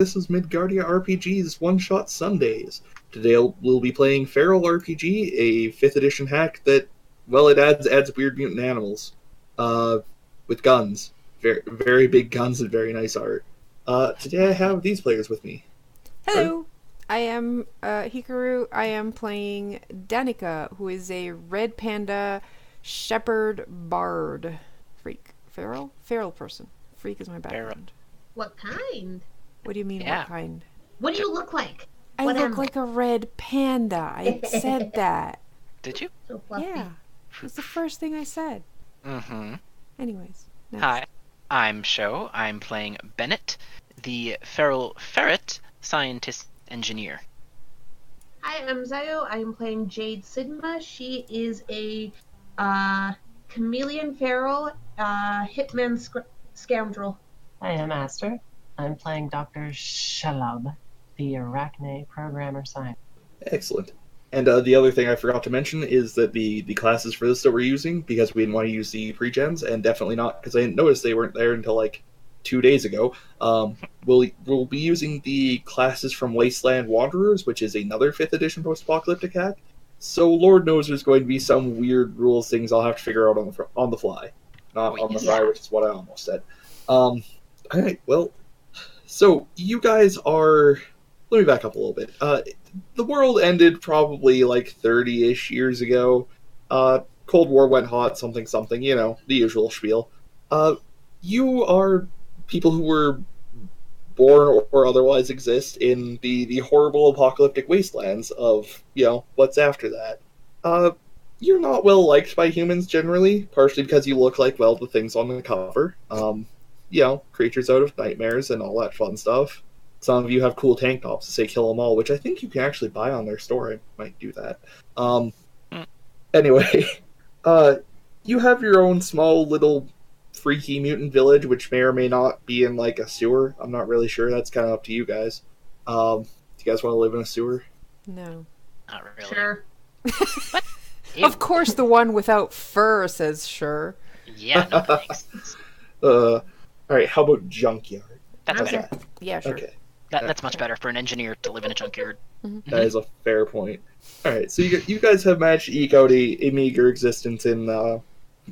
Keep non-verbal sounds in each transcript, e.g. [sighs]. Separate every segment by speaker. Speaker 1: This is Midgardia RPG's One Shot Sundays. Today we'll be playing Feral RPG, a 5th edition hack that, well, it adds adds weird mutant animals, uh, with guns, very very big guns and very nice art. Uh, today I have these players with me.
Speaker 2: Hello, I am uh, Hikaru. I am playing Danica, who is a red panda shepherd bard freak. Feral? Feral person. Freak is my background.
Speaker 3: What kind?
Speaker 2: What do you mean,
Speaker 4: Yeah.
Speaker 2: what kind?
Speaker 3: What do you look like?
Speaker 2: I
Speaker 3: What
Speaker 2: look
Speaker 3: am
Speaker 2: like a red panda. I said
Speaker 3: [laughs]
Speaker 2: that.
Speaker 4: Did you?
Speaker 3: So fluffy.
Speaker 2: Yeah. It was the first thing I said.
Speaker 4: Mm-hmm.
Speaker 2: Anyways. next.
Speaker 4: Hi, I'm Sho. I'm playing Bennett, the feral ferret scientist engineer.
Speaker 3: Hi, I'm Zayo. I am playing Jade Sigma. She is a uh, chameleon feral uh, hitman sc- scoundrel.
Speaker 5: Hi, I'm Aster. I'm playing Dr. Shalab, the Arachne Programmer Science.
Speaker 1: Excellent. And uh, the other thing I forgot to mention is that the the classes for this that we're using because we didn't want to use the pre-gens and definitely not because I didn't notice they weren't there until like two days ago. Um, we'll we'll be using the classes from Wasteland Wanderers, which is another fifth edition post-apocalyptic hack. So Lord knows there's going to be some weird rules things I'll have to figure out on the fr- on the fly, not on the fly, which is what I almost said. Um, all right, well, so you guys are. Let me back up a little bit. Uh, the world ended probably like 30 ish years ago. Uh, Cold War went hot, something, something, you know, the usual spiel. Uh, you are people who were born or, or otherwise exist in the, the horrible apocalyptic wastelands of, you know, what's after that. Uh, you're not well liked by humans generally, partially because you look like, well, the things on the cover. Um, you know, creatures out of nightmares and all that fun stuff some of you have cool tank tops that say kill 'em all which i think you can actually buy on their store i might do that um
Speaker 4: Hmm.
Speaker 1: anyway [laughs] uh you have your own small little freaky mutant village which may or may not be in like a sewer i'm not really sure that's kind of up to you guys um do you guys want to live in a sewer
Speaker 2: No.
Speaker 4: Not really.
Speaker 3: Sure.
Speaker 4: Ew.
Speaker 2: Of course, the one without fur says sure.
Speaker 4: Yeah,
Speaker 1: [laughs]
Speaker 4: no thanks.
Speaker 1: uh all right how about junkyard
Speaker 4: That's
Speaker 3: Okay.
Speaker 4: better.
Speaker 2: Yeah, sure.
Speaker 1: okay
Speaker 4: That, that's much better for an engineer to live in a junkyard.
Speaker 1: That is a fair point. All right, so you, you guys have managed to eke out a, a meager existence in, uh,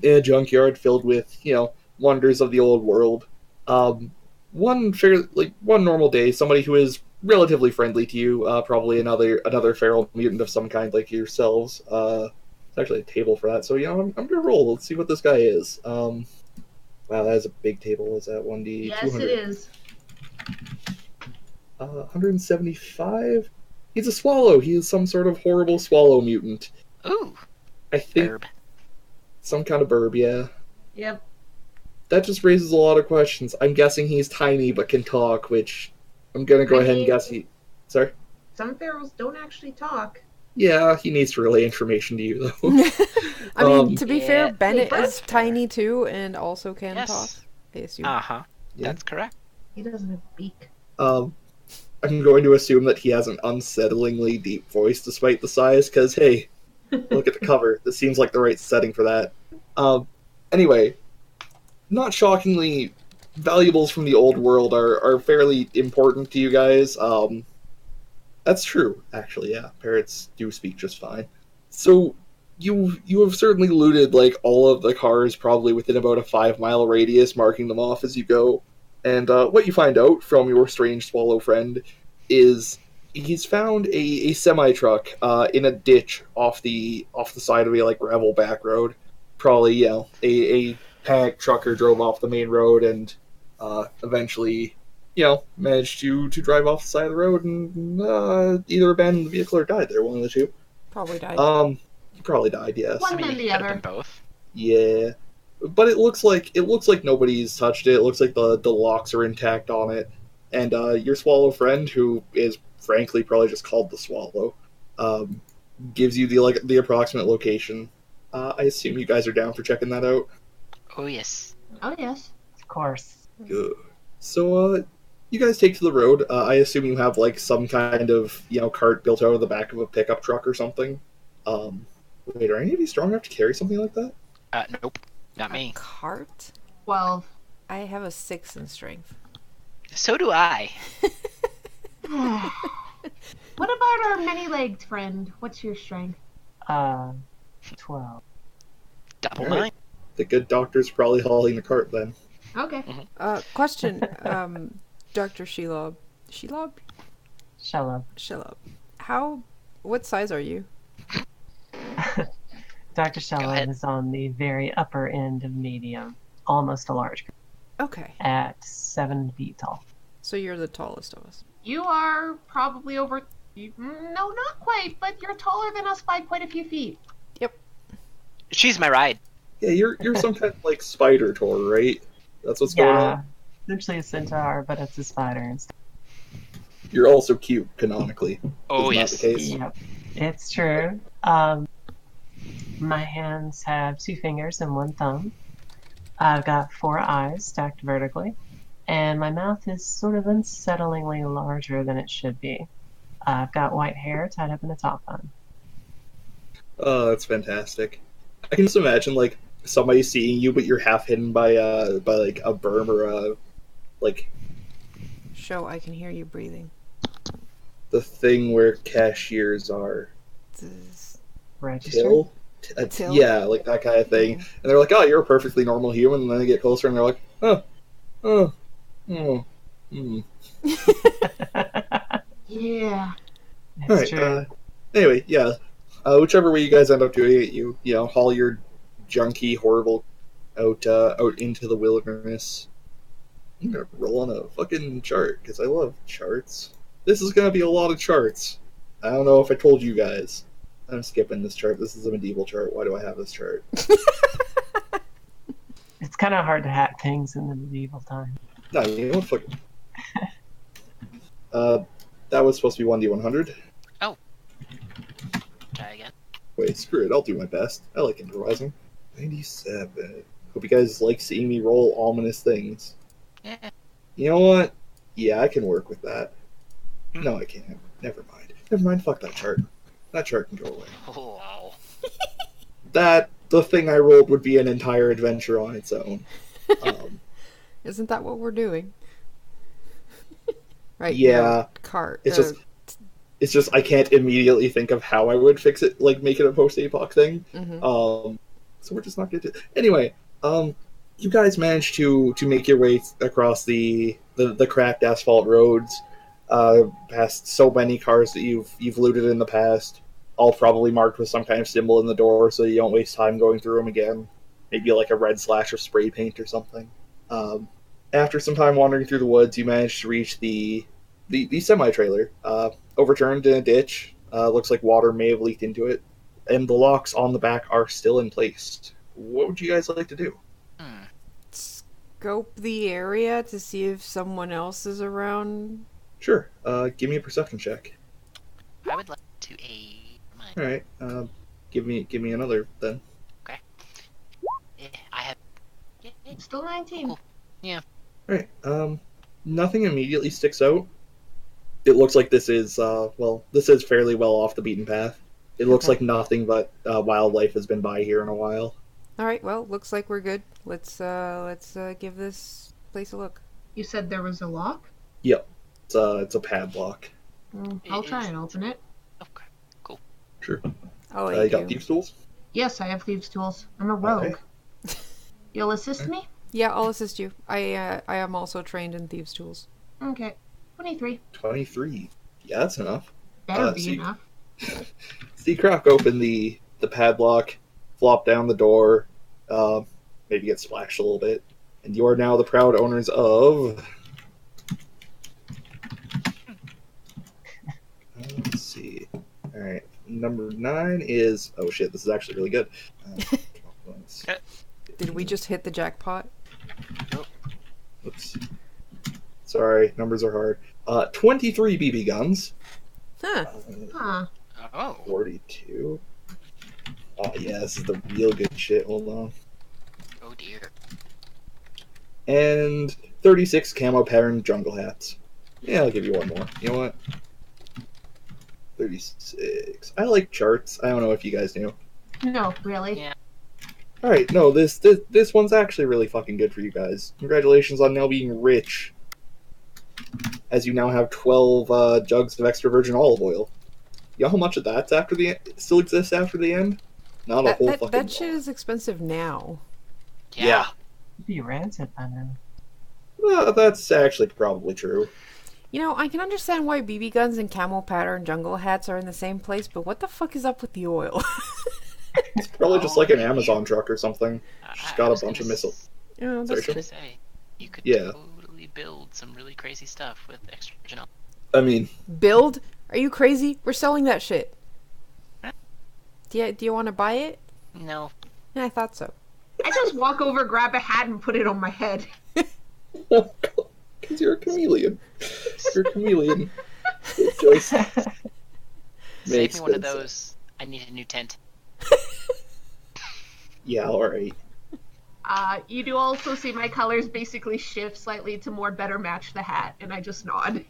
Speaker 1: in a junkyard filled with you know wonders of the old world. Um, one fair like one normal day, somebody who is relatively friendly to you, uh, probably another another feral mutant of some kind like yourselves. Uh, it's actually a table for that, so you know I'm, I'm gonna roll. Let's see what this guy is. Um, wow, that is a big table. Is that one d?
Speaker 3: Yes, it is.
Speaker 1: Uh, 175. He's a swallow. He is some sort of horrible swallow mutant.
Speaker 4: Ooh,
Speaker 1: I think
Speaker 4: herb.
Speaker 1: some kind of burb, yeah.
Speaker 3: Yep.
Speaker 1: That just raises a lot of questions. I'm guessing he's tiny but can talk, which I'm gonna go
Speaker 3: I
Speaker 1: ahead and
Speaker 3: mean-
Speaker 1: guess he. Sorry.
Speaker 3: Some ferals don't actually talk.
Speaker 1: Yeah, he needs to relay information to you though.
Speaker 2: [laughs] I mean,
Speaker 1: Um,
Speaker 2: to be fair,
Speaker 4: Yeah,
Speaker 2: Bennett
Speaker 3: that's
Speaker 2: is tiny too and also can talk.
Speaker 4: Yes.
Speaker 2: I assume.
Speaker 4: Uh huh.
Speaker 1: Yeah.
Speaker 4: That's correct.
Speaker 3: He doesn't have a beak.
Speaker 1: um, I'm going to assume that he has an unsettlingly deep voice despite the size, because hey, look at the cover. This seems like the right setting for that. Um, anyway, not shockingly, valuables from the old world are, are fairly important to you guys. Um, that's true, actually. Yeah, parrots do speak just fine. So you you have certainly looted like all of the cars, probably within about a five mile radius, marking them off as you go. And uh, what you find out from your strange swallow friend is he's found a, a semi truck uh, in a ditch off the off the side of a like gravel back road. Probably you know a, a hack trucker drove off the main road and uh, eventually you know managed to to drive off the side of the road and uh, either abandoned the vehicle or died there, one of the two.
Speaker 2: Probably died.
Speaker 1: Um, he probably died. Yes.
Speaker 3: One
Speaker 4: I mean,
Speaker 3: than
Speaker 4: it
Speaker 3: the
Speaker 4: could have
Speaker 3: other.
Speaker 4: been both.
Speaker 1: Yeah, but it looks like it looks like nobody's touched it. It looks like the the locks are intact on it, and uh, your swallow friend, who is frankly probably just called the swallow, um, gives you the like the approximate location. Uh, I assume you guys are down for checking that out.
Speaker 4: Oh yes.
Speaker 3: Oh, yes.
Speaker 5: Of course.
Speaker 1: Good. So, uh, you guys take to the road. Uh, I assume you have like some kind of you know cart built out of the back of a pickup truck or something. Um, wait, are any of you strong enough to carry something like that?
Speaker 4: Uh, nope. Not
Speaker 2: A
Speaker 4: me.
Speaker 2: cart?
Speaker 3: Well, [sighs]
Speaker 2: I have a six in strength.
Speaker 4: So do I.
Speaker 3: many-legged friend. What's your strength?
Speaker 5: Uh, 12.
Speaker 4: Double
Speaker 1: Alright.
Speaker 4: nine.
Speaker 1: The good doctor's probably hauling the cart then.
Speaker 3: Okay.
Speaker 2: Uh, question, um, Dr. Shelob. Shelob?
Speaker 5: Shallow.
Speaker 2: Shelob. How, what size are you?
Speaker 5: Dr. Shallow
Speaker 4: ahead.
Speaker 5: is on the very upper end of medium, almost a large,
Speaker 2: Okay,
Speaker 5: at seven feet tall.
Speaker 2: so you're the tallest of us.
Speaker 3: You are probably over. you- No, not quite, but you're taller than us by quite a few feet.
Speaker 4: She's my ride.
Speaker 1: Yeah, you're you're some kind of like spider tour, right? That's what's going on.
Speaker 5: Essentially a centaur, but it's a spider instead.
Speaker 1: You're also cute canonically.
Speaker 4: Oh
Speaker 1: Is not
Speaker 4: yes.
Speaker 1: the case.
Speaker 5: Yep, it's true. Um, my hands have two fingers and one thumb. I've got four eyes stacked vertically, and my mouth is sort of unsettlingly larger than it should be. I've got white hair tied up in a top bun.
Speaker 1: Oh, that's fantastic. I can just imagine like somebody seeing you, but you're half hidden by uh by like a berm or a like
Speaker 2: Show I can hear you breathing.
Speaker 1: the thing where cashiers are
Speaker 2: Zzz.
Speaker 5: Register. [laughs]
Speaker 1: till. T- uh,
Speaker 2: Till?
Speaker 1: Yeah, like that kind of thing. And they're like, "Oh, you're a perfectly normal human." And then they get closer, and they're like, "Oh, oh, oh, hmm."
Speaker 3: Yeah.
Speaker 5: It's
Speaker 1: All right.
Speaker 5: true.
Speaker 1: Uh, anyway, yeah. Uh, whichever way you guys end up doing it, you you know haul your junky horrible out uh, out into the wilderness. I'm gonna roll on a fucking chart because I love charts. This is gonna be a lot of charts. I don't know if I told you guys. I'm skipping this chart. This is a medieval chart. Why do I have this chart?
Speaker 5: It's kind of hard to hack things in the medieval time.
Speaker 1: No, I mean, what fucking. uh, that was supposed to be one d one hundred.
Speaker 4: Try again.
Speaker 1: Wait, screw it. I'll do my best. I like improvising. 97. Hope you guys like seeing me roll ominous things.
Speaker 4: Yeah.
Speaker 1: You know what? Yeah, I can work with that. No, I can't. Never mind. Never mind. Fuck that chart. That chart can go away.
Speaker 4: Oh, Wow.
Speaker 1: That, the thing I rolled would be an entire adventure on its own. Um,
Speaker 2: Isn't that what we're doing? [laughs] right.
Speaker 1: Yeah.
Speaker 2: Cart. uh,
Speaker 1: It's just- it's just I can't immediately think of how I would fix it, like make it a post apoc thing.
Speaker 2: hmm
Speaker 1: Um, so we're just not gonna do. Anyway, um, you guys managed to to make your way across the the, the cracked asphalt roads, uh, past so many cars that you've you've looted in the past, all probably marked with some kind of symbol in the door, so you don't waste time going through them again. Maybe like a red slash of spray paint or something. Um, after some time wandering through the woods, you managed to reach the the, the semi trailer, uh, overturned in a ditch. Uh, looks like water may have leaked into it and the locks on the back are still in place. What would you guys like to do?
Speaker 4: Hmm.
Speaker 2: Scope the area to see if someone else is around.
Speaker 1: Sure. Uh, give me a perception check.
Speaker 4: I would like to aid my.
Speaker 1: All right. Um, give me give me another then.
Speaker 4: Eh, I have. Yeah, yeah.
Speaker 3: Still 19.
Speaker 1: All right. Um, nothing immediately sticks out. It looks like this is uh, well, this is fairly well off the beaten path. It looks
Speaker 5: Okay.
Speaker 1: like nothing but uh, wildlife has been by here in a while.
Speaker 2: All right. Well, looks like we're good. Let's uh let's uh give this place a look.
Speaker 3: You said there was a lock?
Speaker 1: It's uh, it's a padlock.
Speaker 3: Mm, I'll
Speaker 4: It
Speaker 3: try
Speaker 4: is.
Speaker 3: and open it.
Speaker 4: Oh, crap.
Speaker 1: Sure.
Speaker 2: I'll
Speaker 1: Uh, you
Speaker 2: aid
Speaker 1: got
Speaker 2: you.
Speaker 1: thieves tools.
Speaker 3: Yes, I have thieves' tools. I'm a rogue.
Speaker 4: [laughs]
Speaker 1: Okay.
Speaker 3: You'll assist me?
Speaker 2: Yeah, I'll assist you. I uh, I am also trained in thieves' tools.
Speaker 3: Okay. 23.
Speaker 1: Twenty three. Yeah, that's enough.
Speaker 3: Better
Speaker 1: Uh,
Speaker 3: be
Speaker 1: so you-
Speaker 3: enough.
Speaker 1: See Croc open the the padlock, flop down the door, uh, maybe get splashed a little bit, and you are now the proud owners of. Uh, Let's see. All right, number nine is oh shit, this is actually really good. Uh, [laughs]
Speaker 2: Did we just hit the jackpot?
Speaker 1: Oops. Sorry, numbers are hard. Uh, twenty-three BB guns.
Speaker 2: Huh.
Speaker 1: Uh,
Speaker 3: Huh.
Speaker 4: Oh.
Speaker 1: 42. Oh, yeah, this is the real good shit. Hold on.
Speaker 4: Oh dear.
Speaker 1: And 36 camo pattern jungle hats. Yeah, I'll give you one more. You know what? 36. I like charts. I don't know if you guys knew.
Speaker 3: No, really.
Speaker 4: Yeah.
Speaker 1: All right, no, this this this one's actually really fucking good for you guys. Congratulations on now being rich, as you now have twelve uh, jugs of extra virgin olive oil. You You know how much of that's after the still exists after the end? Not a
Speaker 2: That,
Speaker 1: whole
Speaker 2: that,
Speaker 1: fucking.
Speaker 2: that shit is expensive now.
Speaker 1: Yeah,
Speaker 5: You'd be rancid by now.
Speaker 1: Well, that's actually probably true.
Speaker 2: You know, I can understand why BB guns and camel pattern jungle hats are in the same place, but what the fuck is up with the oil? [laughs]
Speaker 1: It's probably just like an
Speaker 2: Oh,
Speaker 1: Amazon truck or something.
Speaker 4: I-
Speaker 1: She's
Speaker 4: I
Speaker 1: got a
Speaker 4: was
Speaker 1: bunch
Speaker 4: gonna
Speaker 1: of missile-
Speaker 4: s-
Speaker 2: you know,
Speaker 4: I
Speaker 2: that's
Speaker 1: Sorry,
Speaker 4: was
Speaker 1: Rachel?
Speaker 4: gonna say, you could
Speaker 1: Yeah.
Speaker 4: totally build some really crazy stuff with extra original.
Speaker 1: I mean,
Speaker 2: build? Are you crazy? We're selling that shit. Do you, do you want to buy it?
Speaker 4: No,
Speaker 2: Yeah, I thought so.
Speaker 3: I just walk over, grab a hat, and put it on my head.
Speaker 1: because you're a chameleon. You're a chameleon. It just
Speaker 4: save
Speaker 1: makes
Speaker 4: me one of
Speaker 1: good sense.
Speaker 4: those. I need a new tent.
Speaker 1: Yeah, all right.
Speaker 3: Uh, you do also see my colors basically shift slightly to more better match the hat, and I just nod.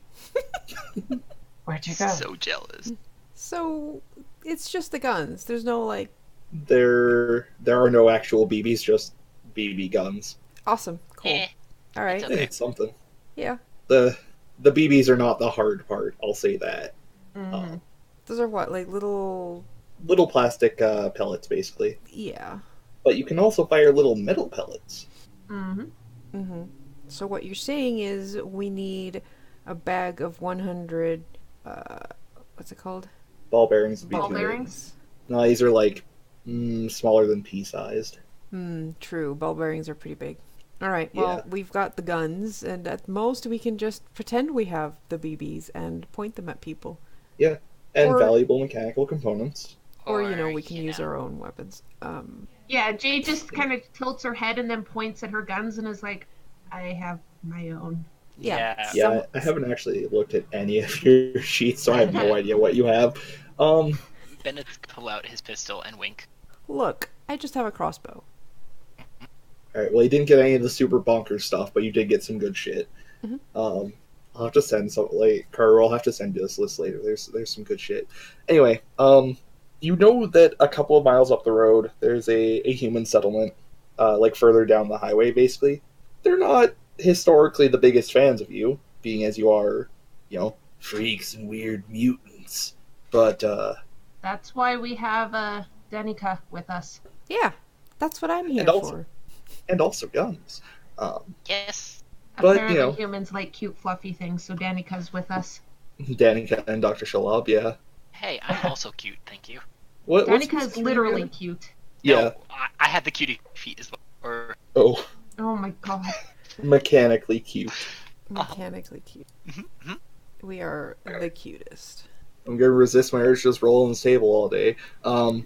Speaker 5: Where'd you go?
Speaker 4: So jealous.
Speaker 2: So it's just the guns. There's no like
Speaker 1: There, there are no actual BBs, just BB guns.
Speaker 2: awesome, cool.
Speaker 4: Eh,
Speaker 2: All right,
Speaker 4: Okay.
Speaker 1: It's something.
Speaker 2: yeah.
Speaker 1: The the BBs are not the hard part. I'll say that. Oh.
Speaker 3: Mm.
Speaker 2: Those are what like little
Speaker 1: Little plastic uh, pellets, basically.
Speaker 2: yeah.
Speaker 1: But you can also fire little metal pellets.
Speaker 3: hmm
Speaker 2: Mm-hmm. So what you're saying is we need a bag of 100. Uh, what's it called?
Speaker 1: Ball bearings. would be
Speaker 3: Ball
Speaker 1: too big.
Speaker 3: bearings?
Speaker 1: No, these are like mm, smaller than pea-sized.
Speaker 2: Hmm. True. Ball bearings are pretty big. All right. Well,
Speaker 1: Yeah.
Speaker 2: we've got the guns, and at most we can just pretend we have the BBs and point them at people,
Speaker 1: And
Speaker 2: Or-
Speaker 1: valuable mechanical components.
Speaker 2: or, you know, we can use our own weapons. Um.
Speaker 3: Yeah, Jay just kind of tilts her head and then points at her guns and is like, I have my own.
Speaker 2: Yeah.
Speaker 4: Yeah.
Speaker 1: Yeah,
Speaker 2: Some-
Speaker 1: I haven't actually looked at any of [laughs] your sheets, so I have no idea what you have. Um,
Speaker 4: Bennett's pull out his pistol and wink.
Speaker 2: Look, I just have a crossbow.
Speaker 1: all right. Well, you didn't get any of the super bonker stuff, but you did get some good shit.
Speaker 2: Mhm.
Speaker 1: Um, I'll have to send some like Carter. I'll have to send you this list later. There's there's some good shit. Anyway, um, you know that a couple of miles up the road, there's a a human settlement, uh, like further down the highway. Basically, they're not historically the biggest fans of you, being as you are, you know, freaks and weird mutants. But uh,
Speaker 3: That's why we have uh, Denica with us.
Speaker 2: Yeah. That's what I'm here
Speaker 1: And also-
Speaker 2: for.
Speaker 1: and also guns. Um,
Speaker 4: Yes.
Speaker 1: But, you
Speaker 3: Apparently,
Speaker 1: know-
Speaker 3: humans like cute, fluffy things, so Danica's with us.
Speaker 1: Danica and Dr. Shalab, yeah.
Speaker 4: Hey,
Speaker 2: [laughs]
Speaker 4: I'm also cute. Thank you.
Speaker 1: What, what's
Speaker 3: Danica is
Speaker 1: considered-
Speaker 3: literally cute.
Speaker 1: Yeah.
Speaker 4: No, I, I had the cutie feet as well.
Speaker 1: [laughs]
Speaker 4: Or
Speaker 1: Oh,
Speaker 3: Oh my god.
Speaker 1: mechanically cute.
Speaker 2: Uh-huh. Mechanically cute.
Speaker 4: mhm.
Speaker 2: We are the cutest.
Speaker 1: I'm gonna resist my urge to just roll on the table all day.
Speaker 3: [laughs]
Speaker 1: Um,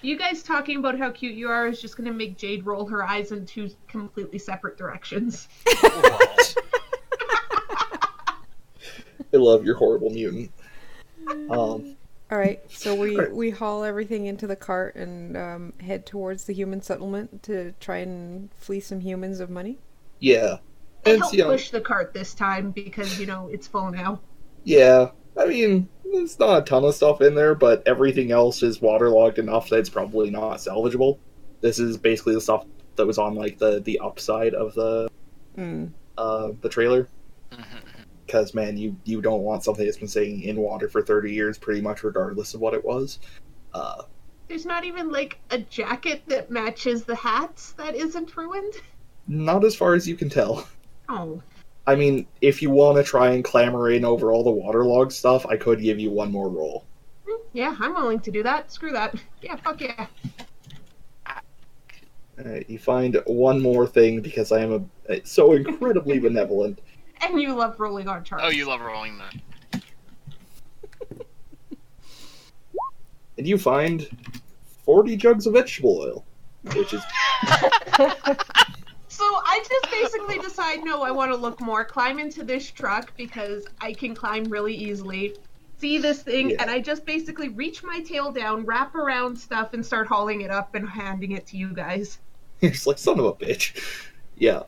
Speaker 3: You guys talking about how cute you are is just going to make Jade roll her eyes in two completely separate directions.
Speaker 4: Whoa.
Speaker 1: I love your horrible mutant. Um,
Speaker 2: All right, so we
Speaker 1: Right.
Speaker 2: we haul everything into the cart and um, head towards the human settlement to try and flee some humans of money.
Speaker 1: yeah.
Speaker 3: I
Speaker 1: And,
Speaker 3: helped
Speaker 1: you know,
Speaker 3: push the cart this time because, you know, it's full now.
Speaker 1: yeah. I mean, there's not a ton of stuff in there, but everything else is waterlogged enough that it's probably not salvageable. This is basically the stuff that was on like the the upside of the
Speaker 2: Mm.
Speaker 1: uh the trailer.
Speaker 4: Mhm.
Speaker 1: because man, you you don't want something that's been sitting in water for thirty years, pretty much regardless of what it was. Uh,
Speaker 3: There's not even, like, a jacket that matches the hats that isn't ruined.
Speaker 1: not as far as you can tell.
Speaker 3: Oh.
Speaker 1: I mean, if you want to try and clamor in over all the waterlogged stuff, I could give you one more roll.
Speaker 3: Hmm, Yeah, I'm willing to do that. Screw that. Yeah, fuck yeah.
Speaker 1: Uh, you find one more thing because I am a, uh, so incredibly benevolent.
Speaker 3: And you love rolling on charts.
Speaker 4: oh, you love rolling the.
Speaker 1: And you find 40 jugs of vegetable oil, which is
Speaker 3: So I just basically decide, no, I want to look more. Climb into this truck because I can climb really easily. See this thing,
Speaker 1: Yeah.
Speaker 3: and I just basically reach my tail down, wrap around stuff, and start hauling it up and handing it to you guys.
Speaker 1: [laughs] It's like son of a bitch. Yeah.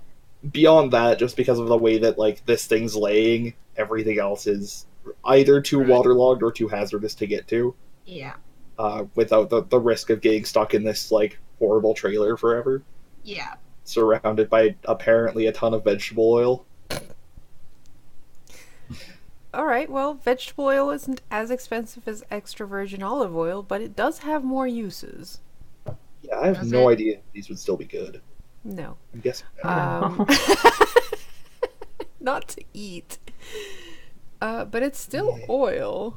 Speaker 1: Beyond that, just because of the way that like this thing's laying, everything else is either too
Speaker 4: Right.
Speaker 1: waterlogged or too hazardous to get to,
Speaker 3: Yeah.
Speaker 1: uh, without the, the risk of getting stuck in this like horrible trailer forever,
Speaker 3: Yeah.
Speaker 1: surrounded by apparently a ton of vegetable oil.
Speaker 2: All right, well, vegetable oil isn't as expensive as extra virgin olive oil, but it does have more uses.
Speaker 1: Yeah, I have
Speaker 3: Does
Speaker 1: no
Speaker 3: it-
Speaker 1: idea if these would still be good.
Speaker 2: No.
Speaker 1: I'm guessing. no.
Speaker 5: Oh,
Speaker 1: [laughs]
Speaker 5: [laughs]
Speaker 2: Um, not to eat. Uh, but it's still
Speaker 1: Yeah.
Speaker 2: oil.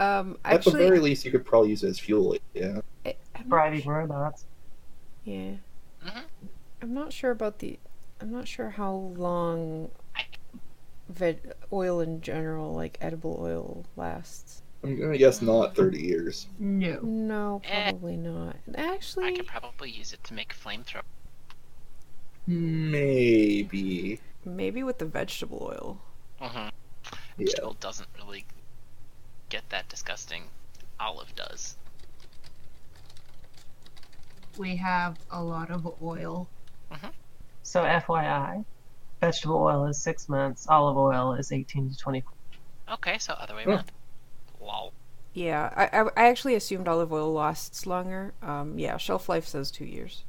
Speaker 2: Um,
Speaker 1: At the
Speaker 2: actually,
Speaker 1: very least, you could probably use it as fuel. Yeah.
Speaker 2: I- I'm not
Speaker 5: Bribing robots.
Speaker 2: Yeah.
Speaker 3: Mm-hmm.
Speaker 4: Mhm.
Speaker 2: I'm not sure about the. I'm not sure how long veg oil in general, like edible oil, lasts.
Speaker 1: I'm gonna guess not 30 years.
Speaker 3: No.
Speaker 2: No,
Speaker 4: Eh.
Speaker 2: probably not.
Speaker 4: I
Speaker 2: Actually,
Speaker 4: could probably use it to make flamethrower.
Speaker 1: Maybe.
Speaker 2: maybe with the vegetable oil.
Speaker 4: Mm-hmm.
Speaker 1: Yeah.
Speaker 4: Still doesn't really get that disgusting. Olive does.
Speaker 3: We have a lot of oil.
Speaker 5: So, FYI, vegetable oil is six months, olive oil is 18 to 24.
Speaker 4: Okay, so other way
Speaker 1: Huh.
Speaker 4: around. Lol.
Speaker 2: Yeah, I, I, I actually assumed olive oil lasts longer. Um, yeah, shelf life says two years.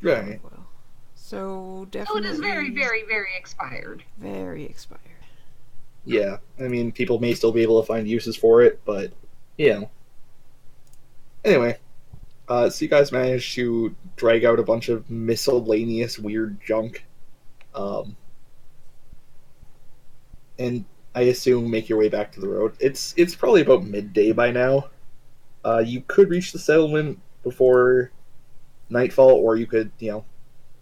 Speaker 1: Right.
Speaker 2: Olive oil. So
Speaker 3: So
Speaker 2: definitely.
Speaker 3: Oh, it is very, very, very expired.
Speaker 2: very expired.
Speaker 1: Yeah. I mean, people may still be able to find uses for it, but you know. Anyway, uh, so you guys managed to drag out a bunch of miscellaneous weird junk, um, and I assume make your way back to the road. It's it's probably about midday by now. Uh, you could reach the settlement before nightfall, or you could you know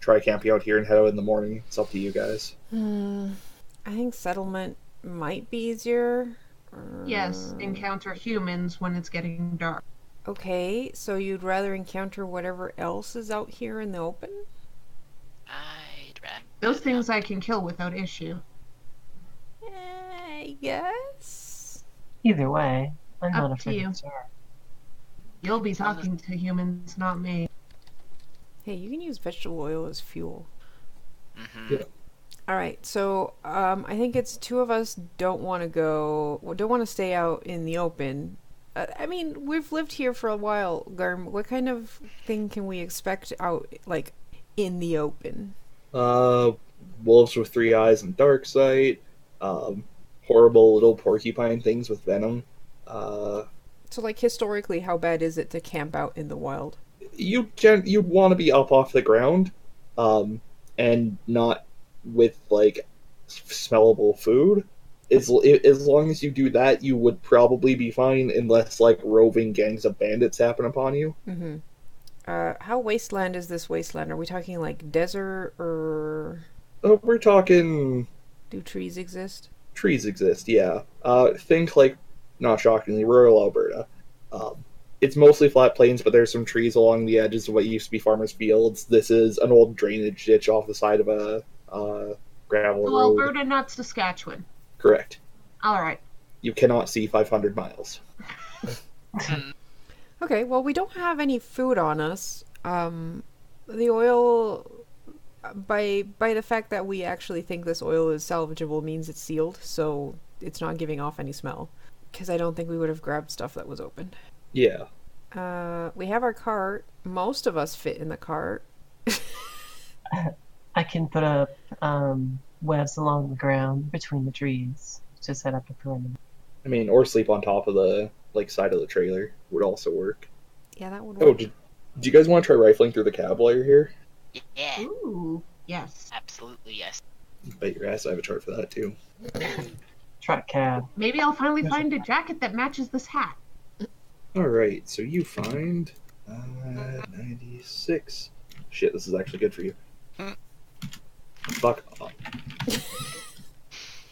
Speaker 1: try camping out here and head out in the morning. It's up to you guys.
Speaker 2: Hmm. I think settlement might be easier.
Speaker 3: Yes,
Speaker 2: Uh,
Speaker 3: encounter humans when it's getting dark.
Speaker 2: Okay, so you'd rather encounter whatever else is out here in the open?
Speaker 4: I'd rather.
Speaker 3: Those things I can kill without issue.
Speaker 2: Eh, I guess.
Speaker 5: Either way, I'm not
Speaker 3: Up to
Speaker 5: afraid
Speaker 3: you.
Speaker 5: of jar.
Speaker 3: You'll be talking to humans, not me.
Speaker 2: Hey, you can use vegetable oil as fuel.
Speaker 4: Mm-hmm.
Speaker 2: All right, so um, I think it's two of us don't want to go, well, don't want to stay out in the open. Uh, I mean, we've lived here for a while, Garm. What kind of thing can we expect out, like, in the open?
Speaker 1: Uh, wolves with three eyes and dark sight. Um, horrible little porcupine things with venom. Uh,
Speaker 2: So, like, historically, how bad is it to camp out in the wild?
Speaker 1: you can you want to be up off the ground, um, and not with like s- smellable food. As, l- i- as long as you do that, you would probably be fine, unless like roving gangs of bandits happen upon you.
Speaker 2: Mm-hmm. Uh, how wasteland is this wasteland? Are we talking like desert or
Speaker 1: So Uh, we're talking
Speaker 2: do trees exist?
Speaker 1: trees exist. Yeah, uh, think like not shockingly rural Alberta. Um, it's mostly flat plains, but there's some trees along the edges of what used to be farmers' fields. This is an old drainage ditch off the side of a uh, gravel
Speaker 3: So
Speaker 1: road.
Speaker 3: Oh, Alberta, not Saskatchewan.
Speaker 1: Correct.
Speaker 3: All right.
Speaker 1: You cannot see 500 miles.
Speaker 4: Mm,
Speaker 2: Okay, well, we don't have any food on us. Um, the oil, by by the fact that we actually think this oil is salvageable, means it's sealed, so it's not giving off any smell. Because I don't think we would have grabbed stuff that was open.
Speaker 1: Yeah.
Speaker 2: Uh, we have our cart. Most of us fit in the cart.
Speaker 5: I can put up um, webs along the ground between the trees to set up a perimeter.
Speaker 1: I mean, or sleep on top of the like side of the trailer would also work.
Speaker 2: Yeah, that would work.
Speaker 1: Oh, did, do you guys want to try rifling through the cab while you're here?
Speaker 4: Yeah,
Speaker 3: Ooh, yes.
Speaker 4: absolutely yes.
Speaker 1: Bet your ass I have a chart for that too.
Speaker 5: Truck cab.
Speaker 3: Maybe I'll finally find a jacket that matches this hat.
Speaker 1: All right, so you find uh, 96. Shit, this is actually good for you.
Speaker 4: Hmm.
Speaker 1: Fuck off.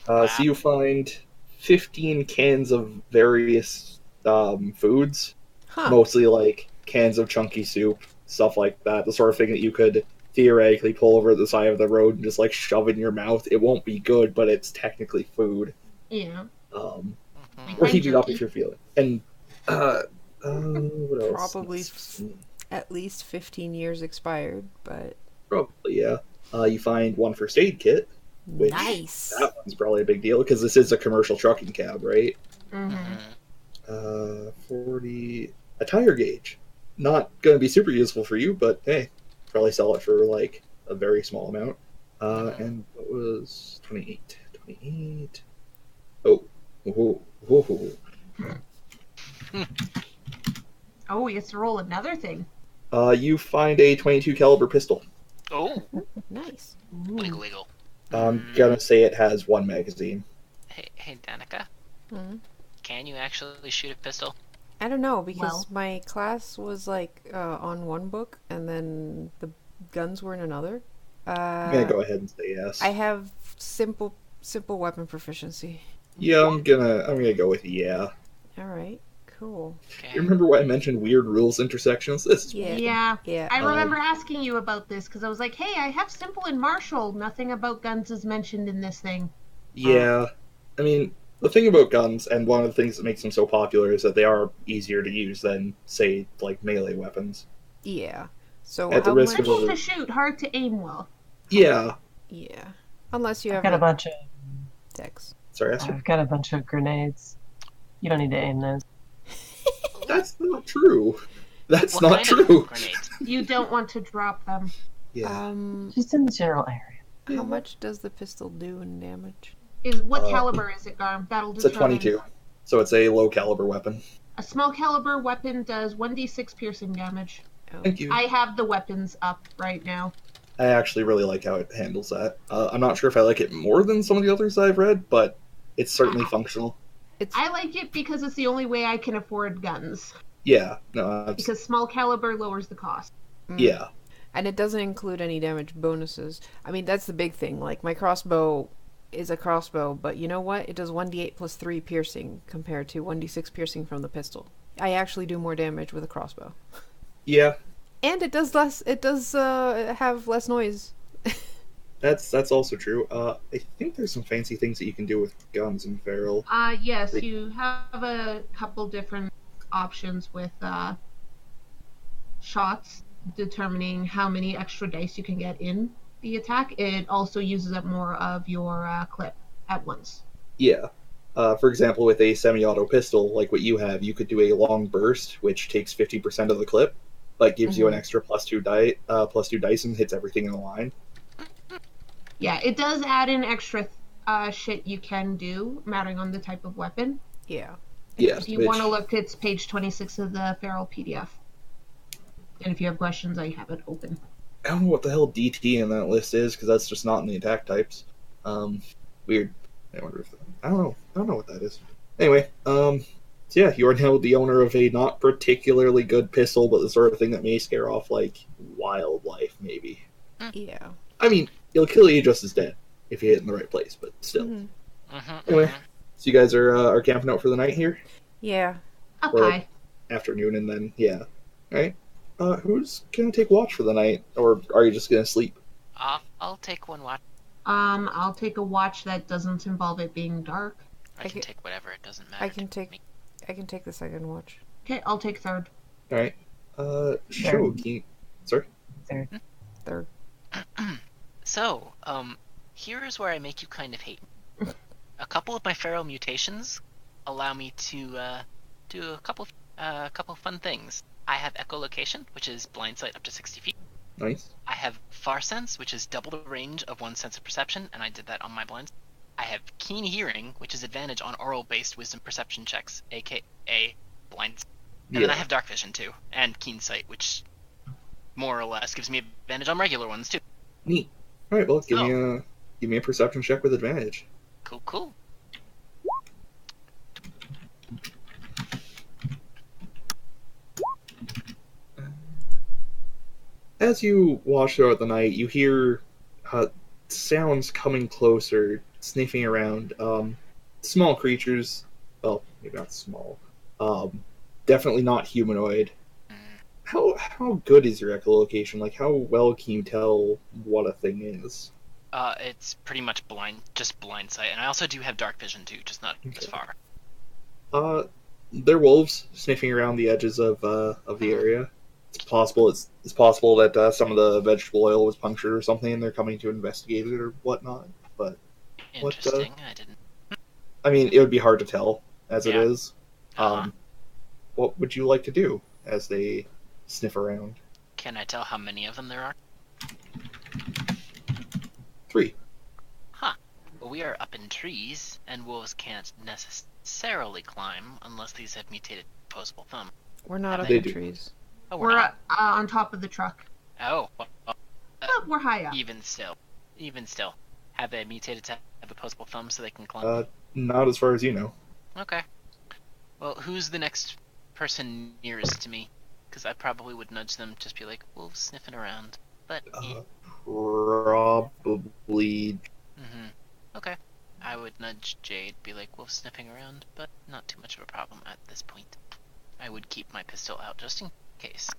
Speaker 1: uh, so you find 15 cans of various um, foods,
Speaker 2: Huh.
Speaker 1: mostly like cans of chunky soup, stuff like that. The sort of thing that you could theoretically pull over the side of the road and just like shove in your mouth. It won't be good, but it's technically food.
Speaker 3: Yeah.
Speaker 1: Um,
Speaker 4: Mhm.
Speaker 1: or
Speaker 3: Mind
Speaker 1: heat it up
Speaker 3: jerky.
Speaker 1: if you're feeling. And uh, uh, what else?
Speaker 2: Probably f- At least 15 years expired, but.
Speaker 1: Probably yeah. Uh, you find one first aid kit. Which-
Speaker 2: nice.
Speaker 1: That one's probably a big deal because this is a commercial trucking cab, right?
Speaker 3: Mm-hmm.
Speaker 4: Mhm.
Speaker 1: Uh, forty a tire gauge. Not going to be super useful for you, but hey, probably sell it for like a very small amount. Uh, and what was 28? 28. Oh, Ho, ho, ho.
Speaker 3: Oh, he gets to roll another thing.
Speaker 1: Uh, you find a 22 caliber pistol.
Speaker 4: Oh,
Speaker 2: Nice.
Speaker 4: wiggle wiggle.
Speaker 1: I'm gonna say it has one magazine.
Speaker 4: Hey, hey, Danica,
Speaker 2: Mhm.
Speaker 4: can you actually shoot a pistol?
Speaker 2: I don't know because
Speaker 3: Well-
Speaker 2: my class was like uh, on one book and then the guns were in another.
Speaker 1: I'm gonna
Speaker 2: Uh,
Speaker 1: go ahead and say yes.
Speaker 2: I have simple simple weapon proficiency.
Speaker 1: Yeah, I'm gonna I'm gonna go with yeah.
Speaker 2: All right, cool.
Speaker 4: Okay.
Speaker 1: You remember what I mentioned weird rules intersections? This is
Speaker 2: Yeah, yeah.
Speaker 3: Yeah. I
Speaker 1: Um,
Speaker 3: remember asking you about this because I was like, hey, I have simple and martial. Nothing about guns is mentioned in this thing.
Speaker 1: Yeah. I mean, the thing about guns, and one of the things that makes them so popular, is that they are easier to use than, say, like melee weapons.
Speaker 2: yeah. So
Speaker 1: At the
Speaker 2: how
Speaker 1: risk
Speaker 2: much?
Speaker 1: of
Speaker 3: Simple
Speaker 1: a-
Speaker 3: to shoot, hard to aim well.
Speaker 1: Yeah.
Speaker 2: Yeah, unless you
Speaker 5: I've
Speaker 2: have
Speaker 5: got a
Speaker 2: like,
Speaker 5: bunch of
Speaker 2: dex.
Speaker 1: Sorry, that's,
Speaker 5: I've got a bunch of grenades. You don't need to aim those.
Speaker 1: that's not true. That's
Speaker 4: What
Speaker 1: not
Speaker 4: kind of Uh,
Speaker 1: true.
Speaker 4: grenades?
Speaker 3: You don't want to drop them.
Speaker 1: Yeah.
Speaker 2: Um,
Speaker 5: Just in the general area.
Speaker 2: how much does the pistol do in damage?
Speaker 3: Is what
Speaker 1: Uh,
Speaker 3: caliber is it, Garm? That'll
Speaker 1: it's a
Speaker 3: determine.
Speaker 1: 22, so it's a low caliber weapon.
Speaker 3: A small caliber weapon does 1d6 piercing damage.
Speaker 2: Oh.
Speaker 1: Thank you.
Speaker 3: I
Speaker 1: I,
Speaker 3: have the weapons up right now.
Speaker 1: actually really like how it handles that. Uh, I'm not sure if I like it more than some of the others I've read, but it's certainly functional.
Speaker 2: It's
Speaker 3: I like it because it's the only way I can afford guns.
Speaker 1: Yeah. No. abs-
Speaker 3: Because small caliber lowers the cost.
Speaker 2: mm.
Speaker 1: Yeah.
Speaker 2: and it doesn't include any damage bonuses. I mean, that's the big thing. Like my crossbow is a crossbow, but you know what? It does 1d8 plus 3 piercing compared to 1d6 piercing from the pistol. I actually do more damage with a crossbow.
Speaker 1: Yeah.
Speaker 2: And it does less it does uh have less noise.
Speaker 1: That's that's also true. Uh, I think there's some fancy things that you can do with guns in Feral.
Speaker 3: Uh, yes, you have a couple different options with uh, shots, determining how many extra dice you can get in the attack. It also uses up more of your uh, clip at once.
Speaker 1: Yeah. Uh, for example, with a semi-auto pistol like what you have, you could do a long burst, which takes fifty percent of the clip, but gives
Speaker 3: Mm-hmm.
Speaker 1: you an extra plus two die, uh, plus two dice, and hits everything in the line.
Speaker 3: Yeah, it does add in extra uh, shit you can do, mattering on the type of weapon.
Speaker 2: Yeah.
Speaker 1: Yeah.
Speaker 3: If you
Speaker 1: which-
Speaker 3: want to look, it's page 26 of the Feral PDF. And if you have questions, I have it open.
Speaker 1: I don't know what the hell DT in that list is because that's just not in the attack types. Um, weird. I wonder if I don't know. I don't know what that is. Anyway, um, so yeah, you are now the owner of a not particularly good pistol, but the sort of thing that may scare off like wildlife, maybe.
Speaker 2: Yeah.
Speaker 1: I mean, it'll kill you just as dead if you hit in the right place, but still.
Speaker 2: Mhm.
Speaker 4: Mhm,
Speaker 1: Anyway,
Speaker 4: mhm.
Speaker 1: so you guys are uh, are camping out for the night here,
Speaker 2: Yeah.
Speaker 3: Up
Speaker 1: Right.
Speaker 3: high.
Speaker 1: afternoon, and then yeah, All right. Uh, who's gonna take watch for the night, or are you just gonna sleep?
Speaker 4: I'll, I'll take one watch.
Speaker 3: Um, I'll take a watch that doesn't involve it being dark.
Speaker 4: I,
Speaker 2: I
Speaker 4: can
Speaker 2: ca-
Speaker 4: take whatever. It doesn't matter.
Speaker 2: I
Speaker 4: to
Speaker 2: can take
Speaker 4: me.
Speaker 2: I can take the second watch.
Speaker 3: Okay, I'll take third.
Speaker 1: All right. Uh,
Speaker 5: Sure.
Speaker 1: sure. Can you- Sorry.
Speaker 2: Third.
Speaker 4: So, um, here is where I make you kind of hate me. a couple of my feral mutations allow me to uh, do a couple, uh, a couple fun things. I have echolocation, which is blind sight up to 60 feet.
Speaker 1: Nice.
Speaker 4: I have far sense, which is double the range of one sense of perception, and I did that on my blinds. I have keen hearing, which is advantage on oral-based wisdom perception checks, aka blinds. And then I
Speaker 1: Yeah.
Speaker 4: have dark vision too, and keen sight, which more or less gives me advantage on regular ones too.
Speaker 1: Neat. All right. Well, give
Speaker 4: Oh.
Speaker 1: me a give me a perception check with advantage.
Speaker 4: Cool, cool.
Speaker 1: As you watch throughout the night, you hear uh, sounds coming closer, sniffing around. Um, small creatures. Well, maybe not small. Um, definitely not humanoid.
Speaker 4: Mm.
Speaker 1: How how good is your echolocation? Like, how well can you tell what a thing is?
Speaker 4: Uh, it's pretty much blind, just blind sight, and I also do have dark vision too, just not as
Speaker 1: Okay.
Speaker 4: far.
Speaker 1: Uh, they're wolves sniffing around the edges of uh, of the
Speaker 4: Uh-huh.
Speaker 1: area. It's possible it's, it's possible that uh, some of the vegetable oil was punctured or something, and they're coming to investigate it or whatnot. But What the-
Speaker 4: Interesting. I didn't.
Speaker 1: I mean, it would be hard to tell as it
Speaker 4: Yeah.
Speaker 1: is. Um,
Speaker 4: Uh-huh.
Speaker 1: What would you like to do as they sniff around?
Speaker 4: Can I tell how many of them there are?
Speaker 1: Three.
Speaker 4: Huh. we are up in trees, and wolves can't necessarily climb unless these have mutated opposable thumb.
Speaker 2: We're not up
Speaker 1: They
Speaker 2: in
Speaker 1: do.
Speaker 2: trees.
Speaker 4: Oh, we're,
Speaker 3: We're uh,
Speaker 4: not.
Speaker 3: on top of the truck.
Speaker 4: Oh, well, well,
Speaker 3: But we're high up.
Speaker 4: even still, even still, have they mutated to have opposable thumbs so they can climb?
Speaker 1: Uh, not as far as you know.
Speaker 4: Okay. Well, who's the next person nearest to me? Because I probably would nudge them, just be like, wolves sniffing around. But,
Speaker 1: Uh, probably
Speaker 4: hmm okay. I would nudge Jade, be like, wolves sniffing around, but not too much of a problem at this point. I would keep my pistol out just in case.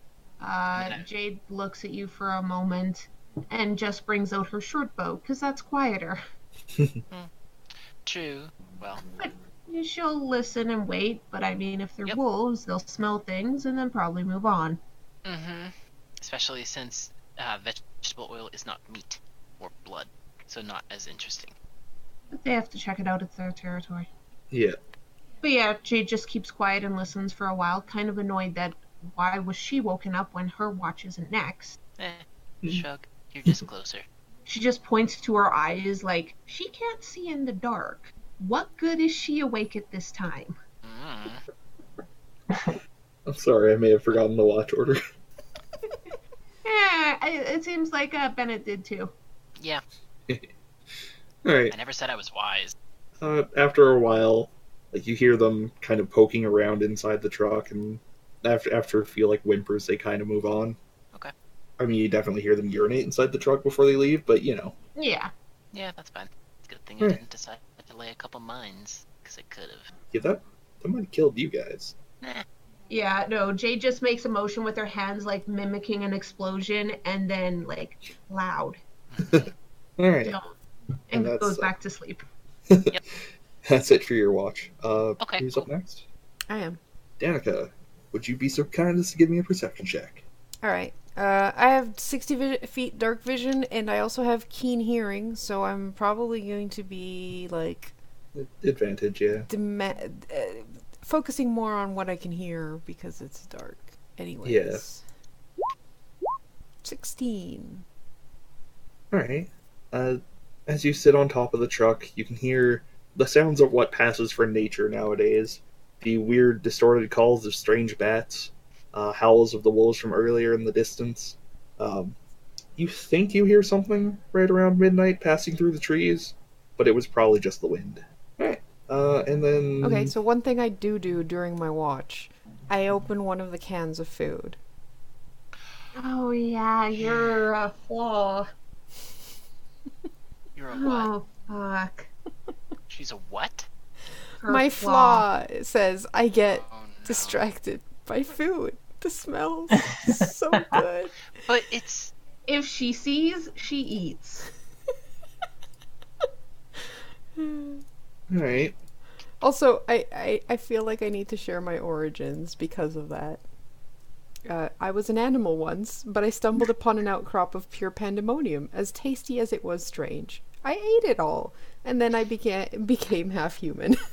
Speaker 3: Uh,
Speaker 4: Yeah.
Speaker 3: Jade looks at you for a moment and just brings out her short bow because that's quieter.
Speaker 4: True. Well,
Speaker 3: She'll listen and wait, but I mean, if they're
Speaker 4: Yep.
Speaker 3: wolves, they'll smell things and then probably move on.
Speaker 4: mm-hmm. Especially since uh, vegetable oil is not meat or blood, so not as interesting.
Speaker 3: But they have to check it out. It's their territory.
Speaker 1: yeah.
Speaker 3: But yeah, Jade just keeps quiet and listens for a while, kind of annoyed that why was she woken up when her watch isn't next.
Speaker 4: Eh,
Speaker 1: Mm.
Speaker 4: shrug. You're just closer.
Speaker 3: She just points to her eyes like, she can't see in the dark. What good is she awake at this time?
Speaker 4: Mm.
Speaker 1: I'm sorry, I may have forgotten the watch order. [laughs]
Speaker 3: Yeah, it, Eh, it seems like uh, Bennett did too.
Speaker 4: Yeah,
Speaker 1: All right.
Speaker 4: I never said I was wise.
Speaker 1: uh, after a while, like you hear them kind of poking around inside the truck, and after after a few like whimpers, they kind of move on.
Speaker 4: Okay.
Speaker 1: I mean, you definitely hear them urinate inside the truck before they leave, but you know,
Speaker 3: Yeah.
Speaker 4: Yeah, that's fine. It's a good thing
Speaker 1: Hmm.
Speaker 4: I didn't decide to lay a couple mines, because I could have.
Speaker 1: yeah, that that might have killed you guys.
Speaker 3: Yeah, no, Jade just makes a motion with her hands, like mimicking an explosion, and then, like, loud.
Speaker 1: All right,
Speaker 3: Don't. And
Speaker 1: that's,
Speaker 3: goes
Speaker 1: uh,
Speaker 3: back to sleep.
Speaker 1: that's it for your watch. Uh,
Speaker 4: Okay,
Speaker 1: who's
Speaker 4: cool.
Speaker 1: up next?
Speaker 2: I am.
Speaker 1: Danica, would you be so kind as to give me a perception check?
Speaker 2: All right. Uh, I have 60 vi- feet dark vision, and I also have keen hearing, so I'm probably going to be like
Speaker 1: Advantage, yeah,
Speaker 2: dem- uh, focusing more on what I can hear because it's dark. Anyways. 16.
Speaker 1: All right. Uh, as you sit on top of the truck, you can hear the sounds of what passes for nature nowadays. The weird, distorted calls of strange bats, uh, howls of the wolves from earlier in the distance. Um, you think you hear something right around midnight passing through the trees, but it was probably just the wind. All right. Uh, and then
Speaker 2: Okay, so one thing I do do during my watch, I open one of the cans of food.
Speaker 3: Oh, yeah, you're a flaw.
Speaker 4: You're a what?
Speaker 3: Oh, fuck.
Speaker 4: She's a what?
Speaker 3: Her
Speaker 2: my flaw says I get
Speaker 4: Oh, no.
Speaker 2: distracted by food. The smells so good.
Speaker 4: But it's.
Speaker 3: If she sees, she eats.
Speaker 1: all right.
Speaker 2: Also, I, I, I feel like I need to share my origins because of that. Uh, I was an animal once, but
Speaker 1: [laughs]
Speaker 2: I stumbled upon an outcrop of pure pandemonium, as tasty as it was strange. I ate it all, and then I began, [laughs] became half human. [laughs]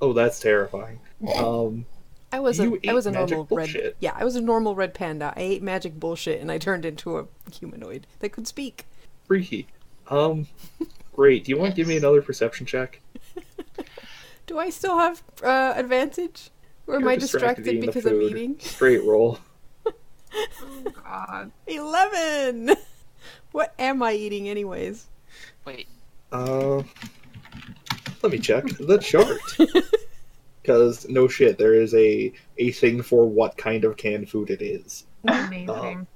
Speaker 1: Oh, that's terrifying. Um,
Speaker 2: I was
Speaker 1: You
Speaker 2: a, I
Speaker 1: ate
Speaker 2: was a
Speaker 1: magic
Speaker 2: normal red
Speaker 1: bullshit.
Speaker 2: yeah I was a normal red panda. I ate magic bullshit and I turned into a humanoid that could speak.
Speaker 1: freaky. Um, great. Do you want to give me
Speaker 4: Yes.
Speaker 1: another perception check?
Speaker 2: Do I still have uh, advantage? Or am
Speaker 1: You're
Speaker 2: I distracted,
Speaker 1: eating the
Speaker 2: because I'm
Speaker 1: food.
Speaker 2: eating?
Speaker 1: Straight roll.
Speaker 3: Oh, God.
Speaker 2: Eleven. [laughs] what am I eating, anyways?
Speaker 4: Wait,
Speaker 1: Uh, let me check the chart.
Speaker 2: [laughs]
Speaker 1: Because no shit, there is a a thing for what kind of canned food it is.
Speaker 3: Amazing.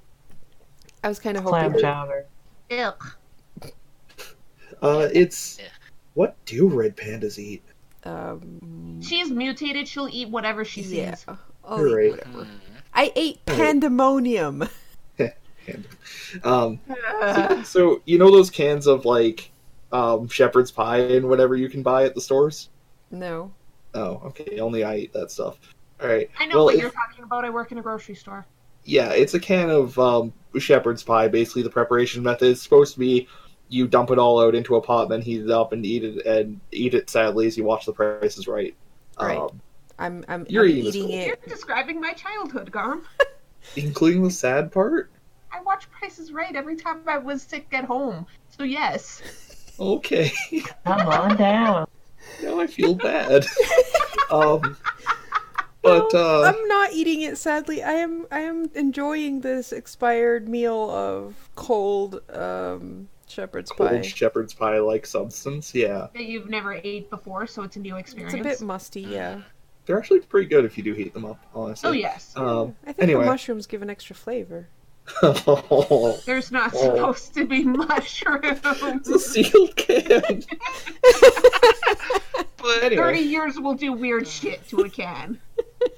Speaker 2: I was kind of
Speaker 5: Clam
Speaker 2: hoping.
Speaker 5: jobber.
Speaker 3: Ew.
Speaker 1: Uh, it's
Speaker 4: Yeah.
Speaker 1: what do red pandas eat?
Speaker 2: Um,
Speaker 3: She's mutated. She'll eat whatever she sees.
Speaker 2: yeah. I'll
Speaker 1: You're
Speaker 2: eat
Speaker 1: right.
Speaker 2: whatever.
Speaker 4: hmm,
Speaker 2: I
Speaker 1: [laughs]
Speaker 2: ate pandemonium.
Speaker 1: Um,
Speaker 3: Uh,
Speaker 1: so you know those cans of like um, shepherd's pie and whatever you can buy at the stores.
Speaker 2: No.
Speaker 1: Oh, okay. Only I eat that stuff. All right.
Speaker 3: I know
Speaker 1: well,
Speaker 3: what
Speaker 1: if-
Speaker 3: you're talking about. I work in a grocery store.
Speaker 1: Yeah, it's a can of um, shepherd's pie. Basically, the preparation method is supposed to be you dump it all out into a pot, then heat it up and eat it and eat it sadly as you watch the prices right.
Speaker 2: Right.
Speaker 1: Um,
Speaker 2: I'm I'm,
Speaker 1: You're
Speaker 2: I'm
Speaker 1: eating this
Speaker 2: eating
Speaker 1: whole-
Speaker 2: it.
Speaker 3: You're describing my childhood, Garm.
Speaker 1: including the sad part.
Speaker 3: I watch Prices Right every time I was sick at home. So yes.
Speaker 1: Okay. [laughs]
Speaker 5: Come on down. [laughs]
Speaker 1: now I feel
Speaker 2: [laughs]
Speaker 1: bad. um, but
Speaker 2: No,
Speaker 1: uh,
Speaker 2: I'm not eating it. Sadly, I am. I am enjoying this expired meal of cold um, shepherd's
Speaker 1: cold
Speaker 2: pie.
Speaker 1: shepherd's pie like substance, yeah,
Speaker 3: that you've never ate before, so it's a new experience.
Speaker 2: it's a bit musty, yeah.
Speaker 1: they're actually pretty good if you do heat them up, honestly.
Speaker 3: oh yes,
Speaker 1: Um,
Speaker 2: I think
Speaker 1: anyway.
Speaker 2: the mushrooms give an extra flavor.
Speaker 3: there's not
Speaker 1: Oh.
Speaker 3: supposed to be [laughs] mushrooms.
Speaker 1: [laughs] it's a sealed
Speaker 2: [laughs]
Speaker 1: can.
Speaker 4: But
Speaker 1: Anyway.
Speaker 3: Thirty years will do weird shit to a can.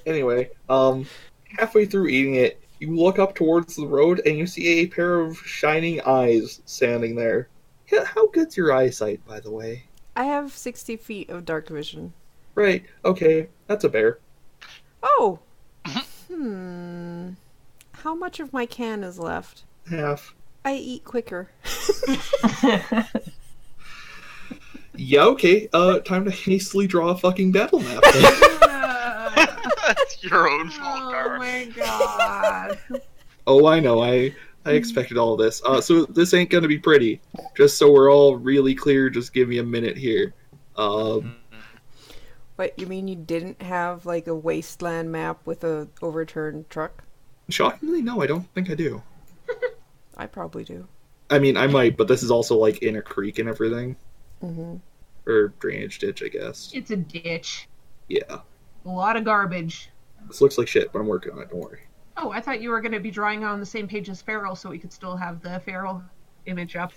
Speaker 1: anyway, um, halfway through eating it, you look up towards the road and you see a pair of shining eyes standing there. Yeah, How good's your eyesight, by the way?
Speaker 2: I have sixty feet of dark vision.
Speaker 1: Right, okay, that's a bear. [laughs]
Speaker 2: Oh. hmm. How much of my can is left?
Speaker 1: Half.
Speaker 2: I eat quicker. [laughs]
Speaker 1: Yeah, okay, uh, time to [laughs] hastily draw a fucking battle map. then.
Speaker 4: it's your own fault,
Speaker 3: oh
Speaker 4: Kara.
Speaker 3: my god.
Speaker 1: oh, I know, I. I expected all this. Uh, so this ain't gonna be pretty. Just so we're all really clear, just give me a minute here. Um,
Speaker 2: What you mean? You didn't have like a wasteland map with a overturned truck?
Speaker 1: shockingly, no, I don't think I do.
Speaker 2: I probably do.
Speaker 1: I mean, I might, but this is also like in a creek and everything,
Speaker 2: hmm
Speaker 1: or drainage ditch, I guess.
Speaker 3: [laughs] It's a ditch.
Speaker 1: Yeah,
Speaker 3: A lot of garbage.
Speaker 1: this looks like shit, but I'm working on it. Don't worry.
Speaker 3: Oh, I thought you were going to be drawing on the same page as Feral so we could still have the Feral image up.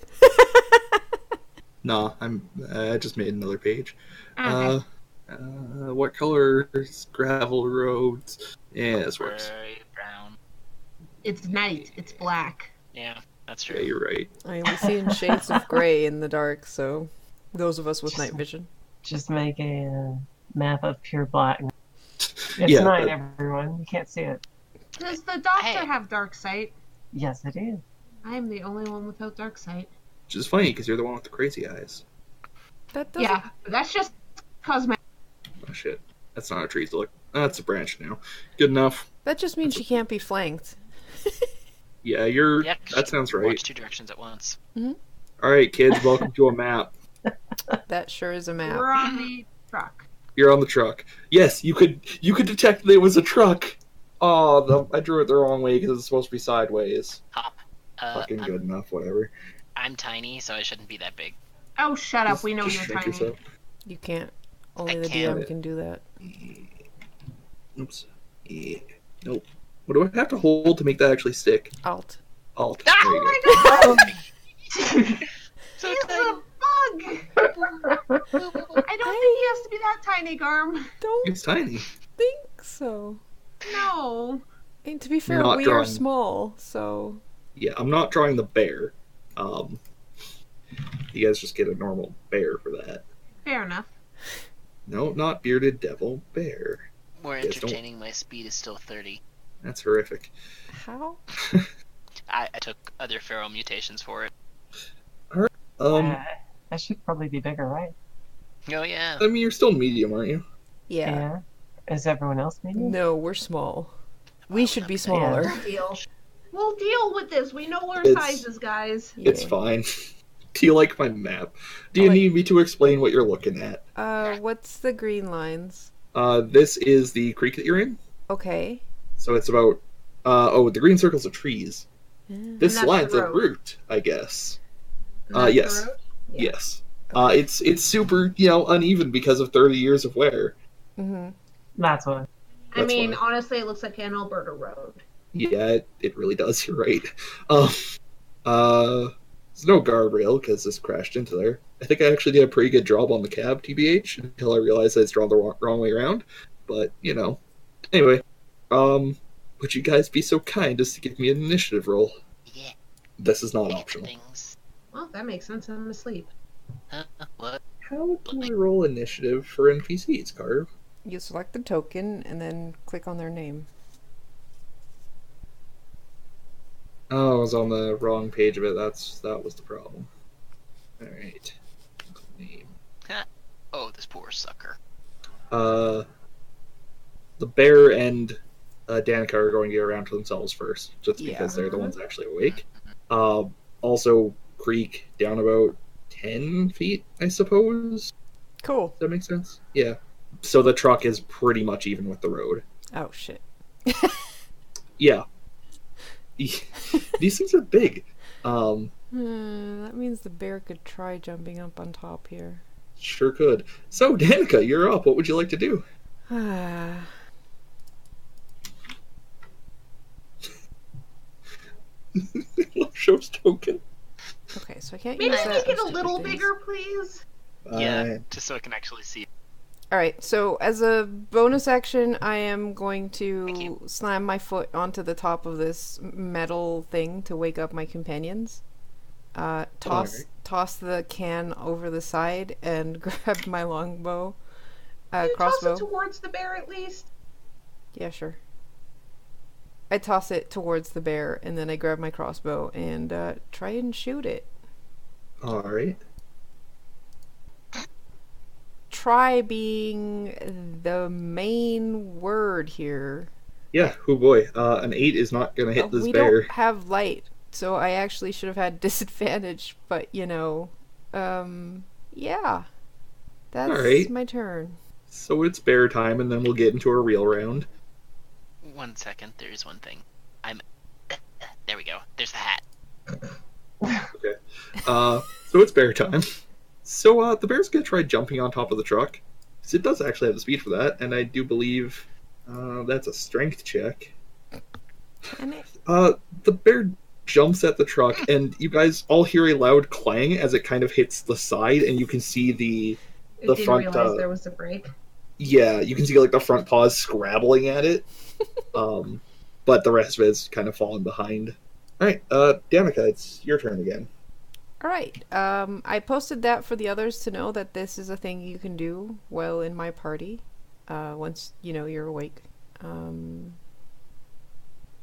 Speaker 1: Nah, I'm. I just made another page.
Speaker 3: Oh, Okay.
Speaker 1: Uh, uh, what color is gravel roads? Yeah, this works.
Speaker 4: Very brown.
Speaker 3: it's night. It's black.
Speaker 4: Yeah, that's
Speaker 1: Yeah,
Speaker 4: true.
Speaker 1: you're right.
Speaker 2: I mean, we see in shades of gray in the dark, so those of us with night vision.
Speaker 5: Just make a uh, map of pure black. It's
Speaker 1: Yeah,
Speaker 5: night,
Speaker 1: but-
Speaker 5: everyone. You can't see it.
Speaker 3: Does the doctor
Speaker 4: Hey.
Speaker 3: have dark sight?
Speaker 5: Yes, I do.
Speaker 3: I'm the only one without dark sight.
Speaker 1: Which is funny because you're the one with the crazy eyes.
Speaker 2: That doesn't.
Speaker 3: yeah, that's just cosmetic.
Speaker 1: Oh shit, that's not a tree. Look, that's a branch now. Good enough.
Speaker 2: That just means she can't be flanked.
Speaker 1: Yeah, you're.
Speaker 4: Yeah, 'cause
Speaker 1: that
Speaker 4: you
Speaker 1: sounds
Speaker 4: can
Speaker 1: right.
Speaker 4: Watch two directions at once.
Speaker 1: All right, kids, welcome to a map.
Speaker 2: That sure is a map.
Speaker 3: We're on the truck.
Speaker 1: You're on the truck. Yes, you could you could detect that it was a truck. Oh, the, I drew it the wrong way because it's supposed to be sideways.
Speaker 4: Uh,
Speaker 1: Fucking
Speaker 4: I'm,
Speaker 1: good enough, whatever.
Speaker 4: I'm tiny, so I shouldn't be that big.
Speaker 3: Oh, shut up.
Speaker 1: Just-
Speaker 3: We know
Speaker 1: just shrink
Speaker 3: you're tiny.
Speaker 1: yourself.
Speaker 2: You can't. Only
Speaker 4: I
Speaker 2: the
Speaker 4: can't.
Speaker 2: DM can do that.
Speaker 1: Oops. Yeah. Nope. What do I have to hold to make that actually stick?
Speaker 2: Alt.
Speaker 3: [laughs]
Speaker 1: Alt.
Speaker 4: Ah!
Speaker 1: There you
Speaker 3: Oh
Speaker 1: go.
Speaker 3: my god!
Speaker 4: So
Speaker 3: He's
Speaker 4: tiny.
Speaker 3: a bug! I don't think he has to be that tiny, Garm.
Speaker 2: Don't
Speaker 1: It's tiny.
Speaker 2: think so.
Speaker 3: No.
Speaker 2: And to be fair,
Speaker 1: Not
Speaker 2: we are
Speaker 1: drawing.
Speaker 2: small, so
Speaker 1: Yeah, I'm not drawing the bear. Um, you guys just get a normal bear for that.
Speaker 3: Fair enough.
Speaker 1: No, not bearded devil bear.
Speaker 4: More
Speaker 1: Yes, don't-
Speaker 4: entertaining. My speed is still 30.
Speaker 1: That's horrific.
Speaker 2: how?
Speaker 4: I, I took other feral mutations for it.
Speaker 1: Um,
Speaker 5: Uh, I should probably be bigger, right?
Speaker 4: Oh yeah.
Speaker 1: I mean, you're still medium, aren't you?
Speaker 2: Yeah.
Speaker 5: Is everyone else medium?
Speaker 2: No, we're small. We should be
Speaker 5: Yeah.
Speaker 2: smaller.
Speaker 3: Deal. We'll deal with this. We know our
Speaker 1: It's-
Speaker 3: sizes, guys.
Speaker 1: It's
Speaker 2: Yeah.
Speaker 1: fine. [laughs] Do you like my map? Do you
Speaker 2: I like-
Speaker 1: need me to explain what you're looking at?
Speaker 2: Uh, what's the green lines?
Speaker 1: Uh, this is the creek that you're in.
Speaker 2: Okay.
Speaker 1: So it's about. Uh, oh, the green circles are trees. This
Speaker 3: And Mm-hmm. that's
Speaker 1: line's
Speaker 3: the
Speaker 1: a
Speaker 3: road.
Speaker 1: route, I guess. Uh,
Speaker 3: That's the
Speaker 1: yes.
Speaker 3: road? Yeah.
Speaker 1: Yes. Uh, it's it's super you know uneven because of 30 years of wear.
Speaker 2: Mm-hmm.
Speaker 5: That's what.
Speaker 3: I
Speaker 1: That's
Speaker 3: mean,
Speaker 1: why.
Speaker 3: honestly, it looks like an Alberta road.
Speaker 1: Yeah, it, it really does. [laughs] You're right. Um, uh, there's no guardrail because this crashed into there. I think I actually did a pretty good job on the cab, tbh, until I realized I was drawn the wrong, wrong way around. But you know, anyway, um, would you guys be so kind as to give me an initiative roll?
Speaker 4: Yeah.
Speaker 1: This is not
Speaker 4: big
Speaker 1: optional.
Speaker 4: Things.
Speaker 3: Well, that makes sense. I'm asleep.
Speaker 4: Huh? What?
Speaker 1: How do I roll initiative for NPCs, Carve?
Speaker 2: You select the token and then click on their name.
Speaker 1: Oh, I was on the wrong page of it. That's that was the problem. All right. Name.
Speaker 4: Oh, this poor sucker.
Speaker 1: Uh, the bear and uh, Danica are going to get around to themselves first, Uh, just because they're the ones actually awake. Um, also, Creek, Downabout, ten feet, I suppose.
Speaker 2: Cool.
Speaker 1: Does that make sense? Yeah. So the truck is pretty much even with the road.
Speaker 2: Oh shit.
Speaker 1: Yeah. These things are big. Um,
Speaker 2: Hmm, that means the bear could try jumping up on top here. [sighs]
Speaker 1: sure could. So Danica, you're up. What would you like to do? [laughs]
Speaker 2: Ah.
Speaker 1: Love show's token.
Speaker 2: okay, so I can't
Speaker 3: Maybe
Speaker 2: use that.
Speaker 3: make it
Speaker 2: on
Speaker 3: a
Speaker 2: stupid
Speaker 3: little
Speaker 2: things.
Speaker 3: bigger, please.
Speaker 4: Yeah,
Speaker 1: Uh,
Speaker 4: just so I can actually see.
Speaker 2: All right. So as a bonus action, I am going
Speaker 4: Thank
Speaker 2: to
Speaker 4: you.
Speaker 2: slam my foot onto the top of this metal thing to wake up my companions. Uh, toss
Speaker 1: Alright.
Speaker 2: toss the can over the side and [laughs] grab my longbow, uh,
Speaker 3: you
Speaker 2: crossbow.
Speaker 3: toss it towards the bear at least.
Speaker 2: Yeah, sure. I toss it towards the bear and then I grab my crossbow and uh, try and shoot it.
Speaker 1: all right.
Speaker 2: Try being the main word here.
Speaker 1: Yeah. Oh boy. Uh, an eight is not gonna hit
Speaker 2: Uh,
Speaker 1: this
Speaker 2: we
Speaker 1: bear.
Speaker 2: don't have light, so I actually should have had [laughs] disadvantage, but you know, um, yeah. That's
Speaker 1: Alright.
Speaker 2: my turn.
Speaker 1: So it's bear time, and then we'll get into our real round.
Speaker 4: One second, there is one thing. I'm. [laughs] There we go. There's the hat.
Speaker 1: Uh, so it's bear time. So uh, the bear's gonna try jumping on top of the truck. 'cause it does actually have the speed for that, and I do believe uh, that's a strength check.
Speaker 2: Damn it.
Speaker 1: Uh, the bear jumps at the truck, and you guys all hear a loud clang as it kind of hits the side, and you can see the
Speaker 3: I
Speaker 1: The
Speaker 3: didn't
Speaker 1: front,
Speaker 3: realize
Speaker 1: uh,
Speaker 3: there was a break.
Speaker 1: yeah, you can see like the front paws scrabbling at it. um, but the rest of it is kind of falling behind. All right, uh, Danica, it's your turn again.
Speaker 2: All right. Um, I posted that for the others to know that this is a thing you can do well in my party. Uh, once you know you're awake. Um,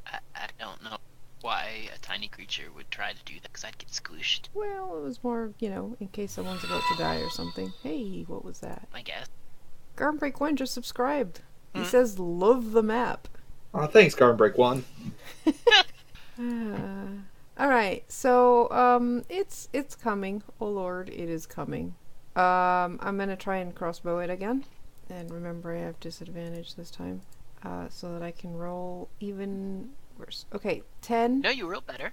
Speaker 4: I, I don't know why a tiny creature would try to do that, because I'd get squished,
Speaker 2: well, it was more you know in case someone's about to die or something. Hey, what was that?
Speaker 4: I guess.
Speaker 2: Garmbreak One just subscribed. He
Speaker 4: Mhm.
Speaker 2: says, "Love the map." [sighs]
Speaker 1: Uh, thanks, Garden Break One.
Speaker 2: Ah. all right so um it's it's coming oh lord it is coming um i'm gonna try and crossbow it again and remember i have disadvantage this time uh so that i can roll even worse okay 10
Speaker 4: No, you rolled better.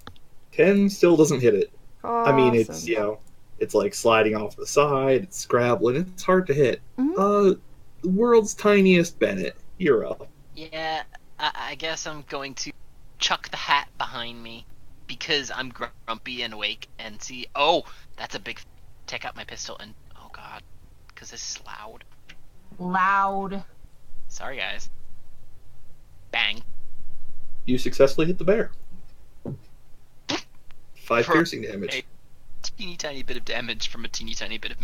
Speaker 1: Ten still doesn't hit it. I mean, it's
Speaker 2: Awesome.
Speaker 1: you know, it's like sliding off the side, it's scrabbling, it's hard to hit.
Speaker 2: Mhm.
Speaker 1: Uh, the world's tiniest Bennett, you're up.
Speaker 4: Yeah, I, I guess I'm going to chuck the hat behind me because I'm gr- grumpy and awake and see. Oh, that's a big. Th- take out my pistol and oh god, because this is loud.
Speaker 3: Loud.
Speaker 4: Sorry guys. Bang.
Speaker 1: You successfully hit the bear. Five
Speaker 4: For-
Speaker 1: piercing damage.
Speaker 4: Hey, Teeny tiny bit of damage from a teeny tiny bit of.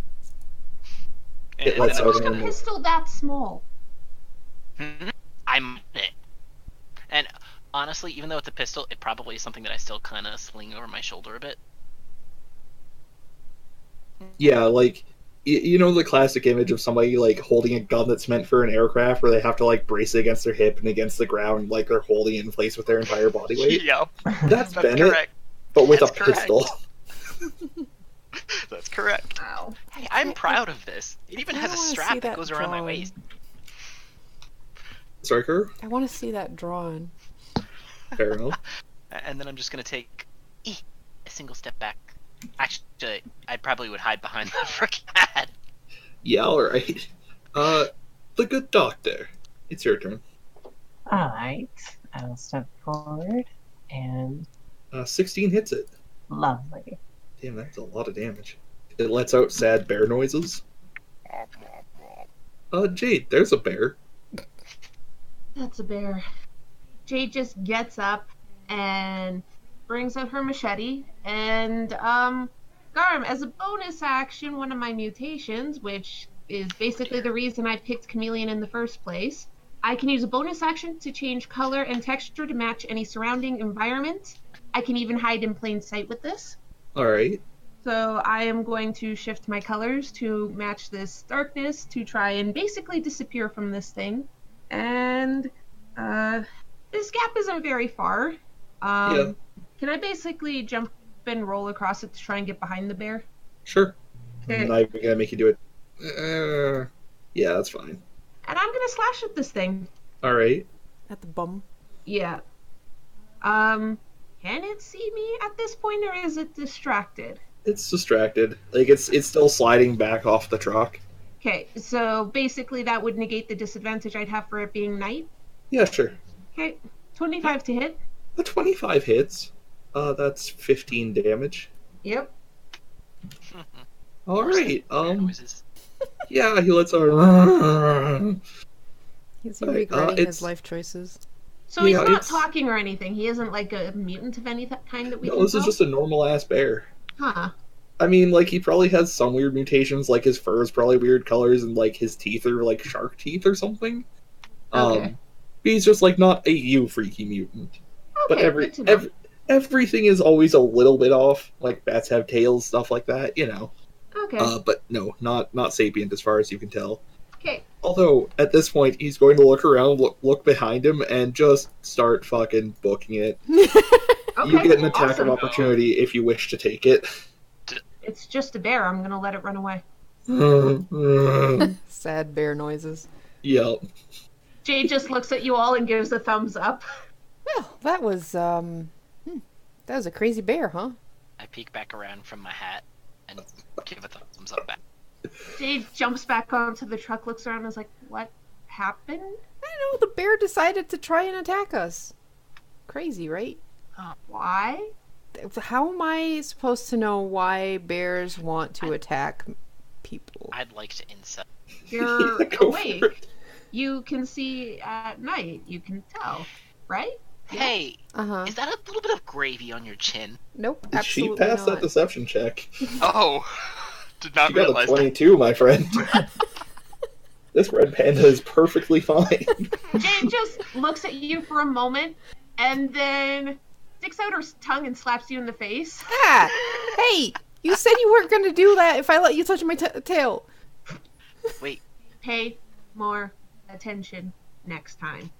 Speaker 4: And,
Speaker 1: It lets
Speaker 4: then I'm
Speaker 1: out
Speaker 4: just
Speaker 1: an
Speaker 4: gonna-
Speaker 3: A pistol that small.
Speaker 4: Mhm. I'm it. And honestly, even though it's a pistol, it probably is something that I still kind of sling over my shoulder a bit.
Speaker 1: Yeah, like y- you know the classic image of somebody like holding a gun that's meant for an aircraft, where they have to like brace it against their hip and against the ground, like they're holding it in place with their entire body
Speaker 4: [laughs]
Speaker 1: weight.
Speaker 4: Yep,
Speaker 1: That's, Bennett, but with
Speaker 4: That's
Speaker 1: a
Speaker 4: correct.
Speaker 1: pistol.
Speaker 4: That's correct.
Speaker 3: Wow.
Speaker 4: Hey, I'm proud of this. It even
Speaker 2: I
Speaker 4: has a
Speaker 2: wanna see
Speaker 4: strap that
Speaker 2: that
Speaker 4: goes around my
Speaker 2: drawing.
Speaker 4: waist.
Speaker 1: Striker,
Speaker 2: i want to see that drawn
Speaker 1: fair enough.
Speaker 4: A- And then I'm just gonna take eh, a single step back. Actually, I probably would hide behind the [laughs] frickin' hat.
Speaker 1: Yeah, all right. Uh, the good doctor. It's your turn.
Speaker 5: All right, I will step forward and
Speaker 1: Uh, 16 hits it.
Speaker 5: lovely.
Speaker 1: Damn, that's a lot of damage. It lets out sad bear noises. Uh, Jade, there's a bear.
Speaker 3: That's a bear. Jade just gets up and brings out her machete and um Garm, as a bonus action, one of my mutations, which is basically the reason I picked chameleon in the first place, I can use a bonus action to change color and texture to match any surrounding environment. I can even hide in plain sight with this.
Speaker 1: All right.
Speaker 3: So I am going to shift my colors to match this darkness to try and basically disappear from this thing. And uh, this gap isn't very far. Um,
Speaker 1: Yeah.
Speaker 3: Can I basically jump and roll across it to try and get behind the bear?
Speaker 1: Sure.
Speaker 3: Okay.
Speaker 1: I'm not even gonna make you do it. Uh, yeah, that's fine.
Speaker 3: And I'm gonna slash at this thing.
Speaker 1: All right.
Speaker 2: At the bum.
Speaker 3: Yeah. Um, can it see me at this point, or is it distracted?
Speaker 1: It's distracted. Like it's it's still sliding back off the truck.
Speaker 3: Okay, so basically that would negate the disadvantage I'd have for it being night.
Speaker 1: Yeah, sure.
Speaker 3: Okay, 25 to hit.
Speaker 1: The 25 hits. Uh, that's 15 damage.
Speaker 3: Yep.
Speaker 1: All right. Um.
Speaker 4: Noises.
Speaker 1: Yeah, he [laughs] lets out.
Speaker 2: He's
Speaker 1: Right, uh,
Speaker 2: regretting
Speaker 1: it's-
Speaker 2: his life choices.
Speaker 3: So
Speaker 1: Yeah,
Speaker 3: he's not
Speaker 1: it's-
Speaker 3: talking or anything. He isn't like a mutant of any th- kind that we
Speaker 1: No,
Speaker 3: can
Speaker 1: this is
Speaker 3: tell?
Speaker 1: just a normal ass bear.
Speaker 3: Huh.
Speaker 1: I mean, like he probably has some weird mutations. Like his fur is probably weird colors, and like his teeth are like shark teeth or something.
Speaker 3: Okay.
Speaker 1: Um, he's just like not a you freaky mutant. but
Speaker 3: Okay,
Speaker 1: every,
Speaker 3: good to know.
Speaker 1: every everything is always a little bit off. Like bats have tails, stuff like that. You know.
Speaker 3: Okay.
Speaker 1: Uh, but no, not not sapient as far as you can tell.
Speaker 3: okay.
Speaker 1: Although at this point he's going to look around, look, look behind him, and just start fucking booking it.
Speaker 3: Okay.
Speaker 1: you get an attack
Speaker 3: awesome.
Speaker 1: of opportunity if you wish to take
Speaker 3: [laughs]
Speaker 1: it. [laughs]
Speaker 3: It's just a bear. I'm gonna let it run away.
Speaker 2: Sad bear noises.
Speaker 1: yep.
Speaker 3: Jay just looks at you all and gives a thumbs up.
Speaker 2: Well, that was um, hmm, that was a crazy bear, huh?
Speaker 4: I peek back around from my hat and give a thumbs up back.
Speaker 3: Jay jumps back onto the truck, looks around, and is like, "What
Speaker 2: I
Speaker 3: happened?
Speaker 2: don't know. The bear decided to try and attack us. Crazy, right?
Speaker 3: Why?"
Speaker 1: [laughs]
Speaker 2: How am I supposed to know why bears want to attack people?
Speaker 4: I'd like to insight.
Speaker 3: You're
Speaker 1: Yeah, [laughs] go for
Speaker 3: awake.
Speaker 1: it.
Speaker 3: You can see at night. You can tell, right?
Speaker 4: Hey,
Speaker 2: Uh huh.
Speaker 4: is that a little bit of gravy on your chin?
Speaker 2: Nope.
Speaker 1: She
Speaker 2: Absolutely
Speaker 1: passed
Speaker 2: not.
Speaker 1: that deception check.
Speaker 4: [laughs]
Speaker 6: Oh, did not
Speaker 1: She got a
Speaker 6: realize that.
Speaker 1: 22, my friend. this red panda is perfectly fine.
Speaker 3: Jay just looks at you for a moment and then sticks out her tongue and slaps you in the face.
Speaker 2: Ah! Hey, you said you weren't going to do that if I let you touch my t- tail.
Speaker 3: Pay more attention next time.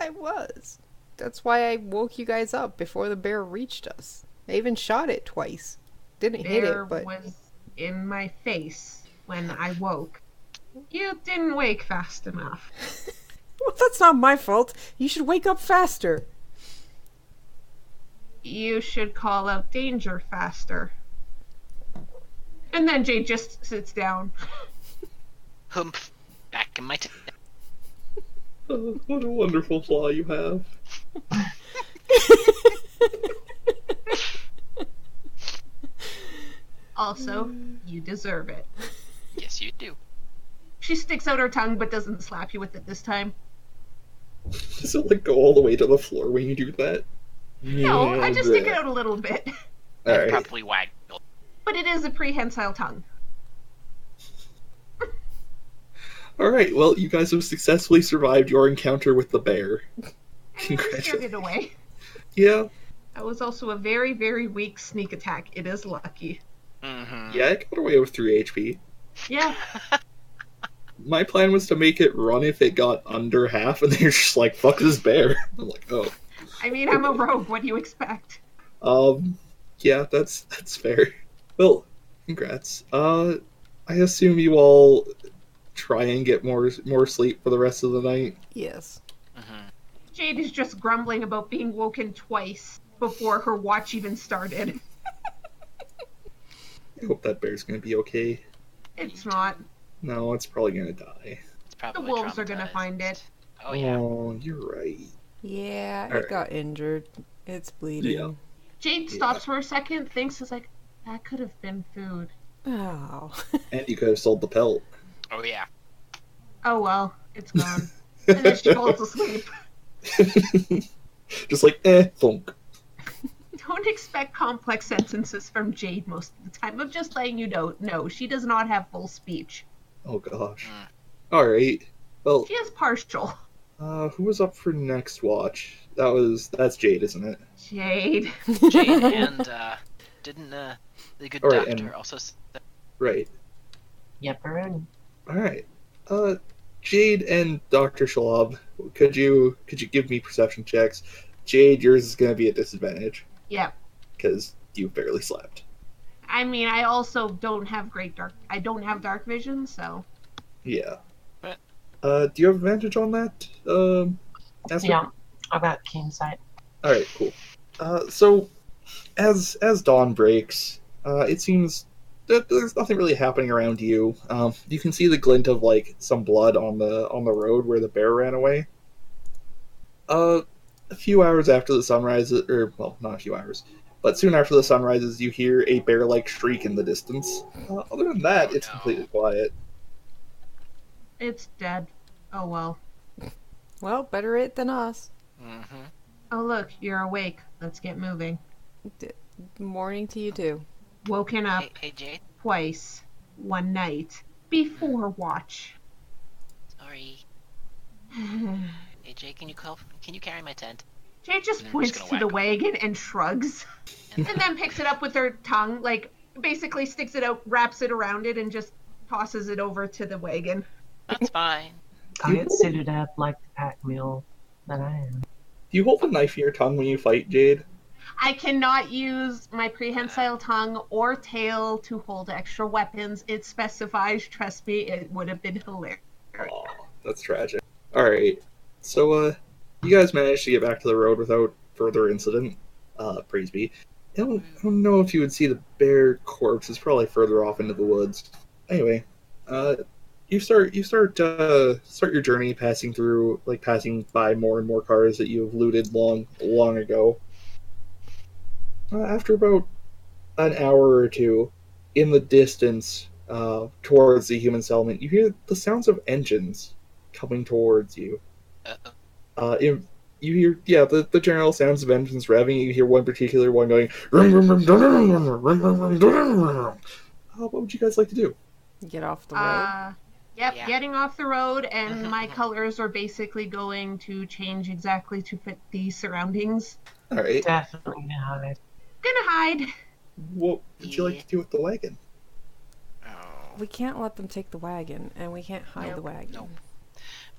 Speaker 2: I was. That's why I woke you guys up before the bear reached us. I even shot it twice. Didn't hit
Speaker 3: Bear
Speaker 2: it, but
Speaker 3: was in my face when I woke. You didn't wake fast enough.
Speaker 2: well, that's not my fault. You should wake up [laughs] faster.
Speaker 3: You should call out danger faster. And then Jay just sits down.
Speaker 4: Humph. Back in my t-
Speaker 1: Oh, what a wonderful flaw you have.
Speaker 3: Also,
Speaker 2: Mm.
Speaker 3: you deserve it.
Speaker 4: Yes, you do.
Speaker 3: She sticks out her tongue but doesn't slap you with it this time.
Speaker 1: Does it like go all the way to the floor when you do that?
Speaker 3: No, I just stick it out a little bit. [laughs]
Speaker 1: All
Speaker 4: I'd
Speaker 1: right.
Speaker 4: Probably wag. your-
Speaker 3: But it is a prehensile tongue.
Speaker 1: All right. Well, you guys have successfully survived your encounter with the bear.
Speaker 3: And I scared
Speaker 1: Congratulations.
Speaker 3: it away.
Speaker 1: Yeah.
Speaker 3: That was also a very, very weak sneak attack. It is lucky.
Speaker 4: Mhm.
Speaker 1: Yeah, I got away with 3 HP.
Speaker 3: Yeah.
Speaker 1: My plan was to make it run if it got under half, and [laughs] they're just like, fuck this bear. [laughs] I'm like, oh.
Speaker 3: I mean, I'm a rogue. What do you expect?
Speaker 1: Um, yeah, that's that's fair. Well, congrats. Uh, I assume you all try and get more more sleep for the rest of the night.
Speaker 2: Yes.
Speaker 4: Mhm.
Speaker 3: Jade is just grumbling about being woken twice before her watch even started.
Speaker 1: I hope that bear's gonna be okay.
Speaker 3: It's not.
Speaker 1: No, it's probably gonna die.
Speaker 4: It's probably
Speaker 3: wolves are gonna
Speaker 4: traumatized.
Speaker 3: find it.
Speaker 4: Oh yeah.
Speaker 1: Oh, you're right.
Speaker 2: Yeah, it
Speaker 1: Alright.
Speaker 2: got injured. It's bleeding.
Speaker 3: Jade
Speaker 1: Yeah.
Speaker 3: stops for a second, thinks, is like, that could have been food.
Speaker 2: Oh.
Speaker 1: And you could have sold the pelt.
Speaker 4: Oh yeah.
Speaker 3: Oh well, it's gone. and then she
Speaker 1: [laughs]
Speaker 3: falls asleep.
Speaker 1: just like eh, thunk.
Speaker 3: Don't expect complex sentences from Jade most of the time. I'm just letting you know, no, she does not have full speech.
Speaker 1: Oh gosh.
Speaker 4: Mm.
Speaker 1: All right. Well,
Speaker 3: She is partial.
Speaker 1: uh, who was up for next watch? That was that's Jade, isn't it?
Speaker 3: Jade.
Speaker 4: Jade and uh, didn't uh, the good
Speaker 1: All right,
Speaker 4: doctor
Speaker 1: and-
Speaker 4: also s- uh,
Speaker 1: Right.
Speaker 5: Yep, Arun.
Speaker 1: All right. Uh, Jade and Doctor Shalab, could you could you give me perception checks? Jade, yours is going to be a disadvantage
Speaker 3: Yep.
Speaker 1: because you barely slept.
Speaker 3: I mean, I also don't have great dark. I don't have dark vision, so
Speaker 1: Yeah.
Speaker 4: Right.
Speaker 1: Uh, do you have advantage on that? Um, Aspen?
Speaker 5: Yeah, I've got keen sight.
Speaker 1: All right, cool. Uh, so, as as dawn breaks, uh, it seems that there's nothing really happening around you. Um, you can see the glint of like some blood on the on the road where the bear ran away. Uh, a few hours after the sun rises, or well, not a few hours, but soon after the sun rises, you hear a bear-like shriek in the distance. Uh, other than that, it's
Speaker 4: Oh, no.
Speaker 1: completely quiet.
Speaker 3: it's dead. Oh well.
Speaker 2: Well, better it than us.
Speaker 4: Mm-hmm.
Speaker 3: Oh look, you're awake. Let's get moving.
Speaker 2: Morning to you too.
Speaker 3: Woken up
Speaker 4: Hey, hey, Jade.
Speaker 3: twice, one night before
Speaker 4: [sighs]
Speaker 3: watch.
Speaker 4: Sorry.
Speaker 3: Jay
Speaker 4: Hey, Jade, can you call? Can you carry my tent?
Speaker 3: just
Speaker 4: And I'm just
Speaker 3: points
Speaker 4: gonna
Speaker 3: to the
Speaker 4: whack him.
Speaker 3: wagon and shrugs, and [laughs] then picks it up with her tongue, like basically sticks it out, wraps it around it, and just tosses it over to the wagon.
Speaker 4: That's fine.
Speaker 5: I get suited up like the pack mule that I am.
Speaker 1: Do you hold a knife in your tongue when you fight, Jade?
Speaker 3: I cannot use my prehensile tongue or tail to hold extra weapons. It specifies. Trust me, it would have been hilarious.
Speaker 1: Aw, that's tragic. All right. So, uh, you guys managed to get back to the road without further incident. Uh, praise be. I don't, I don't know if you would see the bear corpse. It's probably further off into the woods. Anyway, uh, you start you start uh, start your journey, passing through like passing by more and more cars that you have looted long long ago. Uh, after about an hour or two, in the distance uh, towards the human settlement, you hear the sounds of engines coming towards you.
Speaker 4: Uh,
Speaker 1: Uh, you, you hear, yeah, the, the general sounds of engines revving. You hear one particular one going, "Rum, rum, rum, dum, dum, dum, rum, rum, rum, rum, dum, dum, rum, rum." Uh, What would you guys like to do?
Speaker 2: Get off the road.
Speaker 3: Uh, yep,
Speaker 4: Yeah.
Speaker 3: getting off the road, and my colors are basically going to change exactly to fit the surroundings.
Speaker 1: All right.
Speaker 5: Definitely not it.
Speaker 3: Gonna hide.
Speaker 1: What would you like to do with the wagon?
Speaker 4: oh.
Speaker 2: we can't let them take the wagon, and we can't hide the
Speaker 3: Nope,
Speaker 2: wagon.
Speaker 4: nope.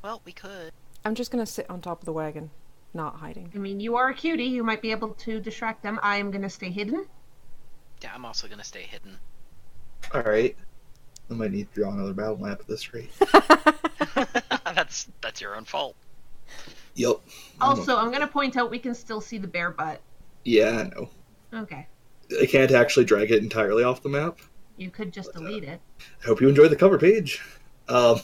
Speaker 4: Well, we could.
Speaker 2: I'm just gonna sit on top of the wagon, not hiding.
Speaker 3: I mean, you are a cutie. You might be able to distract them. I am gonna stay hidden.
Speaker 1: Oh,
Speaker 4: Yeah, I'm also gonna stay hidden. [laughs]
Speaker 1: All right. I might need to draw another battle map at this rate. [laughs]
Speaker 4: that's that's your own fault.
Speaker 1: Yep.
Speaker 3: Also, I'm gonna point out we can still see the bear butt.
Speaker 1: Yeah, I know.
Speaker 3: Okay,
Speaker 1: I can't actually drag it entirely off the map.
Speaker 3: you could just delete it.
Speaker 1: I hope you enjoyed the cover page. Um,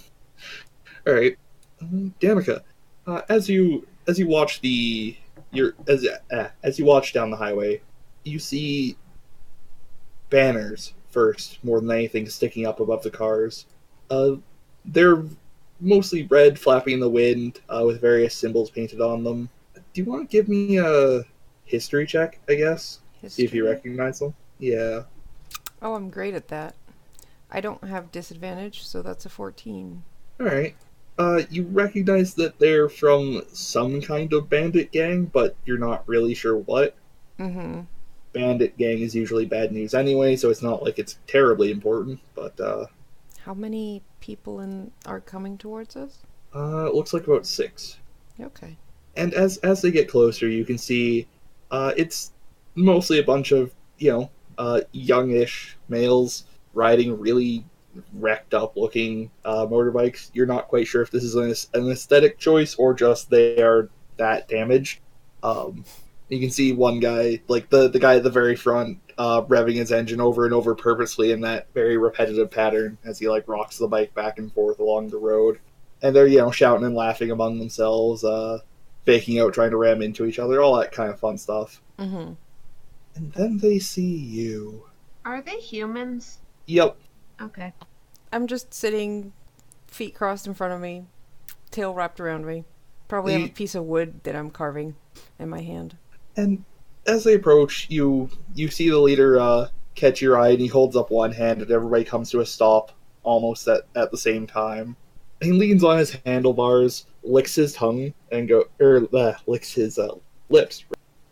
Speaker 1: all right, Um, Danica, uh, as you as you watch the your as uh, as you watch down the highway, you see banners first more than anything sticking up above the cars. Uh, they're mostly red, flapping in the wind, uh, with various symbols painted on them. Do you want to give me a history check? I guess see if you
Speaker 2: History.
Speaker 1: recognize them. Yeah.
Speaker 2: Oh, I'm great at that. I don't have disadvantage, so that's a 14.
Speaker 1: All right. Uh, you recognize that they're from some kind of bandit gang, but you're not really sure what.
Speaker 2: Mm-hmm.
Speaker 1: Bandit gang is usually bad news anyway, so it's not like it's terribly important. But uh,
Speaker 2: How many people in are coming towards us?
Speaker 1: uh, it looks like about six.
Speaker 2: Okay.
Speaker 1: And as as they get closer, you can see uh, it's mostly a bunch of you know uh, youngish males riding really wrecked up looking uh, motorbikes. You're not quite sure if this is an, an aesthetic choice or just they are that damaged. Um, you can see one guy, like the the guy at the very front, uh, revving his engine over and over purposely in that very repetitive pattern as he like rocks the bike back and forth along the road. And they're you know shouting and laughing among themselves. Uh, faking out, trying to ram into each other, all that kind of fun stuff.
Speaker 2: Mm-hmm.
Speaker 1: And then they see you.
Speaker 3: Are they humans?
Speaker 1: Yep.
Speaker 3: Okay.
Speaker 2: I'm just sitting, feet crossed in front of me, tail wrapped around me. Probably have a
Speaker 1: You-
Speaker 2: piece of wood that I'm carving in my hand.
Speaker 1: And as they approach, you you see the leader uh, catch your eye, and he holds up one hand, and everybody comes to a stop almost at, at the same time. He leans on his handlebars, licks his tongue, and go er uh, licks his uh, lips,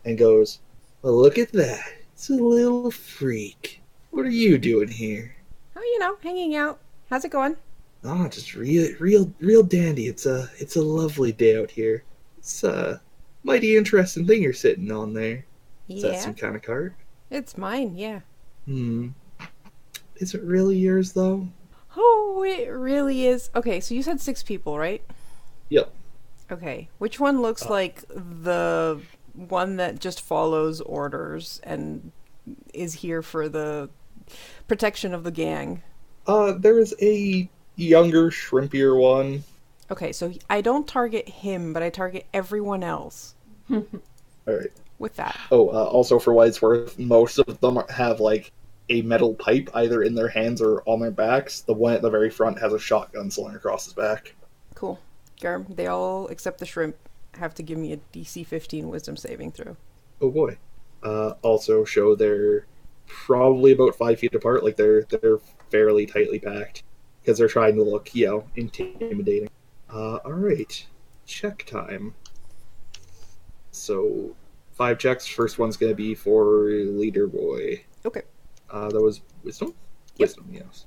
Speaker 1: and goes, "Well, look at that! It's a little freak. What are you doing here?"
Speaker 2: Oh, you know, hanging out. How's it going?
Speaker 1: Ah, just real, real, real dandy. It's a, it's a lovely day out here. It's a mighty interesting thing you're sitting on there. Is that
Speaker 2: Yeah.
Speaker 1: some kind of card?
Speaker 2: It's mine, yeah.
Speaker 1: Hmm. Is it really yours though?
Speaker 2: Oh, it really is. Okay, so you said six people, right?
Speaker 1: Yep. Uh.
Speaker 2: Okay. Which one looks like the one that just follows orders and is here for the protection of the gang?
Speaker 1: Uh, there is a younger, shrimpier one.
Speaker 2: Okay, so I don't target him, but I target everyone else
Speaker 1: [laughs] All right.
Speaker 2: with that.
Speaker 1: Oh, uh, also for what it's worth, most of them have like a metal pipe either in their hands or on their backs. The one at the very front has a shotgun slung across his back.
Speaker 2: Cool. Garm, they all except the shrimp have to give me a DC 15 wisdom saving throw.
Speaker 1: Oh boy. Uh, also show they're probably about five feet apart. Like they're they're fairly tightly packed because they're trying to look you know intimidating. Uh, all right, check time. So five checks. First one's gonna be for leader boy.
Speaker 2: Okay.
Speaker 1: Uh, that was wisdom. Wisdom, yes.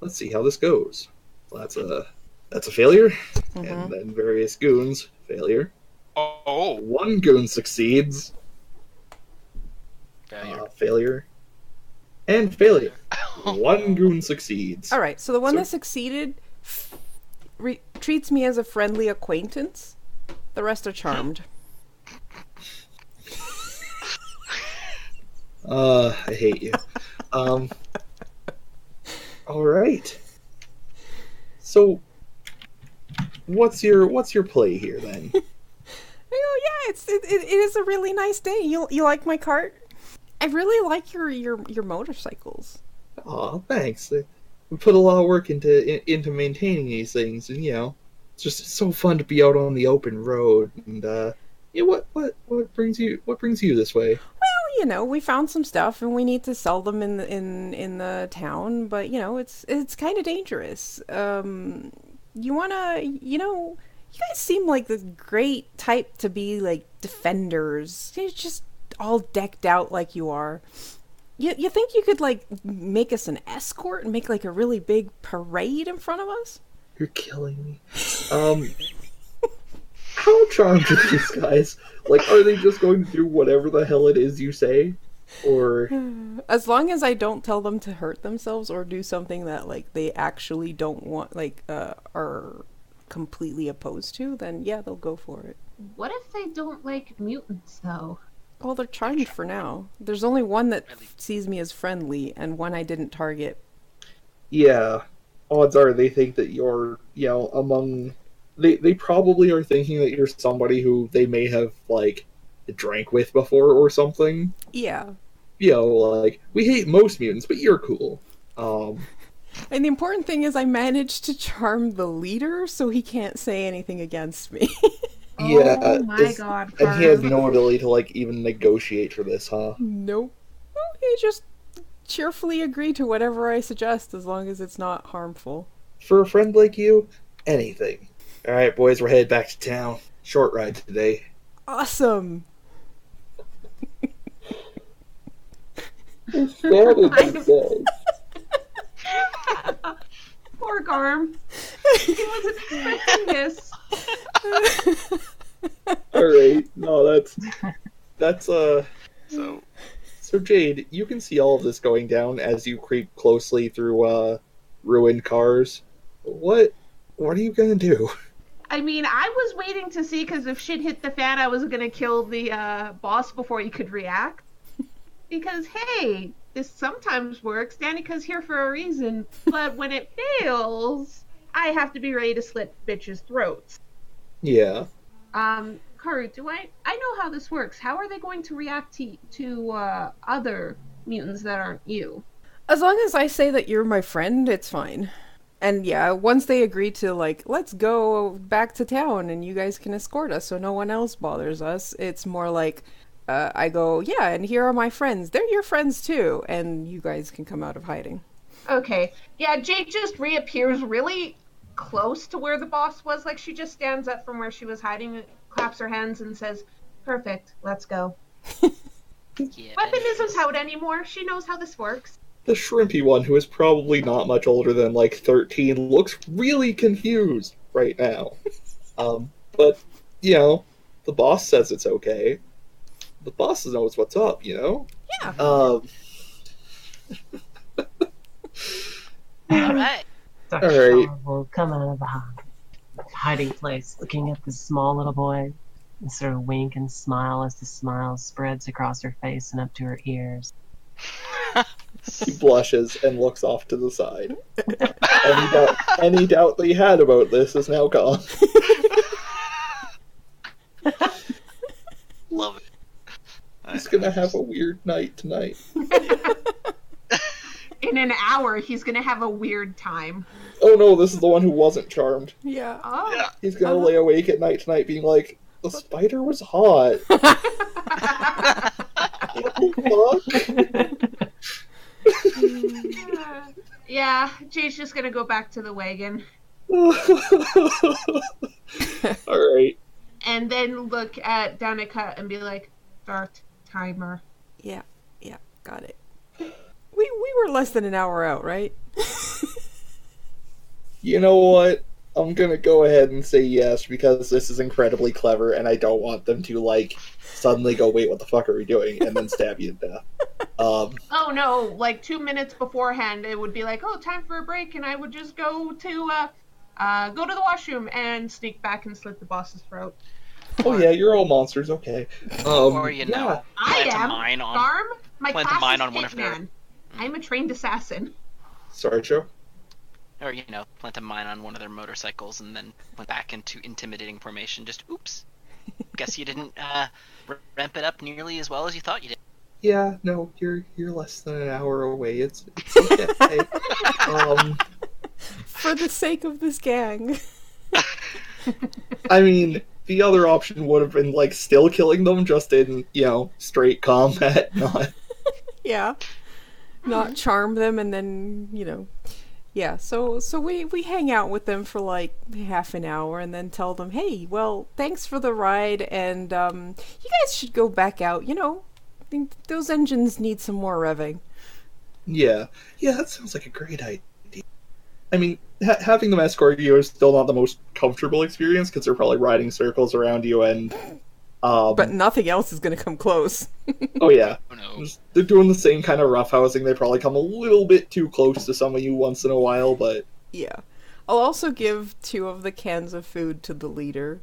Speaker 1: Let's see how this goes. Well, that's a that's a failure,
Speaker 2: Mhm.
Speaker 1: and then various goons failure.
Speaker 6: Oh,
Speaker 1: One goon succeeds.
Speaker 4: Failure.
Speaker 6: Oh.
Speaker 1: Uh, failure. And failure. One goon succeeds.
Speaker 2: All right, so the one
Speaker 1: So-
Speaker 2: that succeeded f- re- treats me as a friendly acquaintance. The rest are charmed.
Speaker 1: Uh, I hate you. um, all right. So, what's your what's your play here then?
Speaker 2: Oh yeah, it's it, it, it is a really nice day. You you like my cart? I really like your your your motorcycles.
Speaker 1: Aw, thanks. Uh, We put a lot of work into in, into maintaining these things, and you know, it's just so fun to be out on the open road. And uh, yeah, what what what brings you what brings you this way?
Speaker 2: Well, you know, we found some stuff and we need to sell them in the, in in the town, but you know, it's it's kind of dangerous. Um you want to, you know, you guys seem like the great type to be like defenders. You're just all decked out like you are. You you think you could like make us an escort and make like a really big parade in front of us?
Speaker 1: You're killing me. Um, how charmed are these guys? Like, are they just going to do whatever the hell it is you say, or
Speaker 2: As long as I don't tell them to hurt themselves or do something that like they actually don't want, like uh, are completely opposed to, then yeah, they'll go for it.
Speaker 3: What if they don't like mutants though?
Speaker 2: Well, they're charmed for now. There's only one that
Speaker 4: Really?
Speaker 2: sees me as friendly and one I didn't target.
Speaker 1: yeah? Odds are they think that you're, you know, among. They they probably are thinking that you're somebody who they may have like drank with before or something.
Speaker 2: Yeah,
Speaker 1: You know, like we hate most mutants, but you're cool. Um,
Speaker 2: and the important thing is I managed to charm the leader, so he can't say anything against me. [laughs]
Speaker 1: yeah,
Speaker 3: Oh my
Speaker 1: it's-
Speaker 3: god.
Speaker 1: and he has
Speaker 3: Carm.
Speaker 1: no ability to like even negotiate for this, huh?
Speaker 2: nope. Well, he just cheerfully agree to whatever I suggest as long as it's not harmful.
Speaker 1: for a friend like you, anything. All right, boys, we're headed back to town. Short ride [laughs] today.
Speaker 2: Awesome. [laughs]
Speaker 3: [laughs] Poor Garm. he wasn't expecting this.
Speaker 1: All right, no, that's that's uh.
Speaker 6: so
Speaker 1: So Jade, you can see all of this going down as you creep closely through uh ruined cars. What what are you gonna do?
Speaker 3: I mean, I was waiting to see because if shit hit the fan, I was gonna kill the uh, boss before he could react. Because hey, this sometimes works. Danica's here for a reason, but when it fails, I have to be ready to slit bitches' throats.
Speaker 1: Yeah.
Speaker 3: Um, Karu, do I? I know how this works. How are they going to react to to uh, other mutants that aren't you?
Speaker 2: As long as I say that you're my friend, it's fine. And yeah, once they agree to like, let's go back to town and you guys can escort us so no one else bothers us, it's more like uh, I go, yeah, and here are my friends. They're your friends too, and you guys can come out of hiding.
Speaker 3: Okay. Yeah, Jade just reappears really close to where the boss was. Like she just stands up from where she was hiding, claps her hands, and says, Perfect, let's go.
Speaker 4: Yeah,
Speaker 3: Weapon
Speaker 4: that
Speaker 3: isn't out anymore. She knows how this works.
Speaker 1: The shrimpy one, who is probably not much older than like 13, looks really confused right now. Um, but, you know, the boss says it's okay. The Um, boss knows what's up, you know?
Speaker 2: Yeah.
Speaker 1: Um,
Speaker 4: All right.
Speaker 5: Dr.
Speaker 1: Alright.
Speaker 5: Shaw will come out of the hi- hiding place, looking at this small little boy, and sort of wink and smile as the smile spreads across her face and up to her ears.
Speaker 1: He blushes and looks off to the side. any, doubt, any doubt that he had about this is now gone.
Speaker 4: Love
Speaker 6: [laughs]
Speaker 4: it.
Speaker 1: He's gonna have a weird night tonight.
Speaker 3: In an hour, he's gonna have a weird time.
Speaker 1: Oh no, this is the one who wasn't charmed.
Speaker 2: Yeah.
Speaker 3: Oh,
Speaker 6: Yeah.
Speaker 1: He's gonna lay awake at night tonight being like, the spider was
Speaker 4: [laughs]
Speaker 1: hot. What the fuck?
Speaker 3: [laughs] yeah. Jay's just gonna go back to the wagon
Speaker 1: [laughs] Alright.
Speaker 3: and then look at Danica and be like, "Start timer."
Speaker 2: Yeah. Yeah. Got it. We we were less than an hour out, right?
Speaker 1: You know what? I'm gonna go ahead and say yes because this is incredibly clever and I don't want them to like suddenly go, wait, what the fuck are we doing? and then stab you to death. Um
Speaker 3: Oh no! Like two minutes beforehand, it would be like, "Oh, time for a break," and I would just go to uh, uh, go to the washroom and sneak back and slit the boss's throat.
Speaker 1: Oh yeah, you're all monsters, okay. Um,
Speaker 4: Or, you
Speaker 1: yeah.
Speaker 4: know,
Speaker 3: I
Speaker 4: plant a
Speaker 3: am
Speaker 4: mine on.
Speaker 3: Farm. My
Speaker 4: Plant the
Speaker 3: class
Speaker 4: mine
Speaker 3: is
Speaker 4: on one of their-
Speaker 3: Hitman. I'm a trained assassin.
Speaker 1: Sorry, Joe.
Speaker 4: Or, you know, plant a mine on one of their motorcycles and then went back into intimidating formation. Just, oops. Guess you didn't uh, r- ramp it up nearly as well as you thought you did.
Speaker 1: Yeah, no, you're you're less than an hour away. It's, it's
Speaker 4: [laughs]
Speaker 1: okay. um,
Speaker 2: For the sake of this gang.
Speaker 1: I mean, the other option would have been like still killing them, just in you know straight combat, [laughs] not
Speaker 2: yeah.
Speaker 1: Mm-hmm.
Speaker 2: Not charm them and then, you know. Yeah, so so we we hang out with them for like half an hour and then tell them, "Hey, well, thanks for the ride and um you guys should go back out, you know. I think those engines need some more revving."
Speaker 1: Yeah, yeah, that sounds like a great idea. I mean, ha- having them escort you is still not the most comfortable experience because they're probably riding circles around you and. Um,
Speaker 2: But nothing else is going to come close.
Speaker 1: oh yeah, [laughs]
Speaker 4: Oh, no. [laughs]
Speaker 1: Just- they're doing the same kind of roughhousing. They probably come a little bit too close to some of you once in a while, but
Speaker 2: Yeah. I'll also give two of the cans of food to the leader,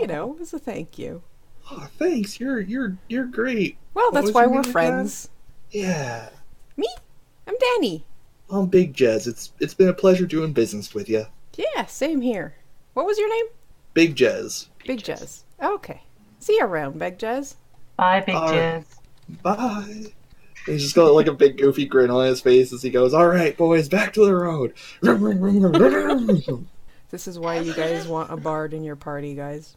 Speaker 2: you know, as a thank you.
Speaker 1: Oh, thanks, you're you're you're great.
Speaker 2: Well,
Speaker 1: What
Speaker 2: that's
Speaker 1: was
Speaker 2: why
Speaker 1: your
Speaker 2: we're
Speaker 1: name again?
Speaker 2: friends.
Speaker 1: Yeah,
Speaker 2: Me? I'm Danny.
Speaker 1: I'm Big Jez. It's it's been a pleasure doing business with you,
Speaker 2: Yeah, same here. What was your name?
Speaker 1: Big Jez.
Speaker 2: Big Jez. Okay. See you around, Big Jez.
Speaker 5: Bye, Big
Speaker 1: Alright.
Speaker 5: Jizz.
Speaker 1: Bye. He's just got like a big goofy grin on his face as he goes, "All right, boys, back to the road."
Speaker 2: This is why you
Speaker 4: [laughs]
Speaker 2: guys want a bard in your party, guys.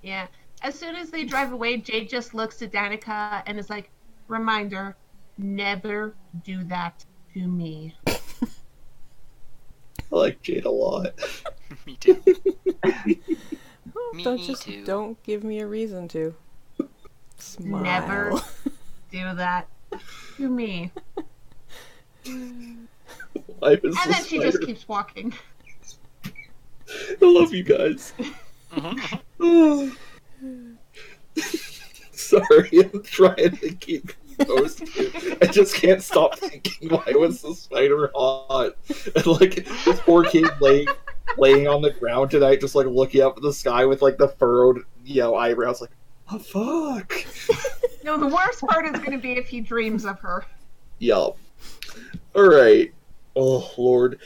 Speaker 3: Yeah. As soon
Speaker 4: [laughs]
Speaker 3: as they drive away, Jade just looks at Danica and is like, reminder, never do that to me.
Speaker 1: I like Jade a lot.
Speaker 4: Me too.
Speaker 2: Oh,
Speaker 4: Me
Speaker 2: don't just
Speaker 4: too.
Speaker 2: don't give me a reason to. Smile.
Speaker 3: Never. Do that to me.
Speaker 1: Life is
Speaker 3: And
Speaker 1: so
Speaker 3: then she just
Speaker 1: spider-
Speaker 3: keeps walking.
Speaker 1: I love you guys. [sighs]
Speaker 4: Mhm.
Speaker 1: Sorry, I'm trying to keep composed. here. I just can't stop thinking why was the spider hot? And like this poor kid laying laying on the ground tonight, just like looking up at the sky with like the furrowed, you know, eyebrows like, oh fuck.
Speaker 3: No, the worst part is going to be if he dreams of her.
Speaker 1: Yup. Alright. Oh lord.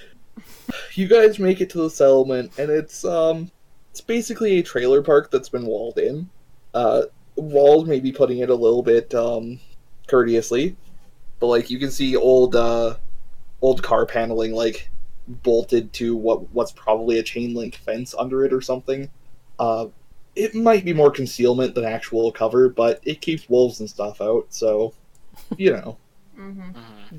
Speaker 1: You guys make it to the settlement and it's um it's basically a trailer park that's been walled in. Uh walled maybe putting it a little bit um courteously. But like you can see old uh old car paneling like bolted to what what's probably a chain link fence under it or something. Uh it might be more concealment than actual cover, but it keeps wolves and stuff out, so you know.
Speaker 3: Mm-hmm.
Speaker 4: Mhm.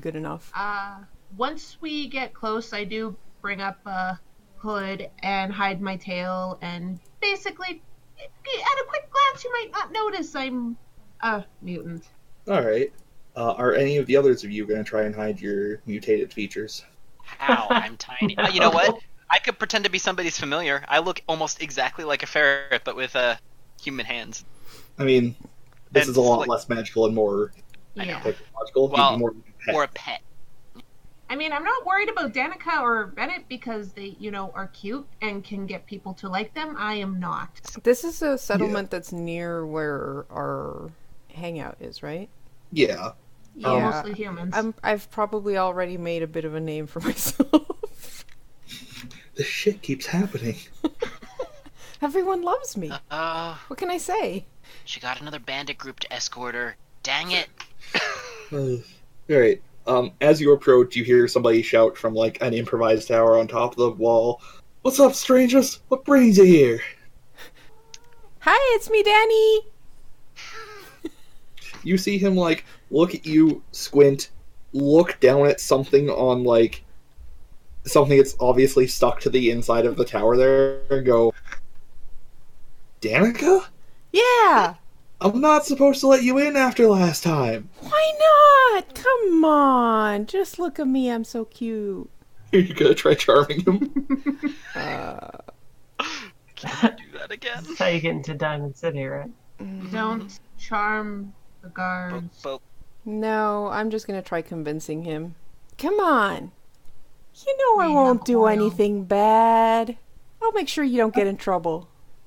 Speaker 2: [laughs] Good enough.
Speaker 3: Uh, once we get close, I do bring up a hood and hide my tail, and basically, at a quick glance, you might not notice I'm a mutant.
Speaker 1: All right. Uh, are any of the others of you going to try and hide your mutated features?
Speaker 4: How? I'm tiny. Oh, you know what? I could pretend to be somebody's familiar. I look almost exactly like a ferret, but with uh, human hands.
Speaker 1: I mean, this
Speaker 4: It's
Speaker 1: is a lot
Speaker 4: like-
Speaker 1: less magical and more
Speaker 4: I know.
Speaker 3: Yeah.
Speaker 1: technological. You'd be
Speaker 4: Well,
Speaker 1: more
Speaker 4: Or a pet.
Speaker 3: I mean, I'm not worried about Danica or Bennett because they, you know, are cute and can get people to like them. I am not.
Speaker 2: This is a settlement that's near where our hangout is, right?
Speaker 1: Yeah.
Speaker 3: Yeah,
Speaker 1: Um,
Speaker 3: mostly humans.
Speaker 2: I'm, I've probably already made a bit of a name for [laughs] myself.
Speaker 1: This shit keeps happening. [sighs]
Speaker 2: Everyone loves me.
Speaker 4: Oh,
Speaker 2: What can I say?
Speaker 4: she got another bandit group to escort her. Dang it.
Speaker 1: All right. Um, as you approach, you hear somebody shout from like an improvised tower on top of the wall. What's up, strangers? What brings you here?
Speaker 2: Hi, it's me, Danny.
Speaker 1: You see him like look at you, squint, look down at something on like something that's obviously stuck to the inside of the tower there, and go, Danica,
Speaker 2: Yeah.
Speaker 1: I'm not supposed to let you in after last time. [laughs]
Speaker 2: Why not? Come on. Just look at me. I'm so cute.
Speaker 1: Are you gonna try charming him?
Speaker 2: Uh,
Speaker 4: Can you do that again?
Speaker 5: That's how you get into Diamond City, right?
Speaker 3: Don't charm the
Speaker 4: Boop,
Speaker 3: guards.
Speaker 4: boop.
Speaker 2: no, I'm just going to try convincing him. Come on. You know I
Speaker 3: Yeah,
Speaker 2: won't do
Speaker 3: oil.
Speaker 2: anything bad. I'll make sure you don't get in trouble.
Speaker 1: [sighs]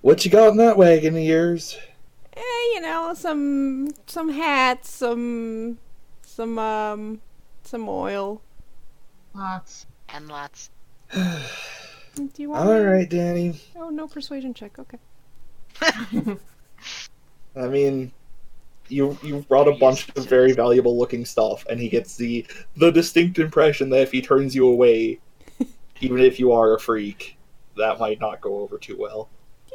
Speaker 1: what you got in that wagon of yours?
Speaker 2: Eh, you know, some some hats, some some um some oil.
Speaker 3: Lots.
Speaker 4: And lots.
Speaker 2: Do you want?
Speaker 1: All
Speaker 2: me-
Speaker 1: right, Danny.
Speaker 2: Oh no, persuasion check. Okay.
Speaker 1: I mean, you you brought a bunch of very valuable looking stuff, and he gets the the distinct impression that if he turns you away, even if you are a freak, that might not go over too well.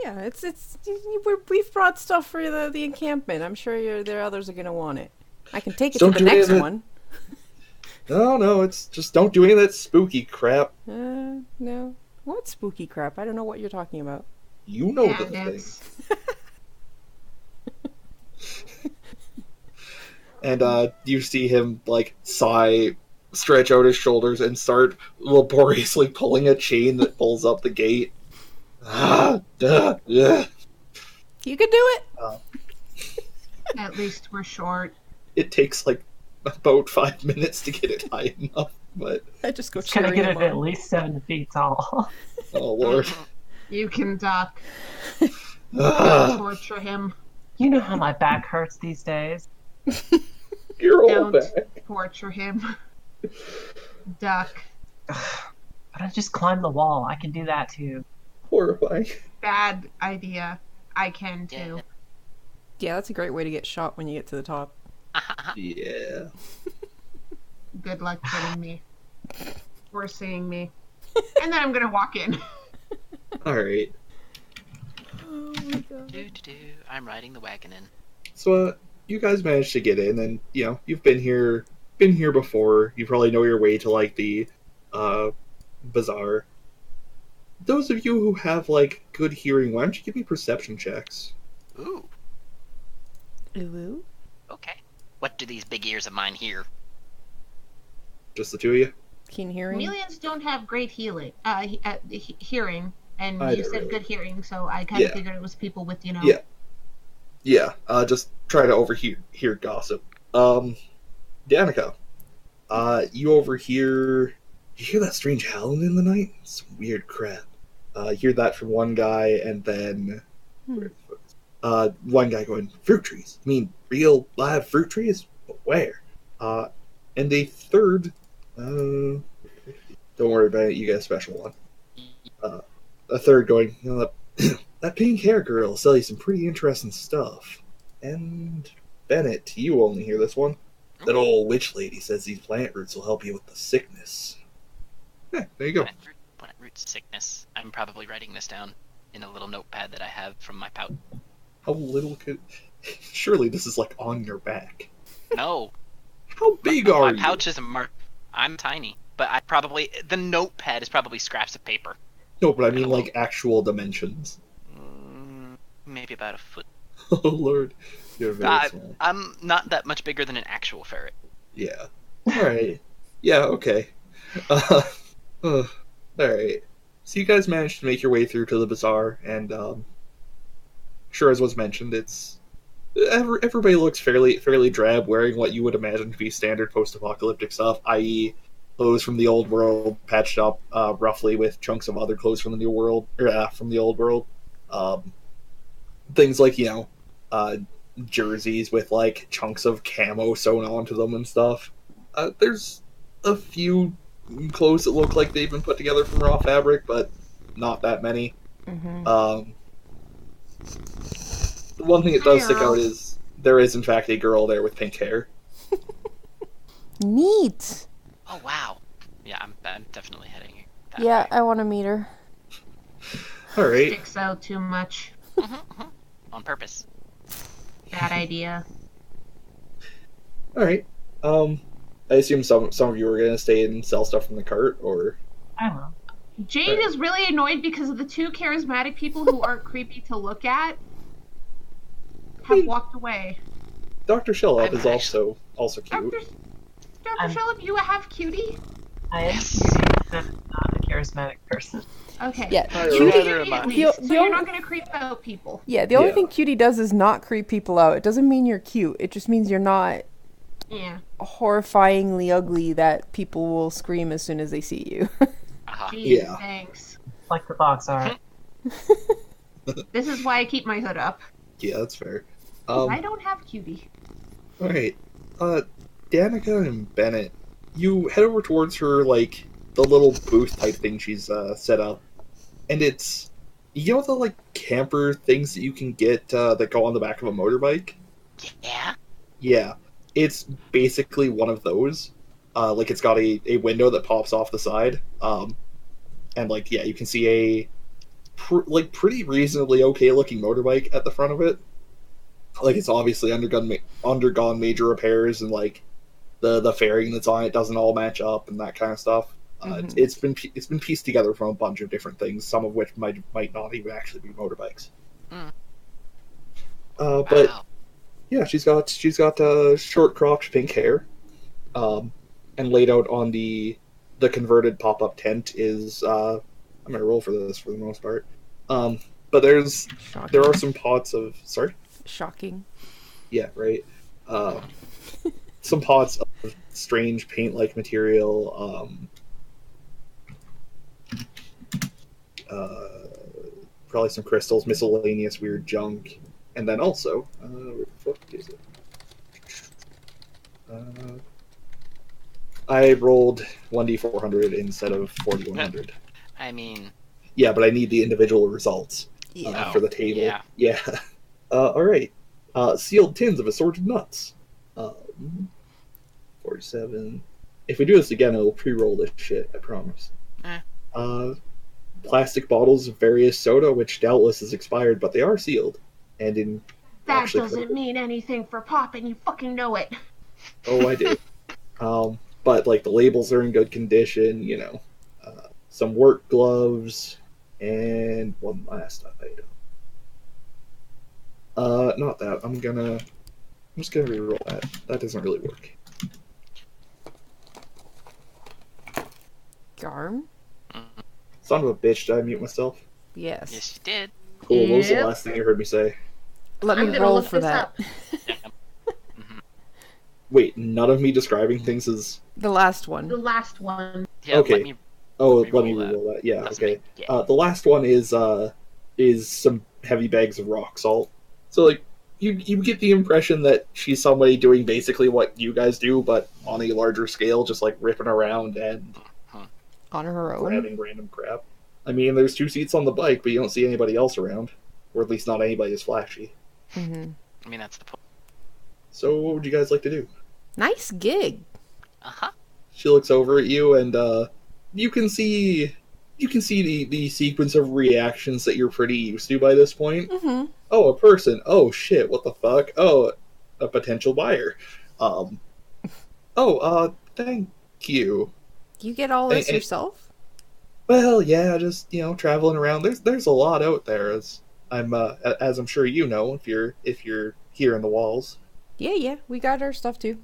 Speaker 2: Yeah, it's it's y- y- we're, we've brought stuff for the the encampment. I'm sure your there others are gonna want it. I can take it
Speaker 1: Don't
Speaker 2: to the
Speaker 1: do any
Speaker 2: next
Speaker 1: of it.
Speaker 2: one.
Speaker 1: No, no, it's just don't do any of that spooky crap.
Speaker 2: Uh, no. What spooky crap? I don't know what you're talking about.
Speaker 1: You
Speaker 4: Oh,
Speaker 1: know the thing.
Speaker 3: Bandits.
Speaker 1: And uh, you see him like sigh, stretch out his shoulders, and start laboriously pulling a chain that pulls up the gate. Ah, duh, yeah.
Speaker 2: You can do it.
Speaker 3: At least we're short.
Speaker 1: it takes like about five [laughs] minutes to get it high enough. But
Speaker 2: I just go
Speaker 5: It's gonna
Speaker 2: cheering
Speaker 5: get
Speaker 2: him
Speaker 5: it at
Speaker 2: on.
Speaker 5: least seven feet tall. [laughs]
Speaker 1: oh lord,
Speaker 3: You can duck.
Speaker 1: Ah,
Speaker 3: Torture him.
Speaker 5: you know how my back hurts these days.
Speaker 1: you're all
Speaker 3: Don't.
Speaker 1: back.
Speaker 3: Torture him. duck.
Speaker 5: But I just climb the wall. I can do that too.
Speaker 1: Horrifying.
Speaker 3: Bad idea. I can too.
Speaker 2: Yeah, that's a great way to get shot when you get to the [gasps] top.
Speaker 1: Yeah.
Speaker 3: Good luck getting me. Or seeing me. And then I'm gonna walk in.
Speaker 1: All right.
Speaker 2: Oh my god.
Speaker 4: do, do, do. I'm riding the wagon in.
Speaker 1: So uh, you guys managed to get in, and you know you've been here, been here before. You probably know your way to like the uh, bazaar. Those of you who have like good hearing, why don't you give me perception checks?
Speaker 4: Ooh,
Speaker 2: Ooh.
Speaker 4: okay. What do these big ears of mine hear?
Speaker 1: Just the two of you.
Speaker 2: Keen hearing.
Speaker 3: Chameleons don't have great healing, uh, he- uh, he- hearing, and
Speaker 1: I
Speaker 3: you
Speaker 1: don't
Speaker 3: said
Speaker 1: really.
Speaker 3: good hearing, so I kind of
Speaker 1: Yeah.
Speaker 3: figured it was people with, you know,
Speaker 1: Yeah. Yeah, uh, just try to overhear hear gossip. Um, Danica, uh, you overhear. You hear that strange howling in the night? Some weird crap. Uh, you hear that from one guy, and then
Speaker 2: Hmm.
Speaker 1: where the fuck is- uh, one guy going, "Fruit trees? I mean, real live fruit trees? But where?" Uh, and a third. Uh, don't worry about it. You get a special one. Uh, a third going, you know, [clears throat] that that pink hair girl will sell you some pretty interesting stuff. And Bennett, you only hear this one. That old witch lady says these plant roots will help you with the sickness. Yeah, there you go.
Speaker 4: Plant root- plant root sickness. I'm probably writing this down in a little notepad that I have from my pouch.
Speaker 1: How little could? [laughs] Surely this is like on your back.
Speaker 4: No,
Speaker 1: How big [laughs]
Speaker 4: my
Speaker 1: are you?
Speaker 4: pouch is a mark. I'm tiny, but I probably the notepad is probably scraps of paper.
Speaker 1: No, but I mean like actual dimensions. [laughs]
Speaker 4: Mm, maybe about a foot.
Speaker 1: Oh lord, you're very
Speaker 4: Uh,
Speaker 1: small.
Speaker 4: I'm not that much bigger than an actual ferret.
Speaker 1: Yeah. All right. Yeah. Okay. Uh, [laughs] all right. So you guys managed to make your way through to the bazaar, and um, sure as was mentioned, it's every, everybody looks fairly fairly drab, wearing what you would imagine to be standard post-apocalyptic stuff, e, i.e., clothes from the old world patched up uh, roughly with chunks of other clothes from the new world or uh, from the old world. Um, things like you know, uh, jerseys with like chunks of camo sewn onto them and stuff. Uh, there's a few clothes that look like they've been put together from raw fabric, but not that many.
Speaker 2: Mm-hmm.
Speaker 1: Um, the one thing that does stick out is there is, in fact, a girl there with pink hair.
Speaker 2: Neat.
Speaker 4: Oh wow. Yeah, I'm, I'm definitely heading that
Speaker 2: Yeah,
Speaker 4: way.
Speaker 2: I want to meet her.
Speaker 1: All right.
Speaker 3: Sticks out too much.
Speaker 4: Mhm, mhm. On purpose.
Speaker 1: [laughs]
Speaker 3: Bad idea.
Speaker 1: All right. Um, I assume some some of you are gonna stay and sell stuff from the cart, or
Speaker 5: I will.
Speaker 3: Jade is really annoyed because of the two charismatic people who aren't creepy to look at have walked away.
Speaker 1: Doctor Shellop
Speaker 4: I'm
Speaker 1: is also also cute.
Speaker 3: Doctor,
Speaker 5: I'm-
Speaker 3: Doctor Phillip, you have cutie.
Speaker 5: I am
Speaker 4: Yes.
Speaker 5: not a charismatic person.
Speaker 3: Okay.
Speaker 2: Yeah.
Speaker 6: Hi,
Speaker 2: Cutie-
Speaker 6: Rob. Neither am I.
Speaker 3: at
Speaker 2: The-
Speaker 3: least,
Speaker 2: the
Speaker 3: so you're
Speaker 2: only-
Speaker 3: not going to creep out people.
Speaker 2: Yeah, the only
Speaker 1: Yeah.
Speaker 2: thing cutie does is not creep people out. It doesn't mean you're cute. It just means you're not
Speaker 3: Yeah.
Speaker 2: horrifyingly ugly that people will scream as soon as they see you.
Speaker 4: Uh-huh.
Speaker 3: Geez,
Speaker 1: Yeah.
Speaker 3: Thanks.
Speaker 5: Like the box art.
Speaker 3: This is why I keep my hood up.
Speaker 1: Yeah, that's fair.
Speaker 3: 'cause
Speaker 1: Um,
Speaker 3: I don't have cutie.
Speaker 1: All right. Uh, Danica and Bennett, you head over towards her, like, the little booth type thing she's uh, set up. And it's, you know, the, like, camper things that you can get uh, that go on the back of a motorbike?
Speaker 4: Yeah.
Speaker 1: Yeah. It's basically one of those. Uh, like, it's got a, a window that pops off the side. Um, and, like, yeah, you can see a, pr- like, pretty reasonably okay looking motorbike at the front of it. Like, it's obviously undergone, ma- undergone major repairs, and, like, the, the fairing that's on it doesn't all match up and that kind of stuff. Uh, it's, it's been pe- it's been pieced together from a bunch of different things, some of which might might not even actually be motorbikes.
Speaker 4: Mm.
Speaker 1: Uh, but
Speaker 4: wow.
Speaker 1: yeah, she's got she's got uh, short cropped pink hair, um, and laid out on the the converted pop up tent is uh, I'm gonna roll for this for the most part. Um, but there's
Speaker 2: Shocking.
Speaker 1: there are some pots of sorry
Speaker 2: Shocking.
Speaker 1: yeah right uh, some pots of strange paint like material. Um, uh, probably some crystals, miscellaneous weird junk, and then also uh, where the fuck is it? Uh, I rolled one d four hundred instead of forty one hundred.
Speaker 4: I mean,
Speaker 1: Yeah, but I need the individual results uh,
Speaker 2: Yeah.
Speaker 1: for the table.
Speaker 4: yeah.
Speaker 1: [laughs] Yeah. Uh, all right. Uh, sealed tins of assorted nuts. Um, Forty-seven. If we do this again, it'll pre-roll this shit. I promise.
Speaker 4: Eh.
Speaker 1: Uh, plastic bottles of various soda, which doubtless is expired, but they are sealed. And in
Speaker 3: That
Speaker 1: Actually,
Speaker 3: doesn't
Speaker 1: could've-
Speaker 3: mean anything for Pop, and you fucking know it.
Speaker 1: oh, I did. um, but like the labels are in good condition. You know, uh, some work gloves and one last item. Uh, not that. I'm gonna. I'm just gonna re-roll that. That doesn't really work.
Speaker 2: Garm?
Speaker 1: Son of a bitch, did I mute myself?
Speaker 2: Yes.
Speaker 4: mm, Yes, you did.
Speaker 1: Cool, what was the
Speaker 3: Yep.
Speaker 1: last thing you heard me say?
Speaker 2: Let
Speaker 3: I'm
Speaker 2: me
Speaker 3: gonna
Speaker 2: roll
Speaker 3: look
Speaker 2: for
Speaker 3: this
Speaker 2: that.
Speaker 3: up.
Speaker 1: Wait, none of me describing things is.
Speaker 2: The last
Speaker 3: The
Speaker 2: one.
Speaker 3: last one.
Speaker 4: Yeah.
Speaker 1: Okay.
Speaker 4: Let me,
Speaker 1: Oh, let
Speaker 4: Re-roll
Speaker 1: me
Speaker 4: that.
Speaker 1: re-roll that. Yeah,
Speaker 4: that's
Speaker 1: okay.
Speaker 4: me. Yeah.
Speaker 1: Uh, the last one is uh, is some heavy bags of rock salt. So like, you you get the impression that she's somebody doing basically what you guys do, but on a larger scale, just like ripping around and
Speaker 2: On her own.
Speaker 1: grabbing random crap. I mean, there's two seats on the bike, but you don't see anybody else around, or at least not anybody as flashy.
Speaker 2: hmm
Speaker 4: I mean, that's the point.
Speaker 1: So, what would you guys like to do?
Speaker 2: Nice gig.
Speaker 4: Uh huh.
Speaker 1: She looks over at you, and uh, you can see you can see the, the sequence of reactions that you're pretty used to by this point.
Speaker 2: Mm-hmm.
Speaker 1: Oh, a person. Oh shit, what the fuck? Oh, a potential buyer. Um. Oh, uh, thank you.
Speaker 2: You get all
Speaker 1: Hey,
Speaker 2: this
Speaker 1: hey.
Speaker 2: yourself?
Speaker 1: Well, yeah, just you know, traveling around. There's there's a lot out there. As I'm uh, a- as I'm sure you know, if you're if you're here in the walls.
Speaker 2: Yeah, yeah. We got our stuff too.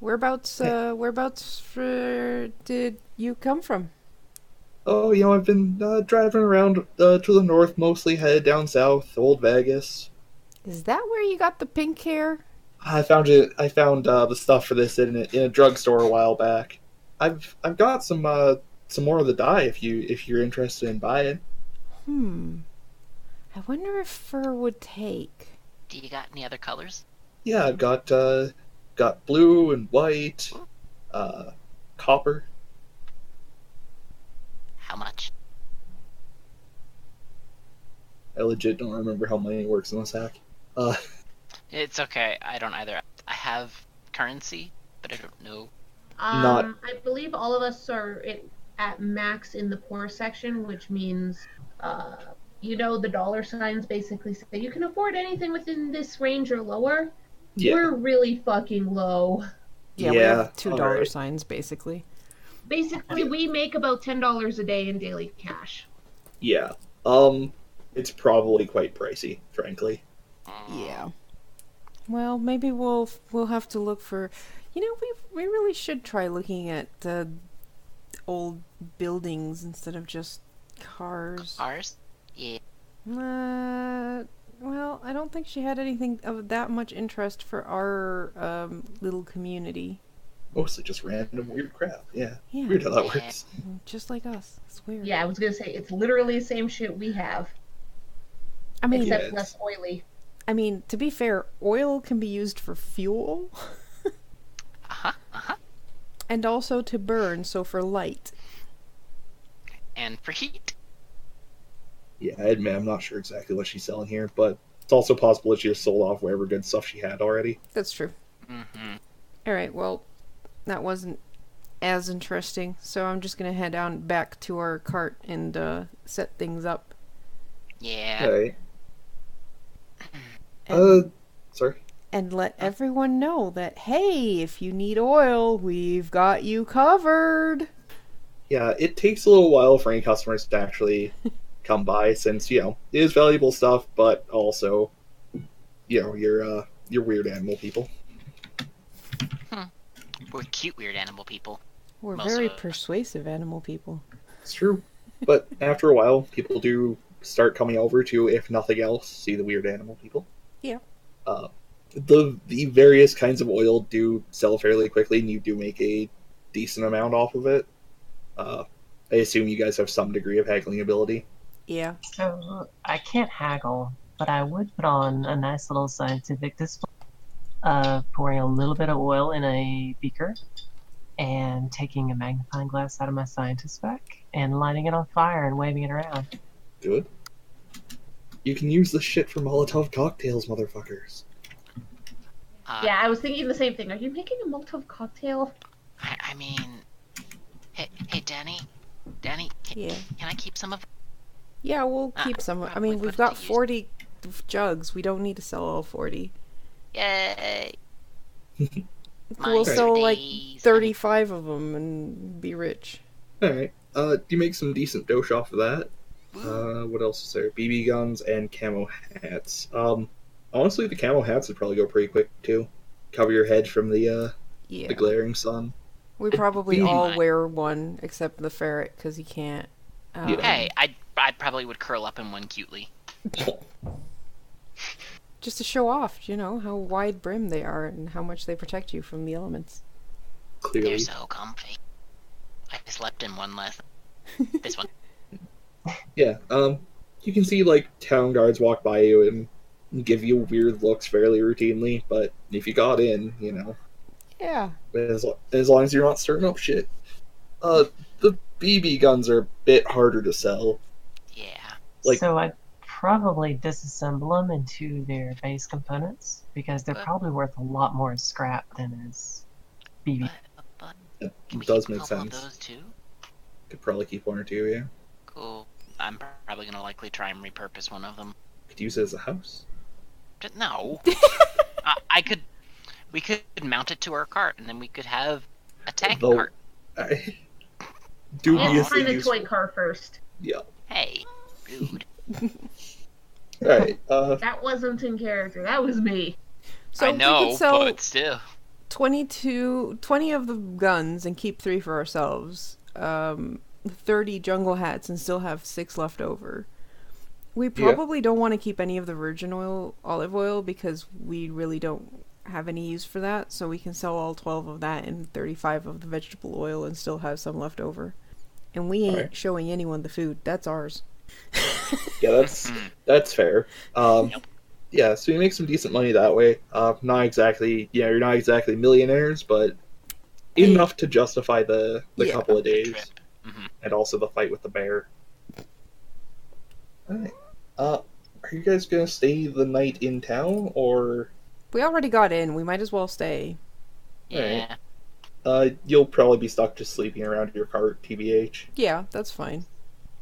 Speaker 2: Whereabouts, uh, whereabouts for, did you come from?
Speaker 1: Oh, you know, I've been uh, driving around uh, to the north, mostly headed down south, old Vegas.
Speaker 2: Is that where you got the pink hair?
Speaker 1: I found it. I found uh, the stuff for this in a, in a drugstore a while back. I've I've got some uh, some more of the dye if you if you're interested in buying.
Speaker 2: Hmm. I wonder if fur would take.
Speaker 4: Do you got any other colors?
Speaker 1: Yeah, I've got uh, got blue and white, uh, copper.
Speaker 4: How much?
Speaker 1: I legit don't remember how money works in this hack. Uh,
Speaker 4: It's okay. I don't either. I have currency, but I don't know.
Speaker 3: Um,
Speaker 1: Not-
Speaker 3: I believe all of us are at, at max in the poor section, which means, uh, you know, the dollar signs basically say you can afford anything within this range or lower.
Speaker 1: yeah.
Speaker 3: We're really fucking low.
Speaker 2: we
Speaker 1: Yeah,
Speaker 2: have two
Speaker 1: all
Speaker 2: dollar
Speaker 1: right.
Speaker 2: signs basically.
Speaker 3: Basically, we make about ten dollars a day in daily cash.
Speaker 1: Yeah. Um, it's probably quite pricey, frankly.
Speaker 2: Yeah. Well, maybe we'll we'll have to look for. You know, we we really should try looking at uh, old buildings instead of just cars.
Speaker 4: Ours? Yeah.
Speaker 2: Uh, well, I don't think she had anything of that much interest for our um, little community.
Speaker 1: Mostly just random weird crap. Yeah.
Speaker 2: Yeah,
Speaker 1: Weird how that works.
Speaker 2: just like us. It's weird.
Speaker 3: Yeah, I was gonna say it's literally the same shit we have,
Speaker 2: I mean,
Speaker 1: Yeah,
Speaker 3: except
Speaker 1: it's-
Speaker 3: less oily.
Speaker 2: I mean, to be fair, oil can be used for fuel
Speaker 4: Uh huh. Uh huh.
Speaker 2: and also to burn, so for light.
Speaker 4: And for heat.
Speaker 1: Yeah, I admit I'm not sure exactly what she's selling here, but it's also possible that she just sold off whatever good stuff she had already.
Speaker 2: That's true.
Speaker 4: Mm-hmm.
Speaker 2: All right. Well, that wasn't as interesting, so I'm just gonna head on back to our cart and uh, set things up.
Speaker 4: Yeah.
Speaker 1: Alright.
Speaker 2: And-
Speaker 1: Uh, sorry.
Speaker 2: and let everyone know that hey, if you need oil, we've got you covered.
Speaker 1: Yeah, it takes a little while for any customers to [laughs] actually come by, since you know it is valuable stuff, but also, you know, you're uh, you're weird animal people.
Speaker 4: We're cute, weird animal people.
Speaker 2: We're
Speaker 4: Most
Speaker 2: very
Speaker 4: of it.
Speaker 2: persuasive animal people.
Speaker 1: It's true, but after a while, people do start coming over to, if nothing else, see the weird animal people.
Speaker 2: Yeah.
Speaker 1: Uh, the the various kinds of oil do sell fairly quickly, and you do make a decent amount off of it. Uh, I assume you guys have some degree of haggling ability.
Speaker 2: Yeah.
Speaker 5: So I can't haggle, but I would put on a nice little scientific display of pouring a little bit of oil in a beaker and taking a magnifying glass out of my scientist's back and lighting it on fire and waving it around.
Speaker 1: Good. You can use this shit for Molotov cocktails, motherfuckers.
Speaker 4: Uh,
Speaker 3: Yeah, I was thinking the same thing. Are you making a Molotov cocktail?
Speaker 4: I, I mean, hey, hey, Danny, Danny, can,
Speaker 2: Yeah.
Speaker 4: can I keep some of?
Speaker 2: Yeah, we'll
Speaker 4: Ah,
Speaker 2: keep some. I
Speaker 4: probably
Speaker 2: mean, we've
Speaker 4: would've
Speaker 2: got
Speaker 4: used-
Speaker 2: 40 f- jugs. We don't need to sell all 40.
Speaker 4: Yay!
Speaker 2: we'll
Speaker 4: Mine's
Speaker 2: sell like
Speaker 4: today's-
Speaker 2: 35 of them and be rich.
Speaker 1: All right. Uh, you make some decent dosh off of that.
Speaker 4: Ooh,
Speaker 1: Uh, what else is there? BB guns and camo hats. Um, honestly, the camo hats would probably go pretty quick too. Cover your head from the uh,
Speaker 2: Yeah.
Speaker 1: the glaring sun.
Speaker 2: we probably
Speaker 1: be
Speaker 2: all
Speaker 4: mine.
Speaker 2: wear one except the ferret because he can't. Um,
Speaker 1: Yeah.
Speaker 4: Hey, I I probably would curl up in one cutely.
Speaker 2: Just to show off, you know, how wide brim they are and how much they protect you from the elements.
Speaker 1: Clearly,
Speaker 4: They're so comfy. I slept in
Speaker 2: [laughs]
Speaker 4: one last. this one.
Speaker 1: yeah. Um, you can see like town guards walk by you and give you weird looks fairly routinely. But if you got in, you know,
Speaker 2: Yeah.
Speaker 1: as, as long as you're not stirring up shit. Uh, the BB guns are a bit harder to sell.
Speaker 4: Yeah.
Speaker 1: Like-
Speaker 5: so I'd probably disassemble them into their base components because they're
Speaker 4: But-
Speaker 5: probably worth a lot more as scrap than as BB.
Speaker 4: But, but
Speaker 1: It
Speaker 4: can we
Speaker 1: does
Speaker 4: keep a
Speaker 1: make
Speaker 4: couple
Speaker 1: sense.
Speaker 4: Of those too.
Speaker 1: Could probably keep one or two. Yeah,
Speaker 4: Cool. I'm probably gonna likely try and repurpose one of them.
Speaker 1: could use it as a house.
Speaker 2: [laughs]
Speaker 4: But no. I, I could. We could mount it to our cart, and then we could have a tank
Speaker 1: Though-
Speaker 4: cart.
Speaker 1: [laughs] I
Speaker 3: Let's
Speaker 1: dubiously
Speaker 3: find a
Speaker 1: useful.
Speaker 3: toy car first.
Speaker 1: Yeah.
Speaker 4: Hey,
Speaker 2: [laughs]
Speaker 4: rude.
Speaker 1: All right. Uh,
Speaker 3: That wasn't in character. That was me.
Speaker 2: So
Speaker 4: I
Speaker 2: we
Speaker 4: know,
Speaker 2: could sell [laughs]
Speaker 4: but still.
Speaker 2: 22, 20 of the guns and keep three for ourselves. Um, 30 jungle hats and still have six left over. We probably don't want to keep any of the virgin oil, olive oil, because we really don't have any use for that. So we can sell all 12 of that and 35 of the vegetable oil and still have some left over. And we ain't
Speaker 1: Alright.
Speaker 2: showing anyone the food. That's ours.
Speaker 1: Yeah, that's
Speaker 4: Hmm.
Speaker 1: that's fair. Um, Yeah, so you make some decent money that way. Uh, not exactly, yeah, you're not exactly millionaires, but enough to justify the the
Speaker 2: Yeah.
Speaker 1: couple of
Speaker 4: The
Speaker 1: days
Speaker 4: trip. Mhm.
Speaker 1: and also the fight with the bear. All right. Uh, are you guys gonna stay the night in town, or
Speaker 2: We already got in. We might as well stay.
Speaker 4: Yeah.
Speaker 1: uh, you'll probably be stuck just sleeping around your car, tbh?
Speaker 2: Yeah, that's fine.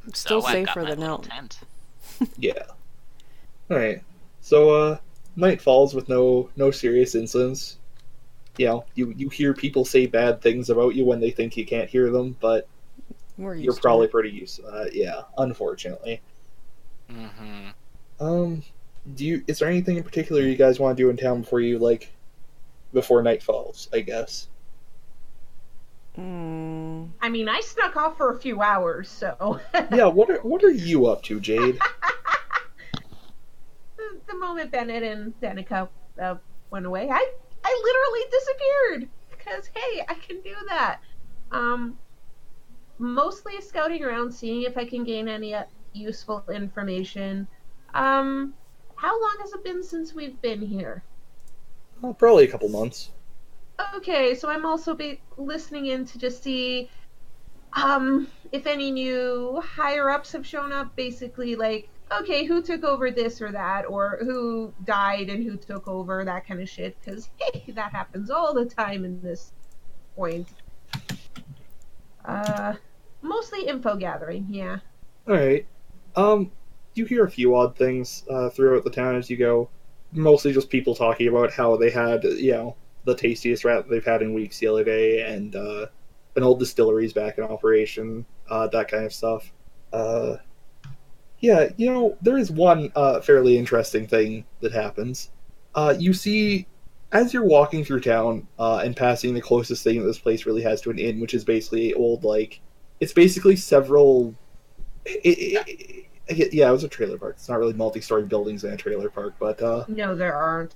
Speaker 2: It's
Speaker 4: So
Speaker 2: still
Speaker 4: I've got
Speaker 2: safer
Speaker 4: my
Speaker 2: than
Speaker 4: little
Speaker 2: out.
Speaker 4: Tent.
Speaker 1: Yeah. All right. So uh, night falls with no no serious incidents. You know, you you hear people say bad things about you when they think you can't hear them, but
Speaker 2: We're used
Speaker 1: you're
Speaker 2: to
Speaker 1: probably
Speaker 2: it.
Speaker 1: pretty used to that. Yeah, unfortunately.
Speaker 4: Mm-hmm.
Speaker 1: Um, do you? Is there anything in particular you guys want to do in town before you like, before night falls? I
Speaker 2: [laughs]
Speaker 1: guess.
Speaker 2: Mm,
Speaker 3: I mean, I snuck off for a few hours, so
Speaker 1: Yeah. What are What are you up to, Jade?
Speaker 3: the, the moment Bennett and Danica uh, went away, I I literally disappeared because hey, I can do that. Um, mostly scouting around, seeing if I can gain any uh, useful information. Um, how long has it been since we've been here?
Speaker 1: oh, probably a couple months.
Speaker 3: Okay, so I'm also be listening in to just see um if any new higher ups have shown up, basically like okay, who took over this or that or who died and who took over that kind of shit cuz [laughs] hey, that happens all the time in this point. Uh mostly info gathering, yeah.
Speaker 1: All right. Um, you hear a few odd things uh, throughout the town as you go. Mostly just people talking about how they had, you know, the tastiest rat they've had in weeks the other day, and uh, an old distillery's back in operation, uh, that kind of stuff. Uh, yeah, you know, there is one uh, fairly interesting thing that happens. Uh, you see, as you're walking through town uh, and passing the closest thing that this place really has to an inn, which is basically old, like, it's basically several it, it, it, yeah, it was a trailer park. It's not really multi-story buildings in a trailer park, but uh,
Speaker 3: No, there aren't.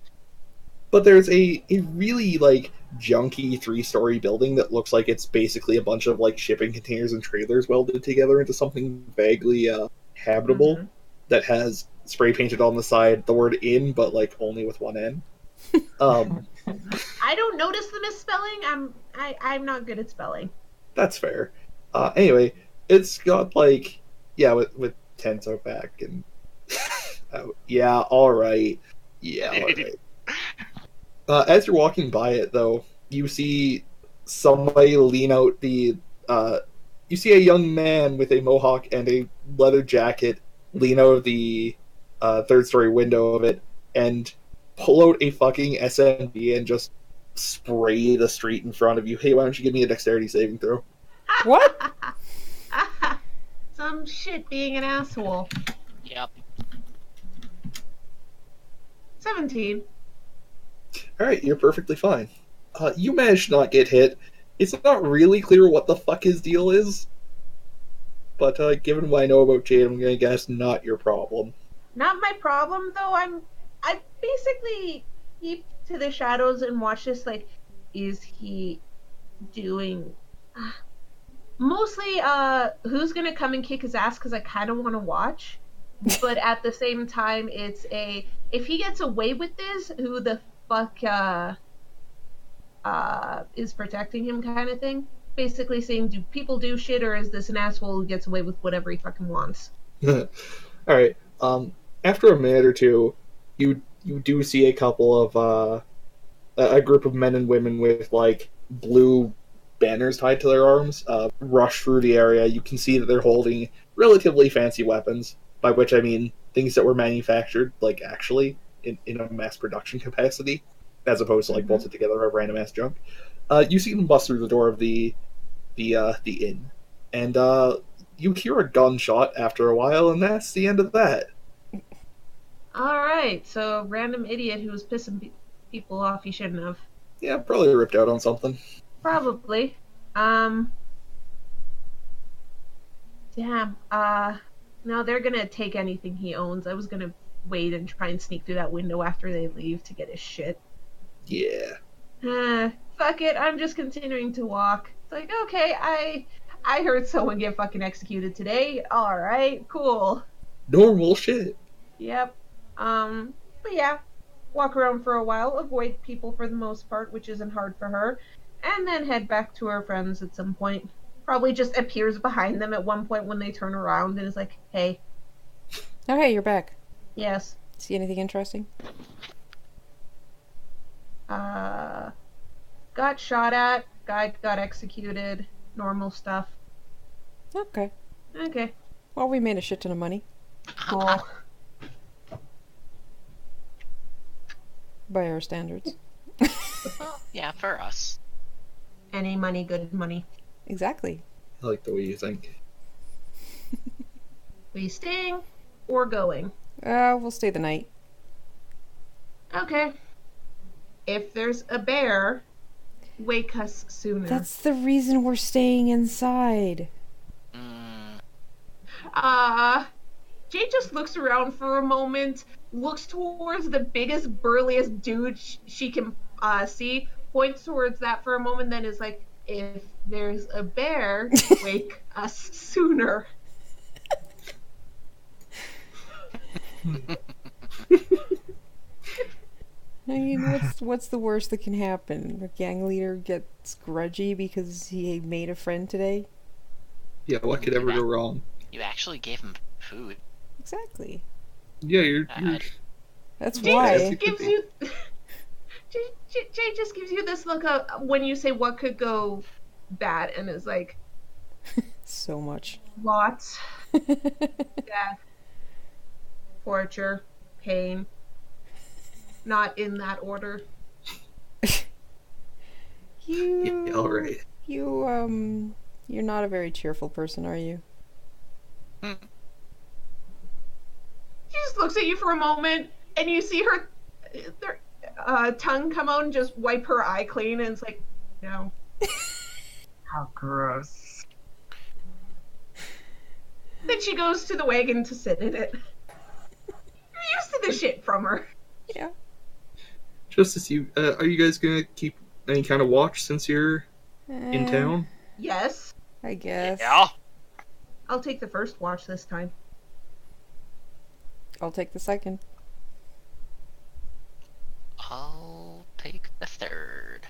Speaker 1: but there's a a really like junky three-story building that looks like it's basically a bunch of like shipping containers and trailers welded together into something vaguely uh, habitable
Speaker 3: Mhm.
Speaker 1: that has spray painted on the side the word "in," but like only with one "n." Um,
Speaker 3: I don't notice the misspelling. I'm I I'm not good at spelling. [laughs]
Speaker 1: that's fair. Uh, anyway, it's got like yeah, with with Tenzo back and [laughs] oh, yeah, all right, yeah, all right. uh, as you're walking by it, though, you see somebody lean out the. Uh, you see a young man with a mohawk and a leather jacket lean out of the uh, third story window of it and pull out a fucking SMB and just spray the street in front of you. Hey, why don't you give me a dexterity saving throw?
Speaker 2: What?
Speaker 3: Some shit being an asshole.
Speaker 4: Yep.
Speaker 3: 17.
Speaker 1: All right, you're perfectly fine. Uh, you managed to not get hit. It's not really clear what the fuck his deal is, but uh, given what I know about Jade, I'm gonna guess not your problem.
Speaker 3: Not my problem though. I'm I basically keep to the shadows and watch this like is he doing [sighs] mostly uh who's going to come and kick his ass cuz I kind of want to watch. But at the same time it's a if he gets away with this, who the fuck uh uh is protecting him kind of thing. Basically saying do people do shit or is this an asshole who gets away with whatever he fucking wants?
Speaker 1: [laughs] All right. Um, after a minute or two, you you do see a couple of uh, a a group of men and women with like blue banners tied to their arms uh, rush through the area. You can see that they're holding relatively fancy weapons, by which I mean things that were manufactured like actually in, in a mass production capacity, as opposed to like bolted together out of random ass junk. Uh, you see them bust through the door of the the uh, the inn, and uh, you hear a gunshot after a while, and that's the end of that.
Speaker 3: All right, so random idiot who was pissing pe- people off he shouldn't have.
Speaker 1: Yeah, probably ripped out on something.
Speaker 3: Probably. Um. Damn. Uh. No, they're gonna take anything he owns. I was gonna wait and try and sneak through that window after they leave to get his shit.
Speaker 1: Yeah.
Speaker 3: Uh, fuck it. I'm just continuing to walk. It's like, okay, I I heard someone get fucking executed today. All right, cool.
Speaker 1: Normal shit.
Speaker 3: Yep. Um, but yeah, walk around for a while, avoid people for the most part, which isn't hard for her, and then head back to her friends at some point. Probably just appears behind them at one point when they turn around and is like, "Hey,
Speaker 2: Oh, hey, you're back.
Speaker 3: yes,
Speaker 2: See anything interesting?
Speaker 3: uh, got shot at, guy got executed, normal stuff."
Speaker 2: Okay.
Speaker 3: Okay,
Speaker 2: Well, we made a shit ton of money.
Speaker 3: cool.
Speaker 2: by
Speaker 1: [laughs]
Speaker 2: our standards.
Speaker 4: Well, yeah, for us.
Speaker 3: Any money, good money.
Speaker 2: exactly.
Speaker 1: I like the way you think.
Speaker 3: We staying or going?
Speaker 2: Uh, we'll stay the night.
Speaker 3: Okay. If there's a bear, wake us sooner.
Speaker 2: That's the reason we're staying inside.
Speaker 4: Mm,
Speaker 3: Uh, Jay just looks around for a moment, looks towards the biggest, burliest dude sh- she can uh, see, points towards that for a moment, then is like, if there's a bear, wake us sooner.
Speaker 2: I mean,
Speaker 1: [laughs]
Speaker 2: what's what's the worst that can happen? A gang leader gets grudgy because he made a friend today.
Speaker 1: Yeah, what could ever go wrong?
Speaker 4: you actually gave him food.
Speaker 2: Exactly.
Speaker 1: Yeah, you're. you're...
Speaker 4: I-
Speaker 2: That's
Speaker 3: Jay
Speaker 2: why.
Speaker 1: Yes.
Speaker 3: just gives you. [laughs] Jay, Jay, Jay just gives you this look of when you say what could go bad, and is like,
Speaker 1: [laughs]
Speaker 2: So much.
Speaker 3: lots, death, torture, pain. Not in that order.
Speaker 2: you.
Speaker 1: Yeah, all right.
Speaker 2: You um. You're not a very cheerful person, are you?
Speaker 3: She just looks at you for a moment, and you see her their, uh, tongue come out and just wipe her eye clean, and it's like, no.
Speaker 5: How gross.
Speaker 3: Then she goes to the wagon to sit in it. You're used to the shit from her.
Speaker 1: Justice, you uh, are you guys gonna keep any kind of watch since you're in
Speaker 2: Eh,
Speaker 1: town?
Speaker 3: Yes,
Speaker 2: I guess.
Speaker 6: Yeah.
Speaker 3: I'll take the first watch this time.
Speaker 2: I'll take the second.
Speaker 4: I'll take the third.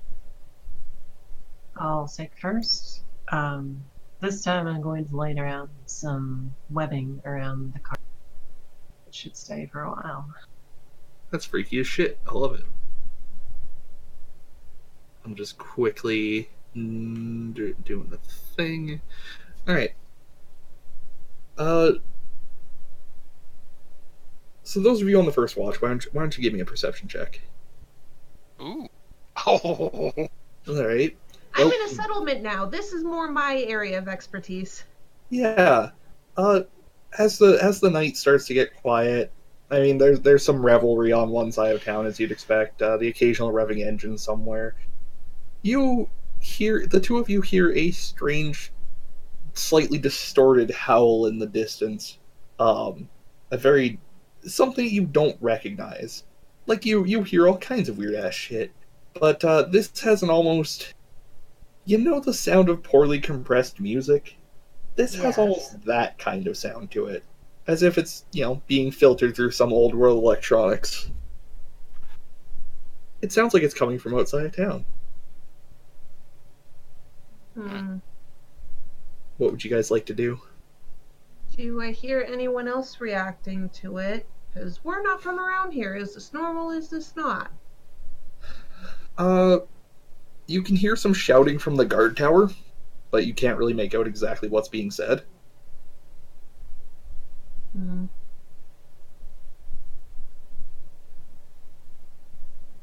Speaker 5: I'll take first. Um, this time I'm going to lay around some webbing around the car. It should stay for a while.
Speaker 1: That's freaky as shit. I love it. I'm just quickly mm, do, doing the thing. All right. Uh. So those of you on the first watch, why don't you, why don't you give me a perception check?
Speaker 4: [laughs]
Speaker 6: Ooh. Oh.
Speaker 1: All right.
Speaker 3: I'm
Speaker 1: Well-
Speaker 3: in a settlement now. This is more my area of expertise.
Speaker 1: Yeah. Uh, as the as the night starts to get quiet, I mean, there's there's some revelry on one side of town as you'd expect. Uh, the occasional revving engine somewhere. You hear the two of you hear a strange, slightly distorted howl in the distance. Um, a very something you don't recognize. Like you you hear all kinds of weird ass shit, but uh, this has an almost. You know the sound of poorly compressed music this has
Speaker 5: Yes.
Speaker 1: almost that kind of sound to it as if it's you know being filtered through some old world electronics it sounds like it's coming from outside of town
Speaker 3: Hmm.
Speaker 1: what would you guys like to do
Speaker 3: Do I hear anyone else reacting to it? Because we're not from around here. Is this normal? Is this not?
Speaker 1: uh you can hear some shouting from the guard tower but you can't really make out exactly what's being said
Speaker 3: Hmm.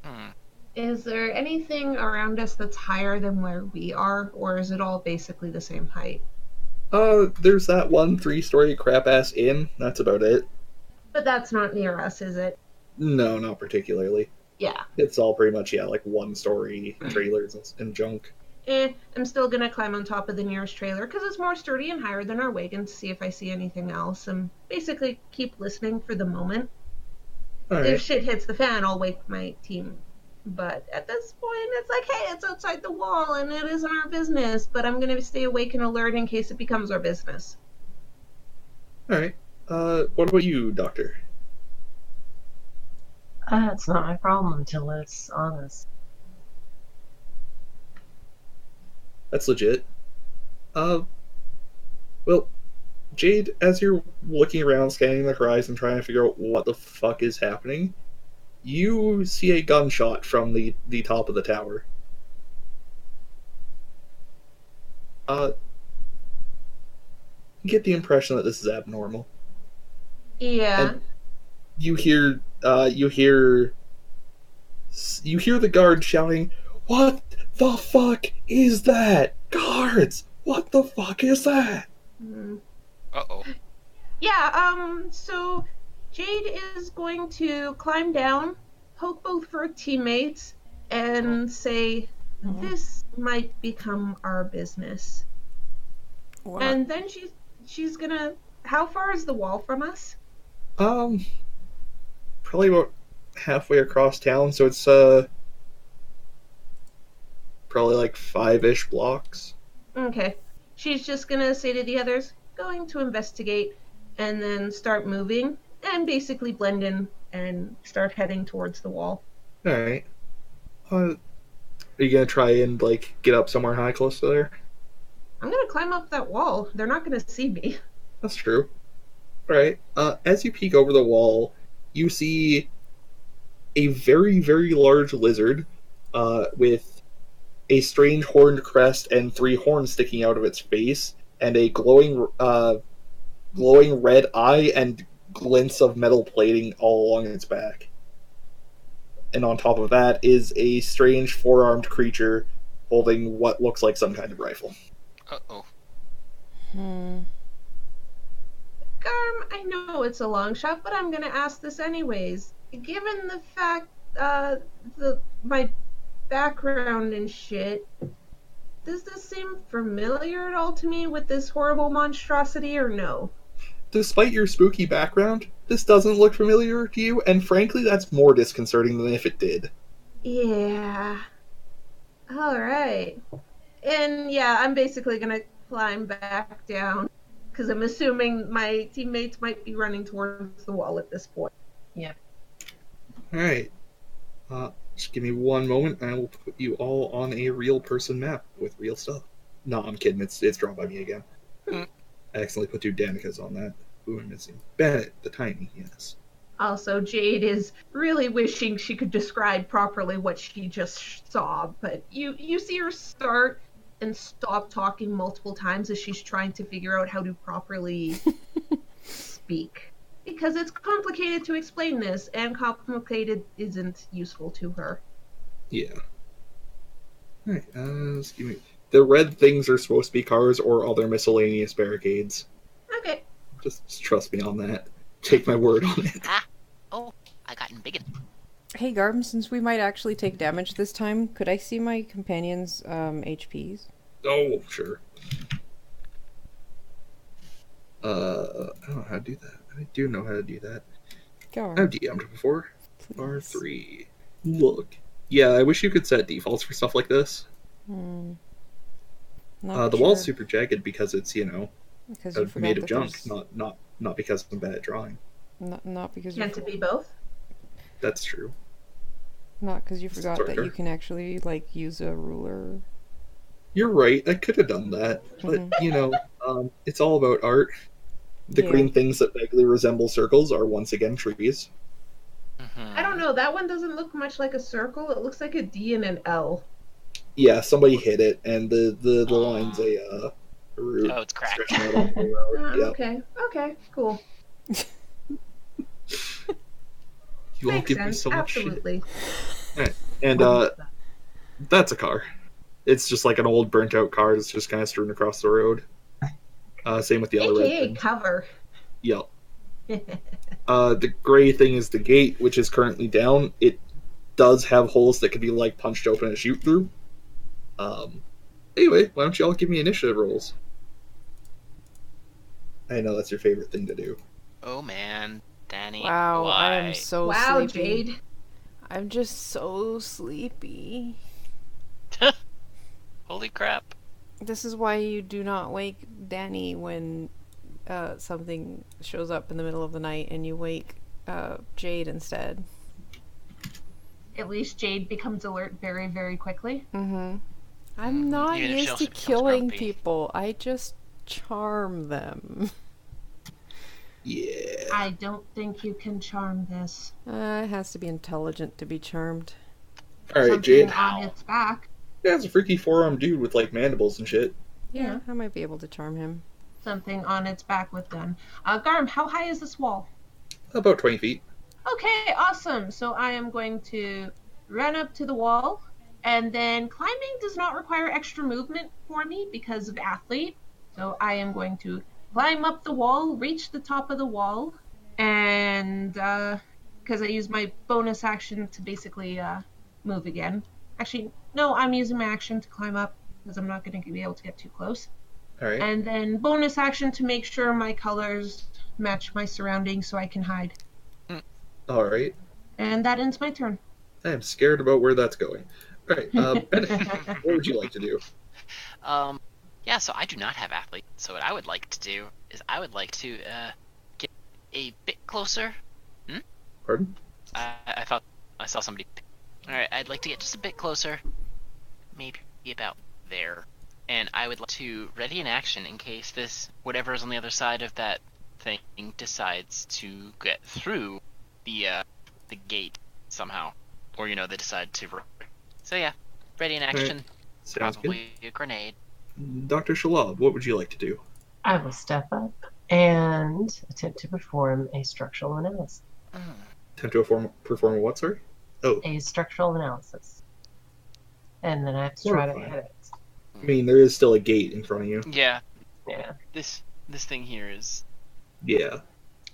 Speaker 4: Hmm.
Speaker 3: Is there anything around us that's higher than where we are, or is it all basically the same height?
Speaker 1: uh there's that one three story crap ass inn that's about it
Speaker 3: But that's not near us, is it?
Speaker 1: no not particularly
Speaker 3: Yeah.
Speaker 1: it's all pretty much yeah like one story trailers and- and junk
Speaker 3: eh, I'm still gonna climb on top of the nearest trailer because it's more sturdy and higher than our wagon to see if I see anything else, and basically keep listening for the moment.
Speaker 1: All
Speaker 3: If
Speaker 1: right.
Speaker 3: shit hits the fan, I'll wake my team. But at this point, it's like, hey, it's outside the wall and it isn't our business, but I'm gonna stay awake and alert in case it becomes our business.
Speaker 1: All right. Uh, what about you, Doctor?
Speaker 5: Uh, it's not my problem until it's on us.
Speaker 1: That's legit. Uh, well, Jade, as you're looking around, scanning the horizon, trying to figure out what the fuck is happening, you see a gunshot from the, the top of the tower. Uh, you get the impression that this is abnormal.
Speaker 3: Yeah.
Speaker 1: And- You hear, uh, you hear, you hear the guard shouting, "What the fuck is that? Guards, what the fuck is that?"
Speaker 3: Mm.
Speaker 6: Uh oh.
Speaker 3: Yeah, um, so Jade is going to climb down, poke both of her teammates, and say, This might become our business.
Speaker 2: What?
Speaker 3: And then she's she's gonna how far is the wall from us?
Speaker 1: Um, probably about halfway across town, so it's uh, probably like five ish blocks.
Speaker 3: Okay. She's just gonna say to the others, going to investigate and then start moving and basically blend in and start heading towards the wall.
Speaker 1: All right. Uh, are you gonna try and like get up somewhere high close to there?
Speaker 3: I'm gonna climb up that wall. They're not gonna see me.
Speaker 1: That's true. All right. Uh, as you peek over the wall, you see a very very large lizard, uh, with a strange horned crest and three horns sticking out of its face, and a glowing uh, glowing red eye and glints of metal plating all along its back. And on top of that is a strange four armed creature holding what looks like some kind of rifle.
Speaker 6: Uh oh.
Speaker 2: Hmm.
Speaker 3: Garm, I know it's a long shot, but I'm gonna ask this anyways. Given the fact, uh, the my background and shit, does this seem familiar at all to me with this horrible monstrosity, or no?
Speaker 1: despite your spooky background, this doesn't look familiar to you, and frankly, that's more disconcerting than if it did.
Speaker 3: Yeah. All right. And yeah, I'm basically gonna climb back down because I'm assuming my teammates might be running towards the wall at this point.
Speaker 1: Alright. Uh, just give me one moment, and I will put you all on a real person map with real stuff. No, I'm kidding. It's it's drawn by me again.
Speaker 6: Hmm.
Speaker 1: I accidentally put two Danikas on that. Who am I missing? Bennett, the tiny, yes.
Speaker 3: Also, Jade is really wishing she could describe properly what she just sh- saw, but you you see her start and stop talking multiple times as she's trying to figure out how to properly speak because it's complicated to explain this and complicated isn't useful to her.
Speaker 1: Yeah. Alright, uh, just give me. The red things are supposed to be cars or other miscellaneous barricades.
Speaker 3: Okay.
Speaker 1: Just, just trust me on that. Take my word on it.
Speaker 4: I gotten big enough.
Speaker 2: Hey, Garm, since we might actually take damage this time, could I see my companion's um, HPs?
Speaker 1: Oh, sure. Uh, I don't know how to do that. I do know how to do that. I've
Speaker 2: Garm,
Speaker 1: DM'd before.
Speaker 2: please.
Speaker 1: R three. Look. Yeah, I wish you could set defaults for stuff like this.
Speaker 2: Hmm. Not
Speaker 1: Uh, the wall's
Speaker 2: Oh, sure,
Speaker 1: super jagged because it's you know
Speaker 2: because
Speaker 1: uh,
Speaker 2: you forgot
Speaker 1: made of
Speaker 2: that
Speaker 1: junk,
Speaker 2: there's-
Speaker 1: not not not because I'm bad at drawing.
Speaker 2: Not, not because you
Speaker 3: Meant to
Speaker 2: for-
Speaker 3: be both.
Speaker 1: That's true.
Speaker 2: not because you forgot that
Speaker 1: Sorry.
Speaker 2: you can actually like use a ruler.
Speaker 1: You're right. I could have done that, but
Speaker 2: Mhm.
Speaker 1: you know, um, it's all about art. The
Speaker 2: Yeah.
Speaker 1: green things that vaguely resemble circles are once again trees.
Speaker 4: Mm-hmm.
Speaker 6: Mhm.
Speaker 3: I don't know, that one doesn't look much like a circle. It looks like a D and an L.
Speaker 1: Yeah, somebody hit it, and the the, the line's a uh, a root.
Speaker 4: Oh, it's cracked.
Speaker 1: stretching out all the way around.
Speaker 3: [laughs] Uh,
Speaker 1: Yep.
Speaker 3: Okay. Okay. Cool.
Speaker 1: You all
Speaker 3: Makes
Speaker 1: give me
Speaker 3: sense.
Speaker 1: so much shit.
Speaker 3: Absolutely.
Speaker 1: And uh, that's a car. It's just like an old burnt out car that's just kind of strewn across the road. Uh, same with the other red
Speaker 3: AKA
Speaker 1: thing.
Speaker 3: cover.
Speaker 1: Yep. Uh, the gray thing is the gate, which is currently down. It does have holes that could be like punched open and shoot through. Um, Anyway, why don't you all give me initiative rolls? I know that's your favorite thing to do.
Speaker 4: Oh man, Danny.
Speaker 2: Wow, I
Speaker 4: why?
Speaker 2: am so
Speaker 3: wow,
Speaker 2: Oh, sleepy.
Speaker 3: Jade.
Speaker 2: I'm just so sleepy.
Speaker 4: [laughs] Holy crap!
Speaker 2: This is why you do not wake Danny when uh, something shows up in the middle of the night and you wake uh, Jade instead.
Speaker 3: At least Jade becomes alert very, very quickly.
Speaker 2: Mm-hmm. I'm
Speaker 4: Mhm.
Speaker 2: not
Speaker 4: Even if she
Speaker 2: used
Speaker 4: also
Speaker 2: to
Speaker 4: becomes
Speaker 2: killing
Speaker 4: grumpy.
Speaker 2: people. I just charm them.
Speaker 1: Yeah.
Speaker 3: I don't think you can charm this.
Speaker 2: Uh, it has to be intelligent to be charmed.
Speaker 1: All right,
Speaker 3: Something
Speaker 1: Jade.
Speaker 3: on its back.
Speaker 1: Yeah, it's a freaky forearm dude with like mandibles and shit.
Speaker 2: Yeah,
Speaker 3: Yeah.
Speaker 2: I might be able to charm him.
Speaker 3: Something on its back with gun. Uh, Garm, how high is this wall?
Speaker 1: About twenty feet.
Speaker 3: Okay, awesome. So I am going to run up to the wall, and then climbing does not require extra movement for me because of athlete. So I am going to climb up the wall, reach the top of the wall, and because I use my bonus action to basically uh, move again. Actually, no, I'm using my action to climb up because I'm not going to be able to get too close.
Speaker 1: All right.
Speaker 3: And then bonus action to make sure my colors match my surroundings so I can hide.
Speaker 1: All right.
Speaker 3: And that ends my turn.
Speaker 1: I am scared about where that's going. All right. Uh, Bennett, what would you like to do?
Speaker 4: Um, yeah. So I do not have athlete. So what I would like to do is I would like to uh get a bit closer.
Speaker 1: Pardon?
Speaker 4: I, I thought I saw somebody. All right, I'd like to get just a bit closer, maybe about there, and I would like to ready an action in case this whatever is on the other side of that thing decides to get through the uh, the gate somehow, or you know they decide to. re- So yeah, ready an action,
Speaker 1: Sounds
Speaker 4: probably a grenade.
Speaker 1: good. Doctor Shalab, what would you like to do?
Speaker 5: I will step up and attempt to perform a structural analysis.
Speaker 4: Mm.
Speaker 1: Attempt to perform, perform a what? Sorry. Oh,
Speaker 5: A structural analysis. And then I have to try to
Speaker 1: Fortify.
Speaker 5: hit it.
Speaker 1: I mean there is still a gate in front of you.
Speaker 4: Yeah,
Speaker 5: Yeah.
Speaker 4: this this thing here is
Speaker 1: Yeah.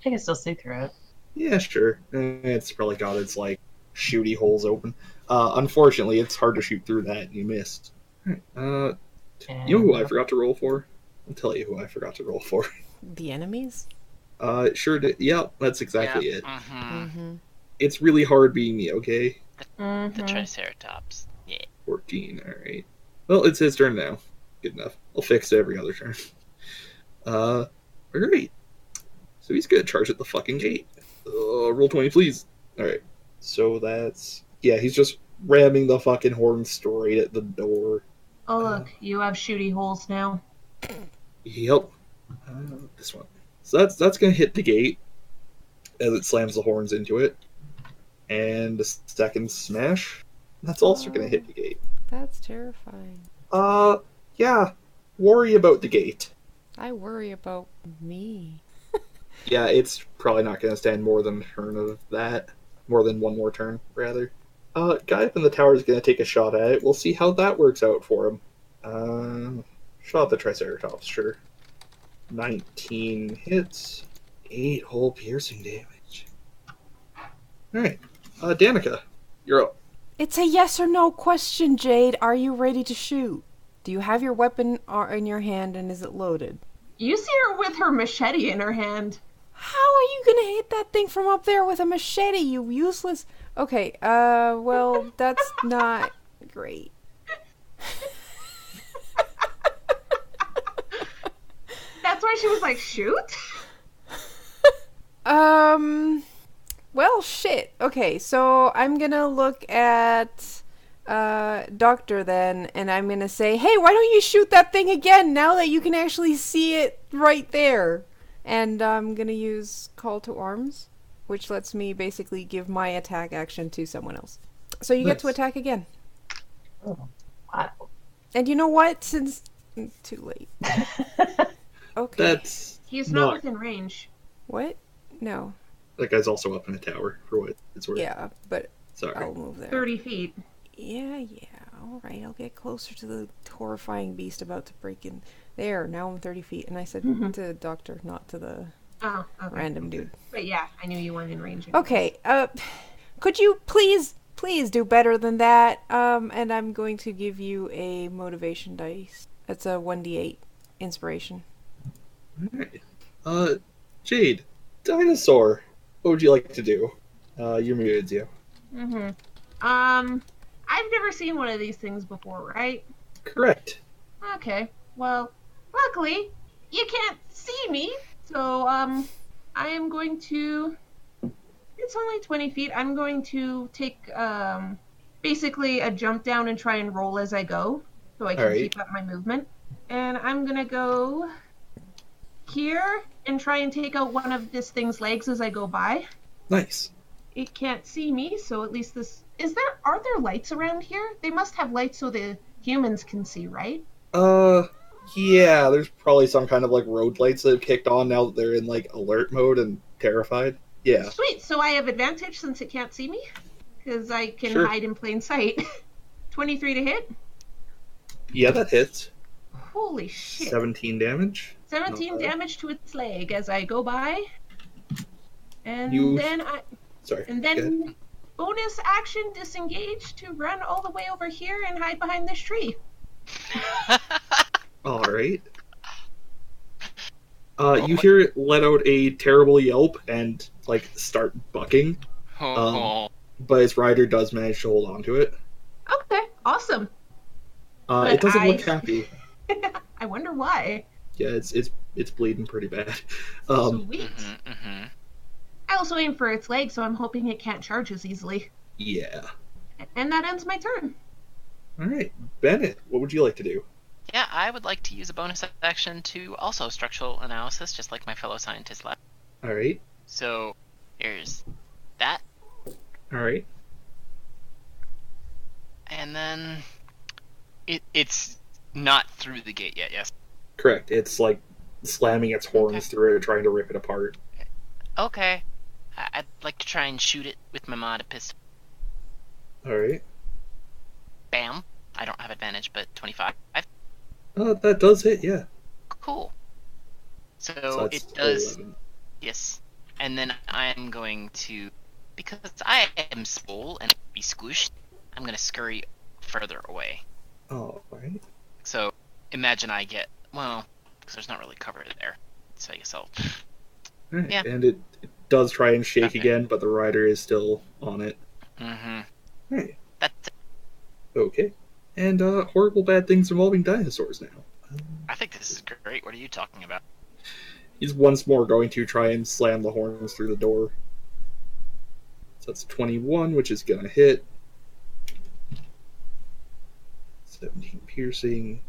Speaker 5: I can still see through it.
Speaker 1: Yeah, sure. Eh, It's probably got its like shooty holes open. Uh, unfortunately, it's hard to shoot through that. and You missed. Alright, Uh,
Speaker 5: And
Speaker 1: you know who I forgot to roll for? I'll tell you who I forgot to roll for. [laughs]
Speaker 2: The enemies?
Speaker 1: Uh, it sure. Did. Yep, that's exactly it.
Speaker 4: hmm
Speaker 2: Mm-hmm.
Speaker 1: It's really hard being me. Okay,
Speaker 3: Mm-hmm.
Speaker 4: the Triceratops. Yeah.
Speaker 1: fourteen. All right. Well, it's his turn now. Good enough. I'll fix it every other turn. [laughs] Uh, all right. So he's gonna charge at the fucking gate. Uh, roll twenty, please. All right. So that's yeah. He's just ramming the fucking horn straight at the door.
Speaker 3: Oh look, you have shooty holes now.
Speaker 1: Yep. Uh, this one. So that's that's gonna hit the gate as it slams the horns into it, and a second smash. That's also gonna hit the gate.
Speaker 2: That's terrifying.
Speaker 1: Uh, yeah. Worry about the gate.
Speaker 2: I worry about me.
Speaker 1: Yeah, it's probably not gonna stand more than a turn of that. More than one more turn, rather. Uh, guy up in the tower is gonna take a shot at it. We'll see how that works out for him. Um, shot at the Triceratops, sure. 19 hits, 8 whole piercing damage. Alright, uh, Danica, you're up.
Speaker 2: It's a yes or no question, Jade. Are you ready to shoot? Do you have your weapon ar- in your hand and is it loaded?
Speaker 3: You see her with her machete in her hand.
Speaker 2: How are you gonna hit that thing from up there with a machete, you useless? Okay, uh, well, that's not great. [laughs]
Speaker 3: That's why she was like, shoot?
Speaker 2: Um, well, shit. Okay, so I'm gonna look at uh doctor then and i'm gonna say hey why don't you shoot that thing again now that you can actually see it right there and i'm gonna use call to arms which lets me basically give my attack action to someone else so you get to
Speaker 1: Nice.
Speaker 2: attack again
Speaker 5: Oh, wow.
Speaker 2: and you know what since mm, too late okay
Speaker 1: That's.
Speaker 3: He's not
Speaker 1: Not-
Speaker 3: within range.
Speaker 2: what no
Speaker 1: That guy's also up in a tower, for what it's worth.
Speaker 2: yeah Oh. but
Speaker 1: Sorry.
Speaker 2: i'll move there
Speaker 3: 30 feet.
Speaker 2: Yeah, yeah. All right, I'll get closer to the horrifying beast about to break in. There, now I'm 30 feet. And I said to doctor, not to the
Speaker 3: Oh, okay.
Speaker 2: random dude. Oh.
Speaker 3: But yeah, I knew you weren't in range.
Speaker 2: Okay, uh, could you please please do better than that. Um, and I'm going to give you a motivation dice. That's a 1d8 inspiration.
Speaker 1: Alright. Uh, Jade, dinosaur. What would you like to do? Uh, you're muted, Zio.
Speaker 3: hmm Um, I've never seen one of these things before, right?
Speaker 1: Correct.
Speaker 3: Okay. Well, luckily, you can't see me, so um, I am going to. It's only twenty feet. I'm going to take um, basically a jump down and try and roll as I go, so I can
Speaker 1: Alright.
Speaker 3: keep up my movement. And I'm gonna go here and try and take out one of this thing's legs as I go by.
Speaker 1: Nice.
Speaker 3: It can't see me, so at least this is there. Are there lights around here? They must have lights so the humans can see, right?
Speaker 1: Uh, yeah, there's probably some kind of like road lights that have kicked on now that they're in like alert mode and terrified. Yeah.
Speaker 3: Sweet. So I have advantage since it can't see me, because I can
Speaker 1: Sure.
Speaker 3: hide in plain sight. [laughs] Twenty-three to hit.
Speaker 1: Yeah, that hits.
Speaker 3: Holy shit!
Speaker 1: 17 damage.
Speaker 3: Seventeen
Speaker 1: not bad.
Speaker 3: damage to its leg as I go by. And
Speaker 1: You-
Speaker 3: then I
Speaker 1: Sorry.
Speaker 3: and then bonus action disengage to run all the way over here and hide behind this tree.
Speaker 1: All right. Uh,
Speaker 6: Oh
Speaker 1: you
Speaker 6: my-
Speaker 1: hear it let out a terrible yelp and like start bucking, Um,
Speaker 4: [laughs]
Speaker 6: Oh,
Speaker 1: but its rider does manage to hold on to it.
Speaker 3: Okay, awesome. [laughs]
Speaker 1: Uh, it
Speaker 3: But
Speaker 1: doesn't look
Speaker 3: I-
Speaker 1: happy.
Speaker 3: I wonder why.
Speaker 1: Yeah, it's it's it's bleeding pretty bad. [laughs] Um,
Speaker 3: Sweet.
Speaker 4: Mm-hmm,
Speaker 6: hmm hmm
Speaker 3: I also aim for its leg, so I'm hoping it can't charge as easily.
Speaker 1: yeah.
Speaker 3: And that ends my turn.
Speaker 1: All right, Bennett, what would you like to do?
Speaker 4: Yeah, I would like to use a bonus action to also structural analysis, just like my fellow scientist lab.
Speaker 1: All right,
Speaker 4: So here's that,
Speaker 1: all right.
Speaker 4: and then it it's not through the gate yet. Yes.
Speaker 1: Correct. It's like slamming its horns
Speaker 4: Okay.
Speaker 1: through it, trying to rip it apart.
Speaker 4: Okay. I- I'd like to try and shoot it with my mod pistol.
Speaker 1: All right.
Speaker 4: Bam. I don't have advantage, but 25.
Speaker 1: Uh, that does hit. Yeah.
Speaker 4: Cool. So,
Speaker 1: that's
Speaker 4: it does.
Speaker 1: 11.
Speaker 4: Yes. And then I'm going to, because I am small and be squished, I'm going to scurry further away.
Speaker 1: All right.
Speaker 4: So imagine I get, well, because there's not really cover there. So I guess I'll,
Speaker 1: All right.
Speaker 4: Yeah.
Speaker 1: And it, it does try and shake
Speaker 4: Okay.
Speaker 1: again, but the rider is still on it.
Speaker 4: mm-hmm.
Speaker 1: All right.
Speaker 4: That's,
Speaker 1: Okay. And uh, horrible bad things involving dinosaurs now.
Speaker 4: I think this is great. What are you talking about?
Speaker 1: He's once more going to try and slam the horns through the door. So that's 21, which is going to hit. 17 piercing.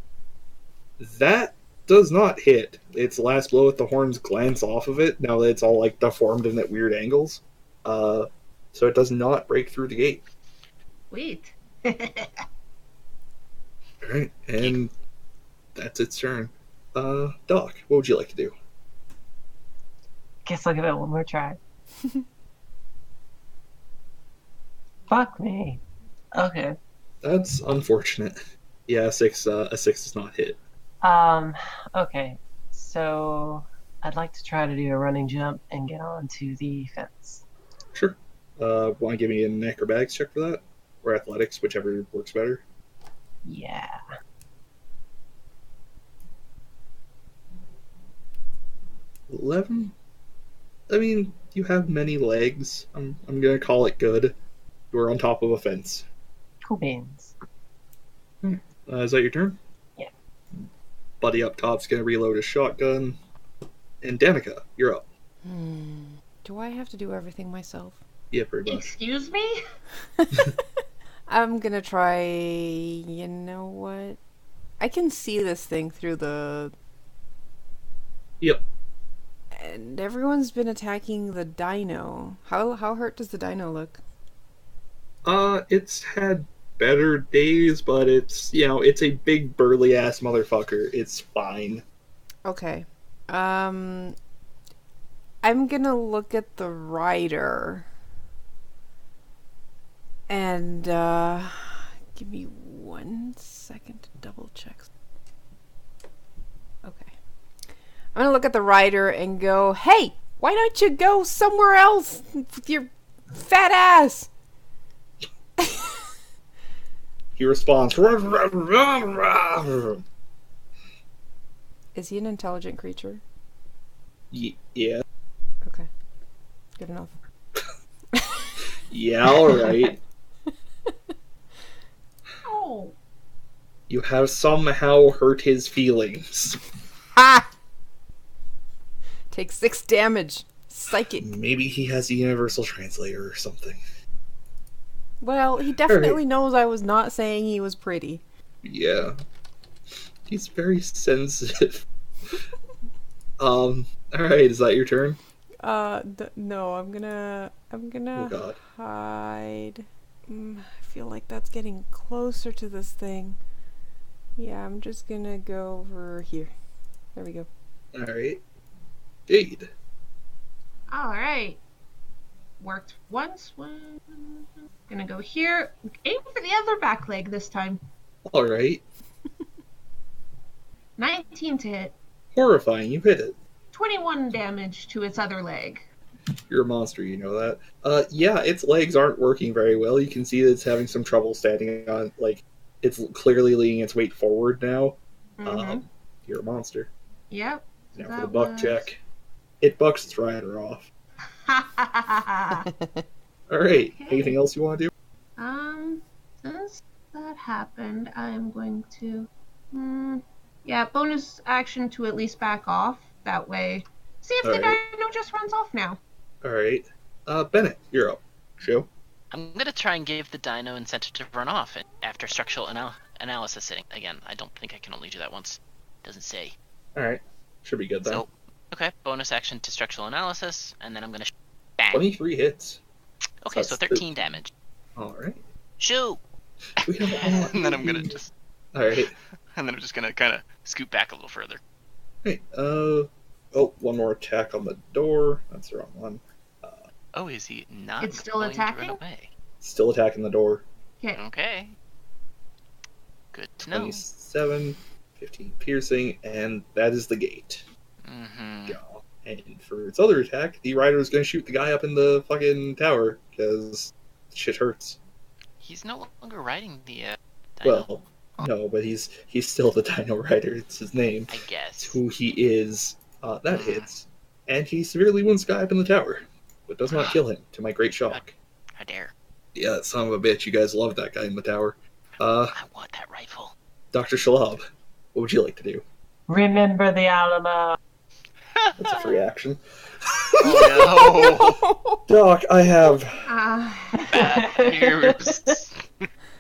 Speaker 1: That does not hit. Its last blow at the horns glance off of it, now that it's all like deformed and at weird angles. Uh, so it does not break through the gate.
Speaker 3: Wait.
Speaker 1: Alright, and that's its turn. Uh, Doc, what would you like to do?
Speaker 5: [laughs] Guess I'll give it one more try. Fuck me. Okay.
Speaker 1: That's unfortunate. Yeah, a six. Uh, a six does not hit.
Speaker 5: Um, okay. So I'd like to try to do a running jump and get onto the fence.
Speaker 1: Sure. Uh, want to give me an acrobatics check for that, or athletics, whichever works better.
Speaker 5: Yeah.
Speaker 1: Eleven. I mean, you have many legs. I'm I'm gonna call it good. You're on top of a fence.
Speaker 5: Cool beans.
Speaker 1: Uh, is that your turn?
Speaker 5: Yeah.
Speaker 1: Buddy up top's gonna reload his shotgun. And Danica, you're up.
Speaker 2: Hmm. Do I have to do everything myself?
Speaker 1: Yeah, pretty much.
Speaker 3: Excuse me?
Speaker 2: I'm gonna try. You know what? I can see this thing through the.
Speaker 1: Yep.
Speaker 2: And everyone's been attacking the dino. How how hurt does the dino look?
Speaker 1: Uh, it's had better days, but it's you know it's a big burly ass motherfucker. It's fine.
Speaker 2: Okay. Um. I'm gonna look at the rider. And uh, give me one second to double check. Okay. I'm gonna look at the rider and go, "Hey, why don't you go somewhere else with your fat ass?"
Speaker 1: He responds, "Ruh, ruh, ruh, ruh, ruh."
Speaker 2: [laughs] Is he an intelligent creature?
Speaker 1: Ye- yeah,
Speaker 2: Okay. Good enough.
Speaker 1: yeah, all [laughs] right.
Speaker 3: Oh,
Speaker 1: you have somehow hurt his feelings.
Speaker 2: Ha! Take six damage. Psychic.
Speaker 1: Maybe he has a universal translator or something.
Speaker 2: Well, he definitely knows I was not saying he was pretty.
Speaker 1: Yeah. He's very [laughs] sensitive. um, alright, is that your turn?
Speaker 2: Uh, th- no, I'm gonna, I'm
Speaker 1: Oh
Speaker 2: gonna
Speaker 1: god.
Speaker 2: hide. Mm, I feel like that's getting closer to this thing. Yeah, I'm just gonna go over here. There we go.
Speaker 1: Alright. Jade.
Speaker 3: all right. Worked once. one- Gonna go here. Aim for the other back leg this time.
Speaker 1: Alright.
Speaker 3: 19 to hit.
Speaker 1: Horrifying, you hit it.
Speaker 3: 21 damage to its other leg.
Speaker 1: You're a monster, you know that. Uh, yeah, its legs aren't working very well. You can see that it's having some trouble standing on, like, it's clearly leaning its weight forward now.
Speaker 3: Mhm.
Speaker 1: Um, you're a monster.
Speaker 3: Yep. [laughs]
Speaker 1: Now
Speaker 3: That
Speaker 1: for the buck
Speaker 3: was-
Speaker 1: check. It bucks its rider off. Alright,
Speaker 3: Okay.
Speaker 1: anything else you want to do?
Speaker 3: um, since that happened, I'm going to. Hmm, yeah, bonus action to at least back off. That way. See if the
Speaker 1: Alright.
Speaker 3: dino just runs off now.
Speaker 1: Alright. Uh, Bennett, you're up. Show.
Speaker 4: I'm gonna try and give the dino incentive to run off and- after structural anal- analysis sitting. Again, I don't think I can only do that once. Doesn't say.
Speaker 1: Alright. Should be good then.
Speaker 4: So, okay, bonus action to structural analysis, and then I'm gonna sh-
Speaker 6: eh.
Speaker 4: bang.
Speaker 1: 23 hits.
Speaker 4: Okay, so
Speaker 1: that's good.
Speaker 4: 13 damage.
Speaker 1: Alright.
Speaker 4: Shoot!
Speaker 1: We have all-
Speaker 6: [laughs] and [laughs] then I'm
Speaker 4: [laughs]
Speaker 6: gonna just,
Speaker 1: Alright.
Speaker 6: and then I'm just gonna kind of scoot back a little further.
Speaker 1: Hey, uh. Oh, one more attack on the door. That's the wrong one.
Speaker 6: Oh, is he
Speaker 4: Not
Speaker 3: It's still
Speaker 4: going to run
Speaker 3: attacking?
Speaker 4: away.
Speaker 1: Still attacking the door.
Speaker 3: Okay.
Speaker 4: Okay. Good to know.
Speaker 1: 27, 15 piercing, and that is the gate.
Speaker 6: Hmm.
Speaker 4: Mm-hmm.
Speaker 1: Yeah. And for its other attack, the rider is going to shoot the guy up in the fucking tower, because shit hurts.
Speaker 4: He's no longer riding the uh, dino.
Speaker 1: Well, no, but he's he's still the [laughs] Dino Rider. It's his name.
Speaker 4: I
Speaker 1: It's
Speaker 4: guess.
Speaker 1: who he is. Uh,
Speaker 4: Uh-huh.
Speaker 1: that hits. And he severely wounds the guy up in the tower, but does not kill him, to my great shock.
Speaker 4: I dare.
Speaker 1: Yeah, that son of a bitch. You guys love that guy in the tower. Uh,
Speaker 4: I want
Speaker 1: [laughs]
Speaker 4: that rifle.
Speaker 1: Dr. Shalab, what would you like to do?
Speaker 5: Remember the Alamo.
Speaker 1: That's a free
Speaker 4: [laughs]
Speaker 1: action.
Speaker 6: Oh
Speaker 1: Doc, I have
Speaker 3: Uh,
Speaker 5: [laughs]
Speaker 4: [laughs]
Speaker 6: no! Here's-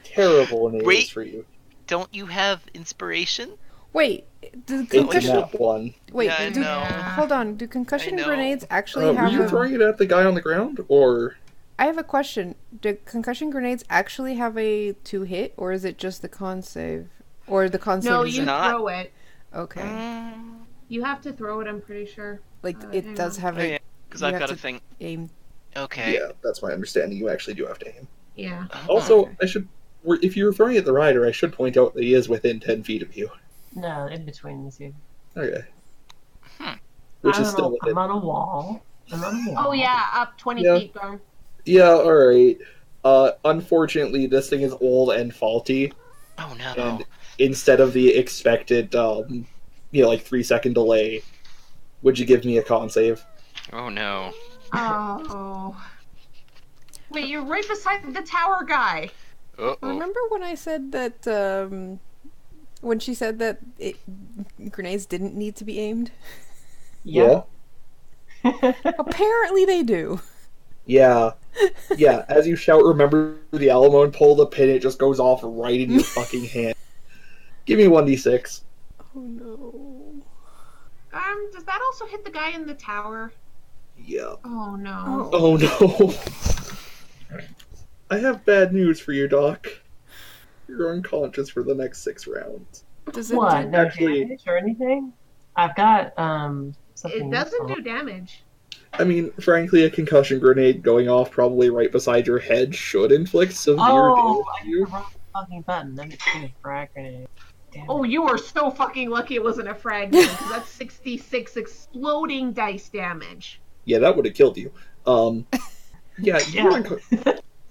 Speaker 1: terrible names
Speaker 4: Wait.
Speaker 1: for you.
Speaker 4: Don't you have inspiration?
Speaker 2: Wait, do
Speaker 1: It's
Speaker 2: concussion?
Speaker 1: map one.
Speaker 2: Wait,
Speaker 6: Yeah, I
Speaker 2: do,
Speaker 6: know.
Speaker 2: hold on. Do concussion
Speaker 6: know.
Speaker 2: grenades actually
Speaker 1: Uh, were
Speaker 2: have
Speaker 1: you
Speaker 2: a?
Speaker 1: throwing it at the guy on the ground, or
Speaker 2: I have a question. Do concussion grenades actually have a two hit, or is it just the con save, or the con save?
Speaker 3: no,
Speaker 2: is
Speaker 3: you
Speaker 2: a-
Speaker 4: not.
Speaker 3: throw it.
Speaker 2: Okay,
Speaker 4: Mm,
Speaker 3: You have to throw it, I'm pretty sure.
Speaker 2: like
Speaker 3: Uh,
Speaker 2: it does have a
Speaker 6: yeah, Because
Speaker 2: You
Speaker 6: I've
Speaker 2: have
Speaker 6: got
Speaker 2: to-
Speaker 6: to think.
Speaker 2: aim.
Speaker 4: Okay.
Speaker 1: yeah, that's my understanding. You actually do have to aim.
Speaker 3: Yeah.
Speaker 4: Uh-huh.
Speaker 1: Also,
Speaker 2: Okay.
Speaker 1: I should, were- if you're throwing at the rider, I should point out that he is within ten feet of you.
Speaker 5: No, in between the two.
Speaker 1: Okay.
Speaker 4: Hmm.
Speaker 1: Which
Speaker 5: I'm,
Speaker 1: is
Speaker 5: on
Speaker 1: still
Speaker 5: a, I'm
Speaker 1: within.
Speaker 5: on a wall. I'm on a wall.
Speaker 3: Oh, yeah, up 20
Speaker 1: Yeah.
Speaker 3: feet, Garm.
Speaker 1: Yeah, all right. Uh, unfortunately, this thing is old and faulty,
Speaker 4: Oh no.
Speaker 1: and instead of the expected, um, you know, like three second delay, would you give me a con save?
Speaker 6: Oh no!
Speaker 3: Oh. Wait, you're right beside the tower guy.
Speaker 6: Uh
Speaker 4: Mm-hmm.
Speaker 6: oh!
Speaker 2: Remember when I said that? Um, when she said that it, grenades didn't need to be aimed.
Speaker 5: Yeah. [laughs]
Speaker 2: Apparently, they do.
Speaker 1: Yeah. Yeah. Yeah, As you shout, remember the Alamo and pull the pin, it just goes off right
Speaker 5: [laughs]
Speaker 1: in your fucking hand. Give me 1d6.
Speaker 2: Oh no!
Speaker 3: Um, does that also hit the guy in the tower?
Speaker 1: Yeah.
Speaker 3: Oh no.
Speaker 1: Oh no. I have bad news for you, Doc. You're unconscious for the next six rounds.
Speaker 2: Does it?
Speaker 5: What?
Speaker 2: do-
Speaker 5: No
Speaker 1: Actually-
Speaker 5: damage or anything? I've got um something.
Speaker 3: It doesn't
Speaker 5: else.
Speaker 3: do damage.
Speaker 1: I mean, frankly, a concussion grenade going off probably right beside your head should inflict severe damage
Speaker 5: Oh, I
Speaker 1: to
Speaker 5: hit the
Speaker 1: you.
Speaker 5: wrong fucking button. Let me do a frag grenade. Damn [laughs]
Speaker 3: Oh,
Speaker 5: it.
Speaker 3: you are so fucking lucky it wasn't a [laughs] frag. damage, 'cause That's 66 exploding dice damage.
Speaker 1: Yeah, that would have
Speaker 2: [laughs]
Speaker 1: killed you. Um, yeah, you're
Speaker 5: Yeah.
Speaker 1: unco-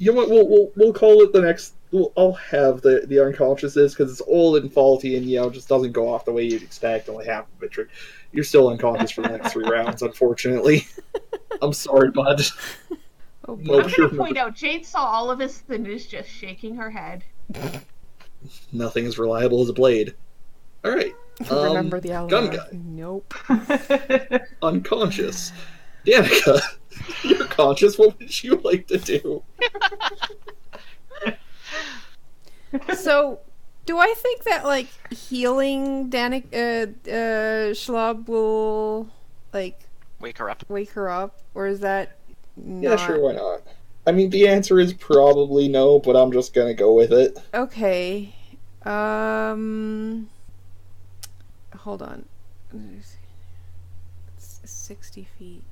Speaker 1: you know what? We'll, we'll, we'll call it the next Well, I'll have the the unconsciousness because it's old and faulty, and you know just doesn't go off the way you'd expect. Only half of it. Trick. You're still unconscious for the next three
Speaker 2: [laughs]
Speaker 1: rounds, unfortunately. I'm sorry, bud. No,
Speaker 2: Oh boy.
Speaker 3: I'm
Speaker 1: sure.
Speaker 3: gonna point out Jade saw all of this and is just shaking her head.
Speaker 1: Nothing is reliable as a blade. All right, Um,
Speaker 2: [laughs] Remember the
Speaker 1: gun
Speaker 2: Alabama.
Speaker 1: guy.
Speaker 2: Nope. [sighs]
Speaker 1: unconscious. Danica, [laughs] you're conscious. What would you like to do?
Speaker 2: [laughs] so, do I think that like healing Danik uh, uh, Schlob will like
Speaker 4: Wake her up.
Speaker 2: wake her up, or is that not...
Speaker 1: Yeah, sure. Why not? I mean, the answer is probably no, but I'm just gonna go with it.
Speaker 2: Okay. Um. Hold on. It's Sixty feet.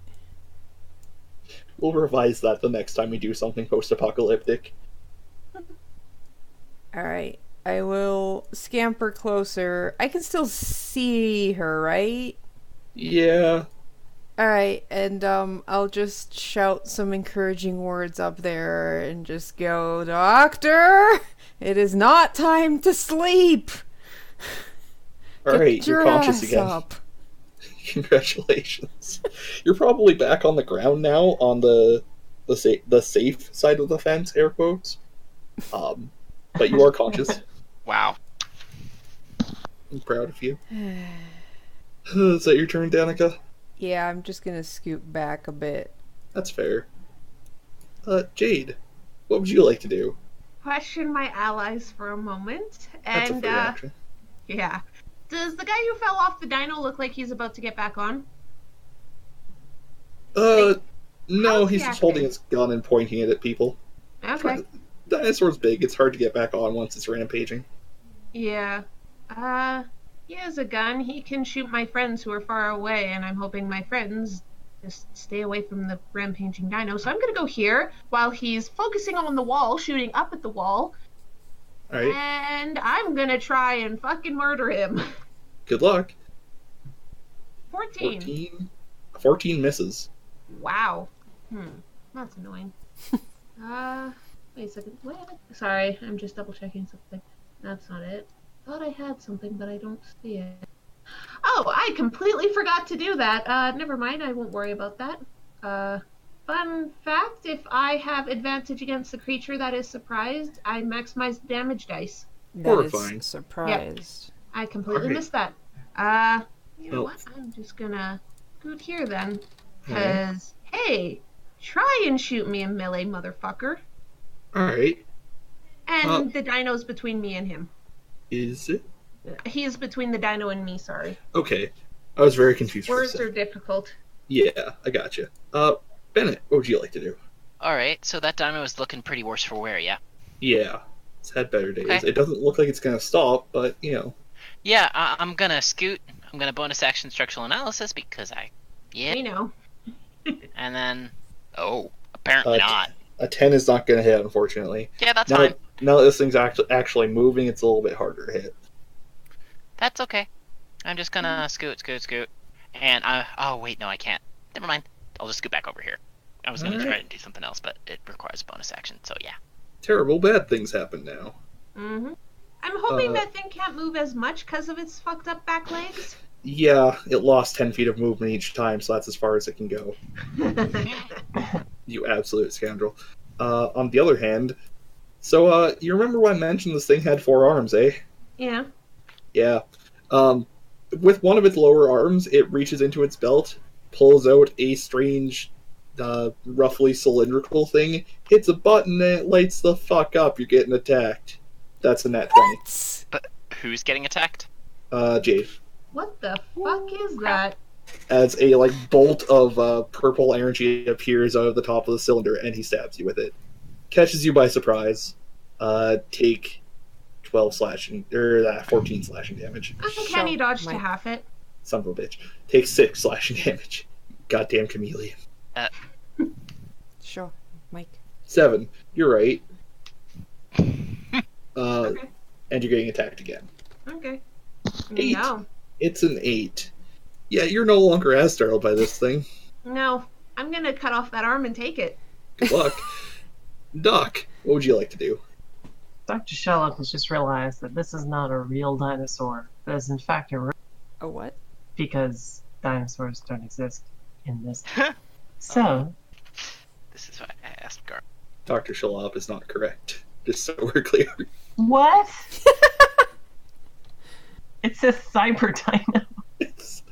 Speaker 1: We'll revise that the next time we do something post-apocalyptic.
Speaker 2: All right. I will scamper closer. I can still see her, right?
Speaker 1: Yeah.
Speaker 2: All right, and um, I'll just shout some encouraging words up there and just go, Doctor, it is not time to sleep.
Speaker 1: All
Speaker 2: Get
Speaker 1: right, you're
Speaker 2: your
Speaker 1: conscious
Speaker 2: ass
Speaker 1: again.
Speaker 2: up."
Speaker 1: [laughs] Congratulations. You're probably back on the ground now, on the the safe the safe side of the fence, air quotes. Um, but you are
Speaker 2: [laughs]
Speaker 1: conscious.
Speaker 6: Wow.
Speaker 1: I'm proud of you. [sighs] Is that your turn, Danica?
Speaker 2: Yeah, I'm just gonna scoot back a bit.
Speaker 1: That's fair. Uh, Jade, what would you like to do?
Speaker 3: Question my allies for a moment,
Speaker 1: That's a
Speaker 3: and
Speaker 1: fair
Speaker 3: uh,
Speaker 1: action.
Speaker 3: yeah. Does the guy who fell off the dino look like he's about to get back on?
Speaker 1: Uh,
Speaker 3: how
Speaker 1: no,
Speaker 3: is he
Speaker 1: he's just holding
Speaker 3: acting?
Speaker 1: his gun and pointing it at people.
Speaker 3: Okay.
Speaker 1: [laughs] Dinosaur's big; it's hard to get back on once it's rampaging.
Speaker 3: Yeah. Uh, he has a gun. He can shoot my friends who are far away, and I'm hoping my friends just stay away from the rampaging dino. So I'm gonna go here while he's focusing on the wall, shooting up at the wall,
Speaker 1: All
Speaker 4: Uh,
Speaker 1: right,
Speaker 3: and I'm gonna try and fucking murder him. [laughs]
Speaker 1: good luck.
Speaker 3: 14.
Speaker 1: 14, 14 misses.
Speaker 3: Wow. Hmm. That's annoying. uh, wait a second. Wait, sorry, I'm just double checking something. That's not it. Thought I had something, but I don't see it. Oh, I completely forgot to do that. Uh, never mind. I won't worry about that. Uh, fun fact: if I have advantage against the creature that is surprised, I maximize the damage dice.
Speaker 2: That is
Speaker 1: Horrifying.
Speaker 2: surprised.
Speaker 3: I completely
Speaker 1: Alright.
Speaker 3: missed that. Uh, you know
Speaker 1: Well-
Speaker 3: what? I'm just gonna scoot here then.
Speaker 4: Uh,
Speaker 1: Alright.
Speaker 3: Because, hey, try and shoot me a melee, motherfucker.
Speaker 1: All right,
Speaker 3: And
Speaker 1: Well-
Speaker 3: the dino's between me and him.
Speaker 1: is it
Speaker 3: He is between the dino and me, sorry.
Speaker 1: okay? I was very confused. For a
Speaker 3: Words are
Speaker 1: second.
Speaker 3: difficult.
Speaker 1: Yeah, I got you. Uh, Bennett, what would you like to do?
Speaker 4: All right, so that dino is looking pretty worse for wear, yeah.
Speaker 1: Yeah, it's had better days.
Speaker 4: Okay.
Speaker 1: It doesn't look like it's gonna stop, but you know,
Speaker 4: Yeah, I- I'm gonna scoot. I'm gonna bonus action structural analysis because I, yeah,
Speaker 3: You know.
Speaker 4: and then
Speaker 6: Oh. Apparently
Speaker 1: Uh,
Speaker 6: not.
Speaker 1: a ten is not gonna hit, unfortunately.
Speaker 4: yeah, that's
Speaker 1: now,
Speaker 4: fine.
Speaker 1: now that this thing's actually actually moving, it's a little bit harder to hit.
Speaker 4: That's okay. I'm just gonna scoot, scoot, scoot, and I. Oh wait, no, I can't. Never mind. I'll just scoot back over here. I was gonna
Speaker 1: All
Speaker 4: try
Speaker 1: right.
Speaker 4: and do something else, but it requires bonus action, so yeah.
Speaker 1: Terrible bad things happen now.
Speaker 3: hmm I'm hoping
Speaker 1: Uh,
Speaker 3: that thing can't move as much because of its fucked up back legs.
Speaker 1: [laughs] Yeah, it lost ten feet of movement each time, so that's as far as it can go. You absolute scoundrel. Uh, on the other hand, so uh, you remember when I mentioned this thing had four arms, eh?
Speaker 3: yeah.
Speaker 1: Yeah. Um, with one of its lower arms, it reaches into its belt, pulls out a strange, uh, roughly cylindrical thing, hits a button, and it lights the fuck up. You're getting attacked. That's a nat 20.
Speaker 4: Who's getting attacked?
Speaker 1: Uh, Jade.
Speaker 3: What the fuck is that?
Speaker 1: As a, like, bolt of uh, purple energy appears out of the top of the cylinder, and he stabs you with it. Catches you by surprise. Uh, take 12 slashing, or uh, 14 slashing damage.
Speaker 3: Uncanny
Speaker 2: Shout
Speaker 3: dodge to
Speaker 2: my-
Speaker 3: half it.
Speaker 1: Son of a bitch. Take 6 [laughs] slashing damage. Goddamn chameleon.
Speaker 2: Sure, Mike.
Speaker 1: Seven. You're right. Uh,
Speaker 3: Okay.
Speaker 1: And you're getting attacked again.
Speaker 3: Okay.
Speaker 1: Eight.
Speaker 3: No.
Speaker 1: It's an eight. Yeah, you're no longer as startled by this thing.
Speaker 3: No. I'm gonna cut off that arm and take it.
Speaker 1: Good luck. Doc, what would you like to do?
Speaker 5: Dr. Sherlock has just realized that this is not a real dinosaur. That is, in fact, a
Speaker 2: A what?
Speaker 5: because dinosaurs don't exist
Speaker 3: [laughs]
Speaker 5: in this.
Speaker 3: Uh.
Speaker 5: so,
Speaker 4: This is what I asked Gar.
Speaker 1: Dr. Shalop is not correct. [laughs] Just so we're clear.
Speaker 5: what? [laughs] it says cyber dino.
Speaker 1: It's,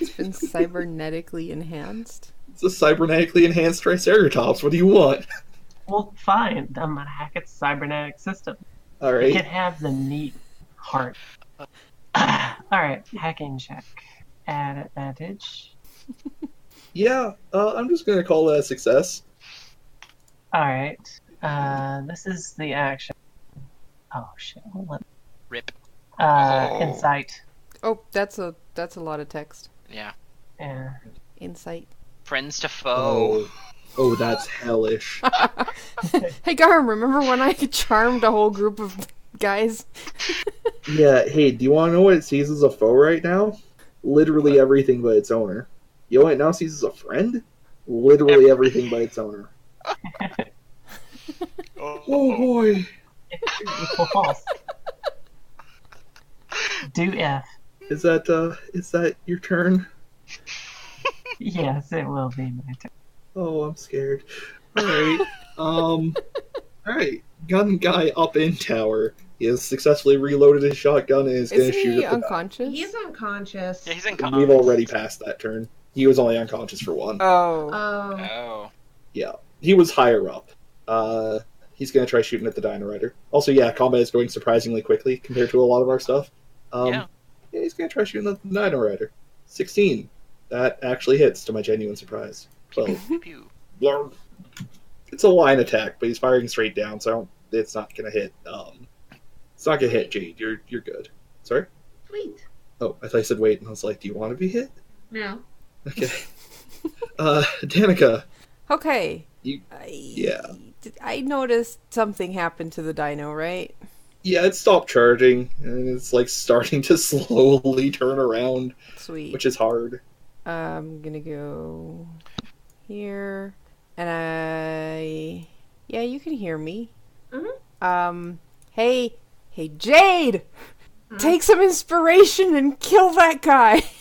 Speaker 2: It's been cybernetically enhanced.
Speaker 1: it's a cybernetically enhanced Triceratops. What do you want? [laughs]
Speaker 5: Well, fine. I'm gonna hack its cybernetic system.
Speaker 1: All
Speaker 5: It can [laughs]
Speaker 1: right.
Speaker 5: have the meat heart. [sighs] All right, hacking check. Add advantage.
Speaker 1: Yeah, uh, I'm just going to call that a success.
Speaker 5: All right. Uh, this is the action. Oh shit! Hold on.
Speaker 4: Rip.
Speaker 5: Uh,
Speaker 6: Oh.
Speaker 5: insight.
Speaker 2: Oh, that's a that's a lot of text.
Speaker 4: Yeah.
Speaker 5: Yeah.
Speaker 2: Insight.
Speaker 4: Friends to foe.
Speaker 1: Oh, that's hellish. [laughs]
Speaker 2: Hey Garm, remember when I charmed a whole group of guys?
Speaker 1: yeah, hey, do you want to know what it sees as a foe right now? Literally everything but its owner. You know what it now sees as a friend? Literally everything but its owner. Oh boy.
Speaker 5: Equal false. Do F.
Speaker 1: Is that uh is that your turn?
Speaker 5: Yes, it will be my turn.
Speaker 1: Oh, I'm scared. Alright. um Alright. Gun guy up in tower. He has successfully reloaded his shotgun and is gonna
Speaker 2: Isn't
Speaker 1: shoot
Speaker 2: he
Speaker 1: at the guy.
Speaker 2: unconscious?
Speaker 3: He's unconscious.
Speaker 4: Yeah, he's in
Speaker 1: We've already passed that turn. He was only unconscious for one.
Speaker 2: Oh.
Speaker 3: Oh,
Speaker 6: Oh.
Speaker 1: he was higher up. Uh, he's going to try shooting at the Dino Rider. Also, yeah, combat is going surprisingly quickly compared to a lot of our stuff. Um,
Speaker 4: Yeah.
Speaker 1: yeah, he's going to try shooting at the Dino Rider. 16. That actually hits, to my genuine surprise. 12.
Speaker 4: Pew, pew.
Speaker 1: Blarg. it's a line attack, but he's firing straight down, so I don't, it's not going to hit. Um, it's not going to hit, Jade. You're, you're good. Sorry?
Speaker 3: sweet.
Speaker 1: Oh, I thought you said wait, and I was like, do you want to be hit?
Speaker 3: No.
Speaker 1: Okay. uh, [laughs] Danica.
Speaker 2: Okay.
Speaker 1: You-
Speaker 2: I,
Speaker 1: yeah.
Speaker 2: Did- I noticed something happened to the dino, right?
Speaker 1: Yeah, it stopped charging, and it's like starting to [laughs] slowly turn around,
Speaker 2: Sweet.
Speaker 1: which is hard.
Speaker 2: I'm gonna go here, and I. Yeah, you can hear me.
Speaker 4: Mm-hmm.
Speaker 3: Mhm.
Speaker 2: Um. Hey, hey, Jade,
Speaker 3: Mhm.
Speaker 2: take some inspiration and kill that guy. [laughs]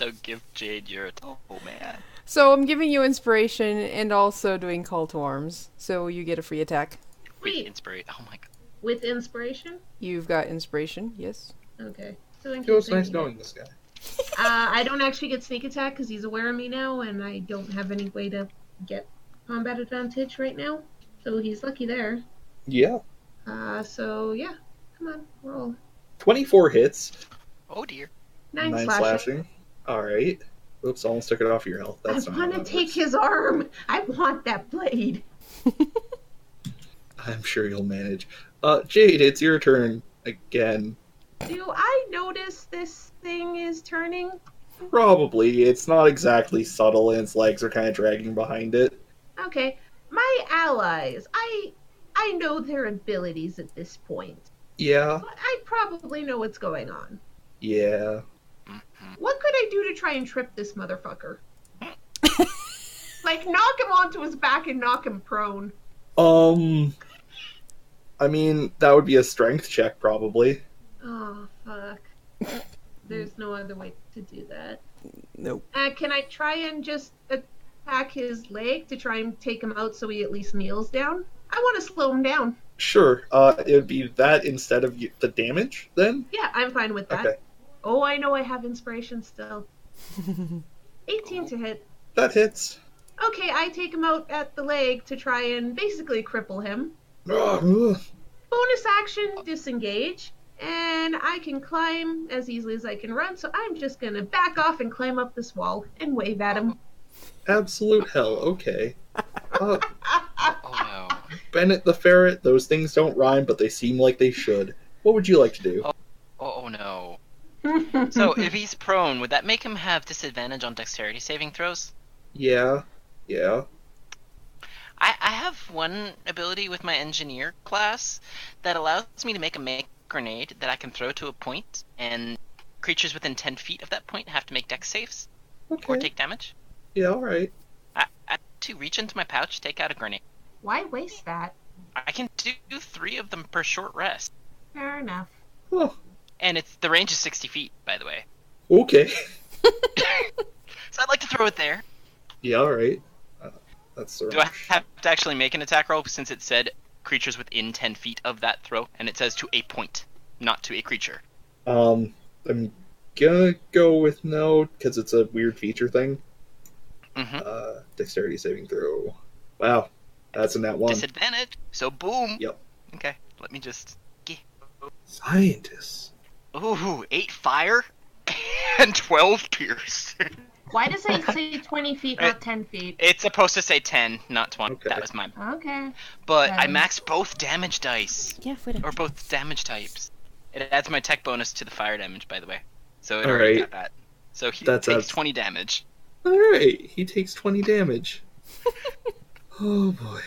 Speaker 4: So give Jade your oh man.
Speaker 2: So I'm giving you inspiration and also doing call to arms, so you get a free attack.
Speaker 4: Wait,
Speaker 3: Sweet.
Speaker 4: inspirate. Oh my god.
Speaker 3: With inspiration?
Speaker 2: You've got inspiration, yes.
Speaker 3: Okay. So in
Speaker 1: Feels
Speaker 3: case I
Speaker 1: nice
Speaker 3: need it.
Speaker 1: knowing this guy.
Speaker 3: Uh, I don't actually get sneak attack because he's aware of me now, and I don't have any way to get combat advantage right now. So he's lucky there.
Speaker 1: Yeah,
Speaker 3: Uh, so yeah, come on, roll
Speaker 1: twenty-four hits,
Speaker 4: Oh dear.
Speaker 3: nine,
Speaker 1: nine
Speaker 3: slashing.
Speaker 1: slashing. All right. Oops, almost took it off your health. That's
Speaker 3: I
Speaker 1: not.
Speaker 3: want
Speaker 1: how
Speaker 3: to
Speaker 1: that
Speaker 3: take
Speaker 1: works.
Speaker 3: his arm. [laughs] I want that blade.
Speaker 1: I'm sure you'll manage. Uh, Jade, it's your turn again.
Speaker 3: Do I notice this thing is turning?
Speaker 1: Probably. It's not exactly subtle, and its legs are kind of dragging behind it.
Speaker 3: Okay, my allies. I I know their abilities at this point.
Speaker 1: Yeah.
Speaker 3: But I probably know what's going on.
Speaker 1: Yeah.
Speaker 3: What could I do to try and trip this motherfucker? like knock him onto his back and knock him prone.
Speaker 1: Um. I mean, that would be a strength check, probably.
Speaker 3: Oh [laughs] fuck. There's no other way to do that.
Speaker 2: Nope.
Speaker 3: Uh, can I try and just attack his leg to try and take him out so he at least kneels down? I want to slow him down.
Speaker 1: Sure. Uh, it would be that instead of y- the damage, then?
Speaker 3: Yeah, I'm fine with that.
Speaker 1: Okay.
Speaker 3: Oh, I know I have inspiration [laughs] still. 18 to hit.
Speaker 1: That hits.
Speaker 3: Okay, I take him out at the leg to try and basically cripple him.
Speaker 1: Ah, ugh.
Speaker 3: Bonus action, disengage, and I can climb as easily as I can run, so I'm just gonna back off and climb up this wall and wave at [laughs] him.
Speaker 1: Absolute hell. [laughs] Okay. Uh,
Speaker 6: Oh no.
Speaker 1: Bennett the ferret, those things don't rhyme, but they seem like they should. What would you like to do?
Speaker 6: Oh, oh no.
Speaker 4: So
Speaker 3: Mm-hmm.
Speaker 4: if he's prone, would that make him have disadvantage on dexterity saving throws?
Speaker 1: Yeah. Yeah.
Speaker 4: I, I have one ability with my engineer class that allows me to make a make grenade that I can throw to a point, and creatures within 10 feet of that point have to make dex saves or
Speaker 1: Okay.
Speaker 4: take damage.
Speaker 1: Yeah, alright.
Speaker 4: I, I have to reach into my pouch, take out a grenade.
Speaker 3: Why waste that?
Speaker 4: I can do three of them per short rest,
Speaker 3: Fair enough.
Speaker 1: Oh,
Speaker 4: and it's the range is sixty feet, by the way.
Speaker 1: okay.
Speaker 4: So I'd like to throw it there.
Speaker 1: Yeah, all right. Uh, that's the
Speaker 4: Do I have to actually make an attack roll since it said creatures within ten feet of that throw, and it says to a point, not to a creature?
Speaker 1: Um, I'm gonna go with no because it's a weird feature thing.
Speaker 4: Mhm.
Speaker 1: Uh, dexterity saving throw. Wow, that's in that one.
Speaker 4: Disadvantage. So boom.
Speaker 1: Yep.
Speaker 4: Okay. Let me just.
Speaker 1: Scientists.
Speaker 4: Ooh, eight fire [laughs] and twelve pierce.
Speaker 3: Why does it [laughs] say 20 feet, not 10 feet?
Speaker 4: It's supposed to say ten, not twenty.
Speaker 1: Okay.
Speaker 4: That was mine.
Speaker 3: Okay.
Speaker 4: But I
Speaker 3: Um,
Speaker 4: maxed both damage dice,
Speaker 2: Yeah, wait a
Speaker 4: or both damage types. It adds my tech bonus to the fire damage, by the way. So it
Speaker 1: All
Speaker 4: already
Speaker 1: right.
Speaker 4: got that. So he
Speaker 1: That's
Speaker 4: takes
Speaker 1: us.
Speaker 4: twenty damage.
Speaker 1: All right, he takes twenty
Speaker 4: [laughs]
Speaker 1: damage. oh boy,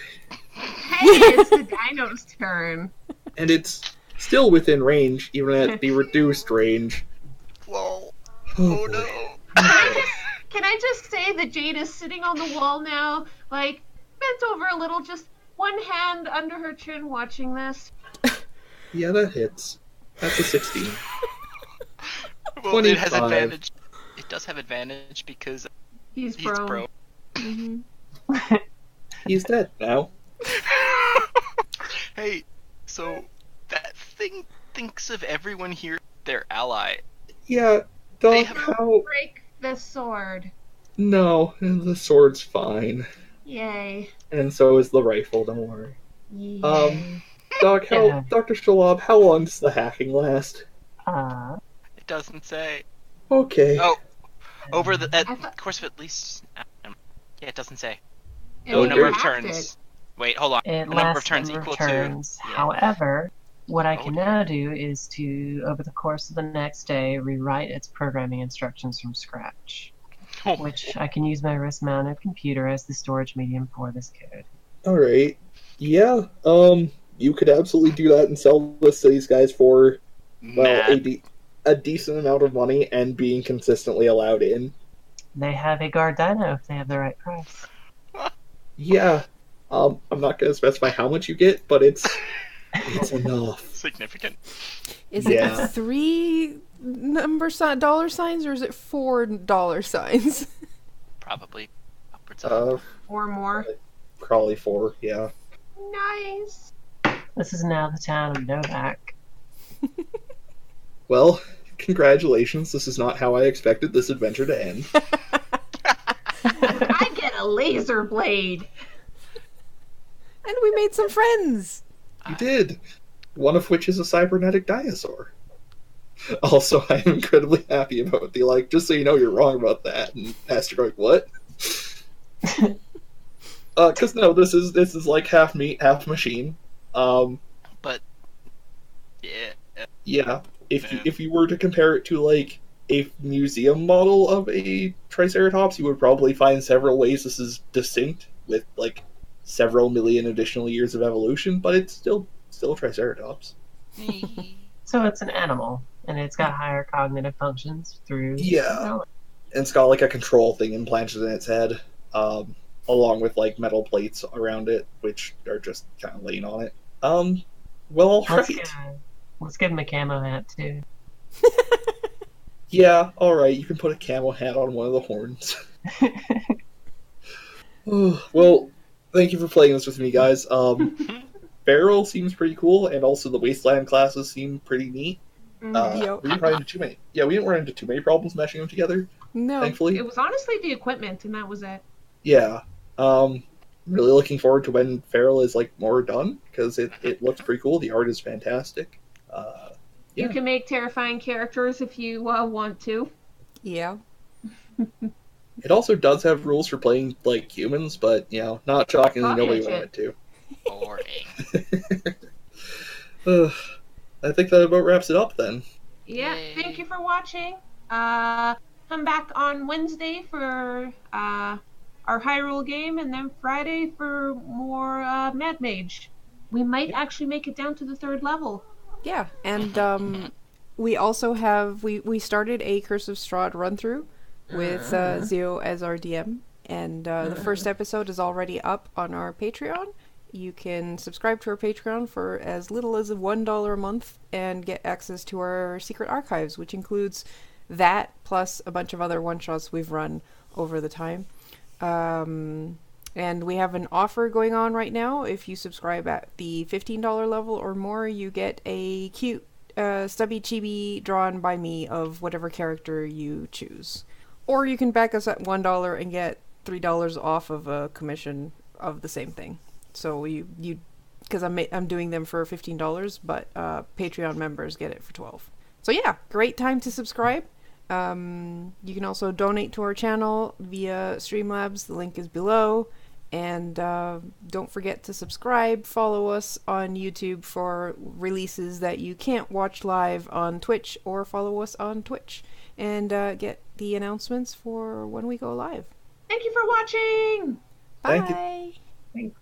Speaker 3: Hey, it's the dino's turn.
Speaker 1: and it's still within range, even at
Speaker 4: [laughs]
Speaker 1: the reduced range.
Speaker 4: Whoa!
Speaker 1: Oh, boy.
Speaker 3: Can I just say that Jade is sitting on the wall now, like, bent over a little, just one hand under her chin watching this?
Speaker 1: Yeah, that hits. That's a sixteen.
Speaker 4: Well, it has
Speaker 1: 25.
Speaker 4: advantage. It does have advantage because
Speaker 3: He's
Speaker 4: he's
Speaker 3: prone.
Speaker 4: pro. [laughs]
Speaker 3: Mm-hmm.
Speaker 2: Mhm.
Speaker 1: He's dead now.
Speaker 4: hey, so that thing thinks of everyone here their ally.
Speaker 1: Yeah, dog.
Speaker 4: have-
Speaker 1: How?
Speaker 3: Break the sword.
Speaker 1: No, the sword's fine,
Speaker 3: Yay.
Speaker 1: and so is the rifle. Don't worry.
Speaker 3: Yay.
Speaker 1: Um, Doc, how,
Speaker 5: Yeah.
Speaker 1: Dr. Shalab, how long does the hacking last?
Speaker 5: Uh,
Speaker 4: It doesn't say
Speaker 1: Okay.
Speaker 4: Oh. over the at
Speaker 3: I thought-
Speaker 4: course of at least. um, Yeah, it doesn't say.
Speaker 3: And
Speaker 4: No
Speaker 3: you
Speaker 4: number of
Speaker 3: hacked
Speaker 4: turns.
Speaker 3: it.
Speaker 4: Wait, hold on.
Speaker 5: It
Speaker 4: The
Speaker 5: lasts
Speaker 4: number of turns
Speaker 5: number of
Speaker 4: equal
Speaker 5: turns.
Speaker 4: to. Yeah.
Speaker 5: However, what I can
Speaker 4: Oh,
Speaker 5: now do is to, over the course of the next day, rewrite its programming instructions from scratch,
Speaker 4: Oh.
Speaker 5: which I can use my wrist-mounted computer as the storage medium for this code.
Speaker 1: All right. Yeah. Um, you could absolutely do that and sell this to these guys for well
Speaker 4: Nah.
Speaker 1: a, de- a decent amount of money and being consistently allowed in.
Speaker 5: They have a guard dino if they have the right price.
Speaker 1: Yeah. Um, I'm not gonna specify how much you get, but
Speaker 4: [laughs]
Speaker 1: it's it's enough.
Speaker 4: Significant.
Speaker 2: Is
Speaker 1: Yeah.
Speaker 2: it three number si- dollar signs or is it four dollar [laughs] signs?
Speaker 4: Probably. Upwards of.
Speaker 1: Uh,
Speaker 3: Or more.
Speaker 1: Crawley four. Yeah.
Speaker 3: Nice.
Speaker 5: This is now the town of Novak.
Speaker 1: Well, congratulations. This is not how I expected this adventure to end.
Speaker 3: [laughs] I get a laser blade.
Speaker 2: and we made some friends.
Speaker 1: You did. One of which is a cybernetic dinosaur. [laughs] Also, I'm incredibly happy about the like. Just so you know, you're wrong about that. And Pastor going, what? Because no, this is this is like half meat, half machine. Um,
Speaker 4: Yeah.
Speaker 1: yeah. If you,
Speaker 4: Yeah.
Speaker 1: if you were to compare it to like a museum model of a triceratops, you would probably find several ways this is distinct with like several million additional years of evolution, but it's still still a triceratops.
Speaker 5: So it's an animal, and it's got higher cognitive functions through.
Speaker 1: Yeah. and it's got like a control thing implanted in its head, um, along with like metal plates around it, which are just kind of laying on it. Um, well, all
Speaker 5: Let's,
Speaker 1: right.
Speaker 5: give, let's give him a camo hat too.
Speaker 1: Yeah, all right. You can put a camel hat on one of the horns. [sighs] well, thank you for playing this with me, guys. Um, Barrel seems pretty cool, and also the wasteland classes seem pretty neat.
Speaker 3: Mm.
Speaker 1: Uh,
Speaker 2: Yep.
Speaker 1: We didn't run into too many. Yeah, we didn't run into too many problems mashing them together,
Speaker 2: No.
Speaker 1: thankfully.
Speaker 3: It was honestly the equipment, and that was it.
Speaker 1: Yeah. Um, I'm really looking forward to when Feral is like more done because it, it looks pretty cool. The art is fantastic. Uh,
Speaker 3: You
Speaker 1: Yeah.
Speaker 3: can make terrifying characters if you uh, want to.
Speaker 2: Yeah.
Speaker 1: it also does have rules for playing like humans, but you know, not shockingly,
Speaker 3: Not
Speaker 1: nobody
Speaker 3: ancient.
Speaker 1: wanted to.
Speaker 4: Boring.
Speaker 1: Ugh. [sighs] I think that about wraps it up then.
Speaker 3: Yeah,
Speaker 4: Yay.
Speaker 3: thank you for watching. Uh, come back on Wednesday for uh, our Hyrule game, and then Friday for more uh, Mad Mage. We might actually make it down to the third level.
Speaker 2: Yeah. And um, we also have we we started a Curse of Strahd run through with uh, Zio as our DM, and uh, the first episode is already up on our Patreon. You can subscribe to our Patreon for as little as $1 a month and get access to our secret archives, which includes that plus a bunch of other one shots we've run over the time. Um, and we have an offer going on right now. If you subscribe at the $15 level or more, you get a cute uh, stubby chibi drawn by me of whatever character you choose. Or you can back us at $1 and get $3 off of a commission of the same thing. So you, you because I'm, ma- I'm doing them for $15, but uh, Patreon members get it for 12 So yeah, great time to subscribe. Um, you can also donate to our channel via Streamlabs. The link is below. And uh, don't forget to subscribe. Follow us on YouTube for releases that you can't watch live on Twitch, or follow us on Twitch and uh, get the announcements for when we go live.
Speaker 3: Thank you for watching.
Speaker 1: Thank you.
Speaker 2: Bye.
Speaker 5: Thanks.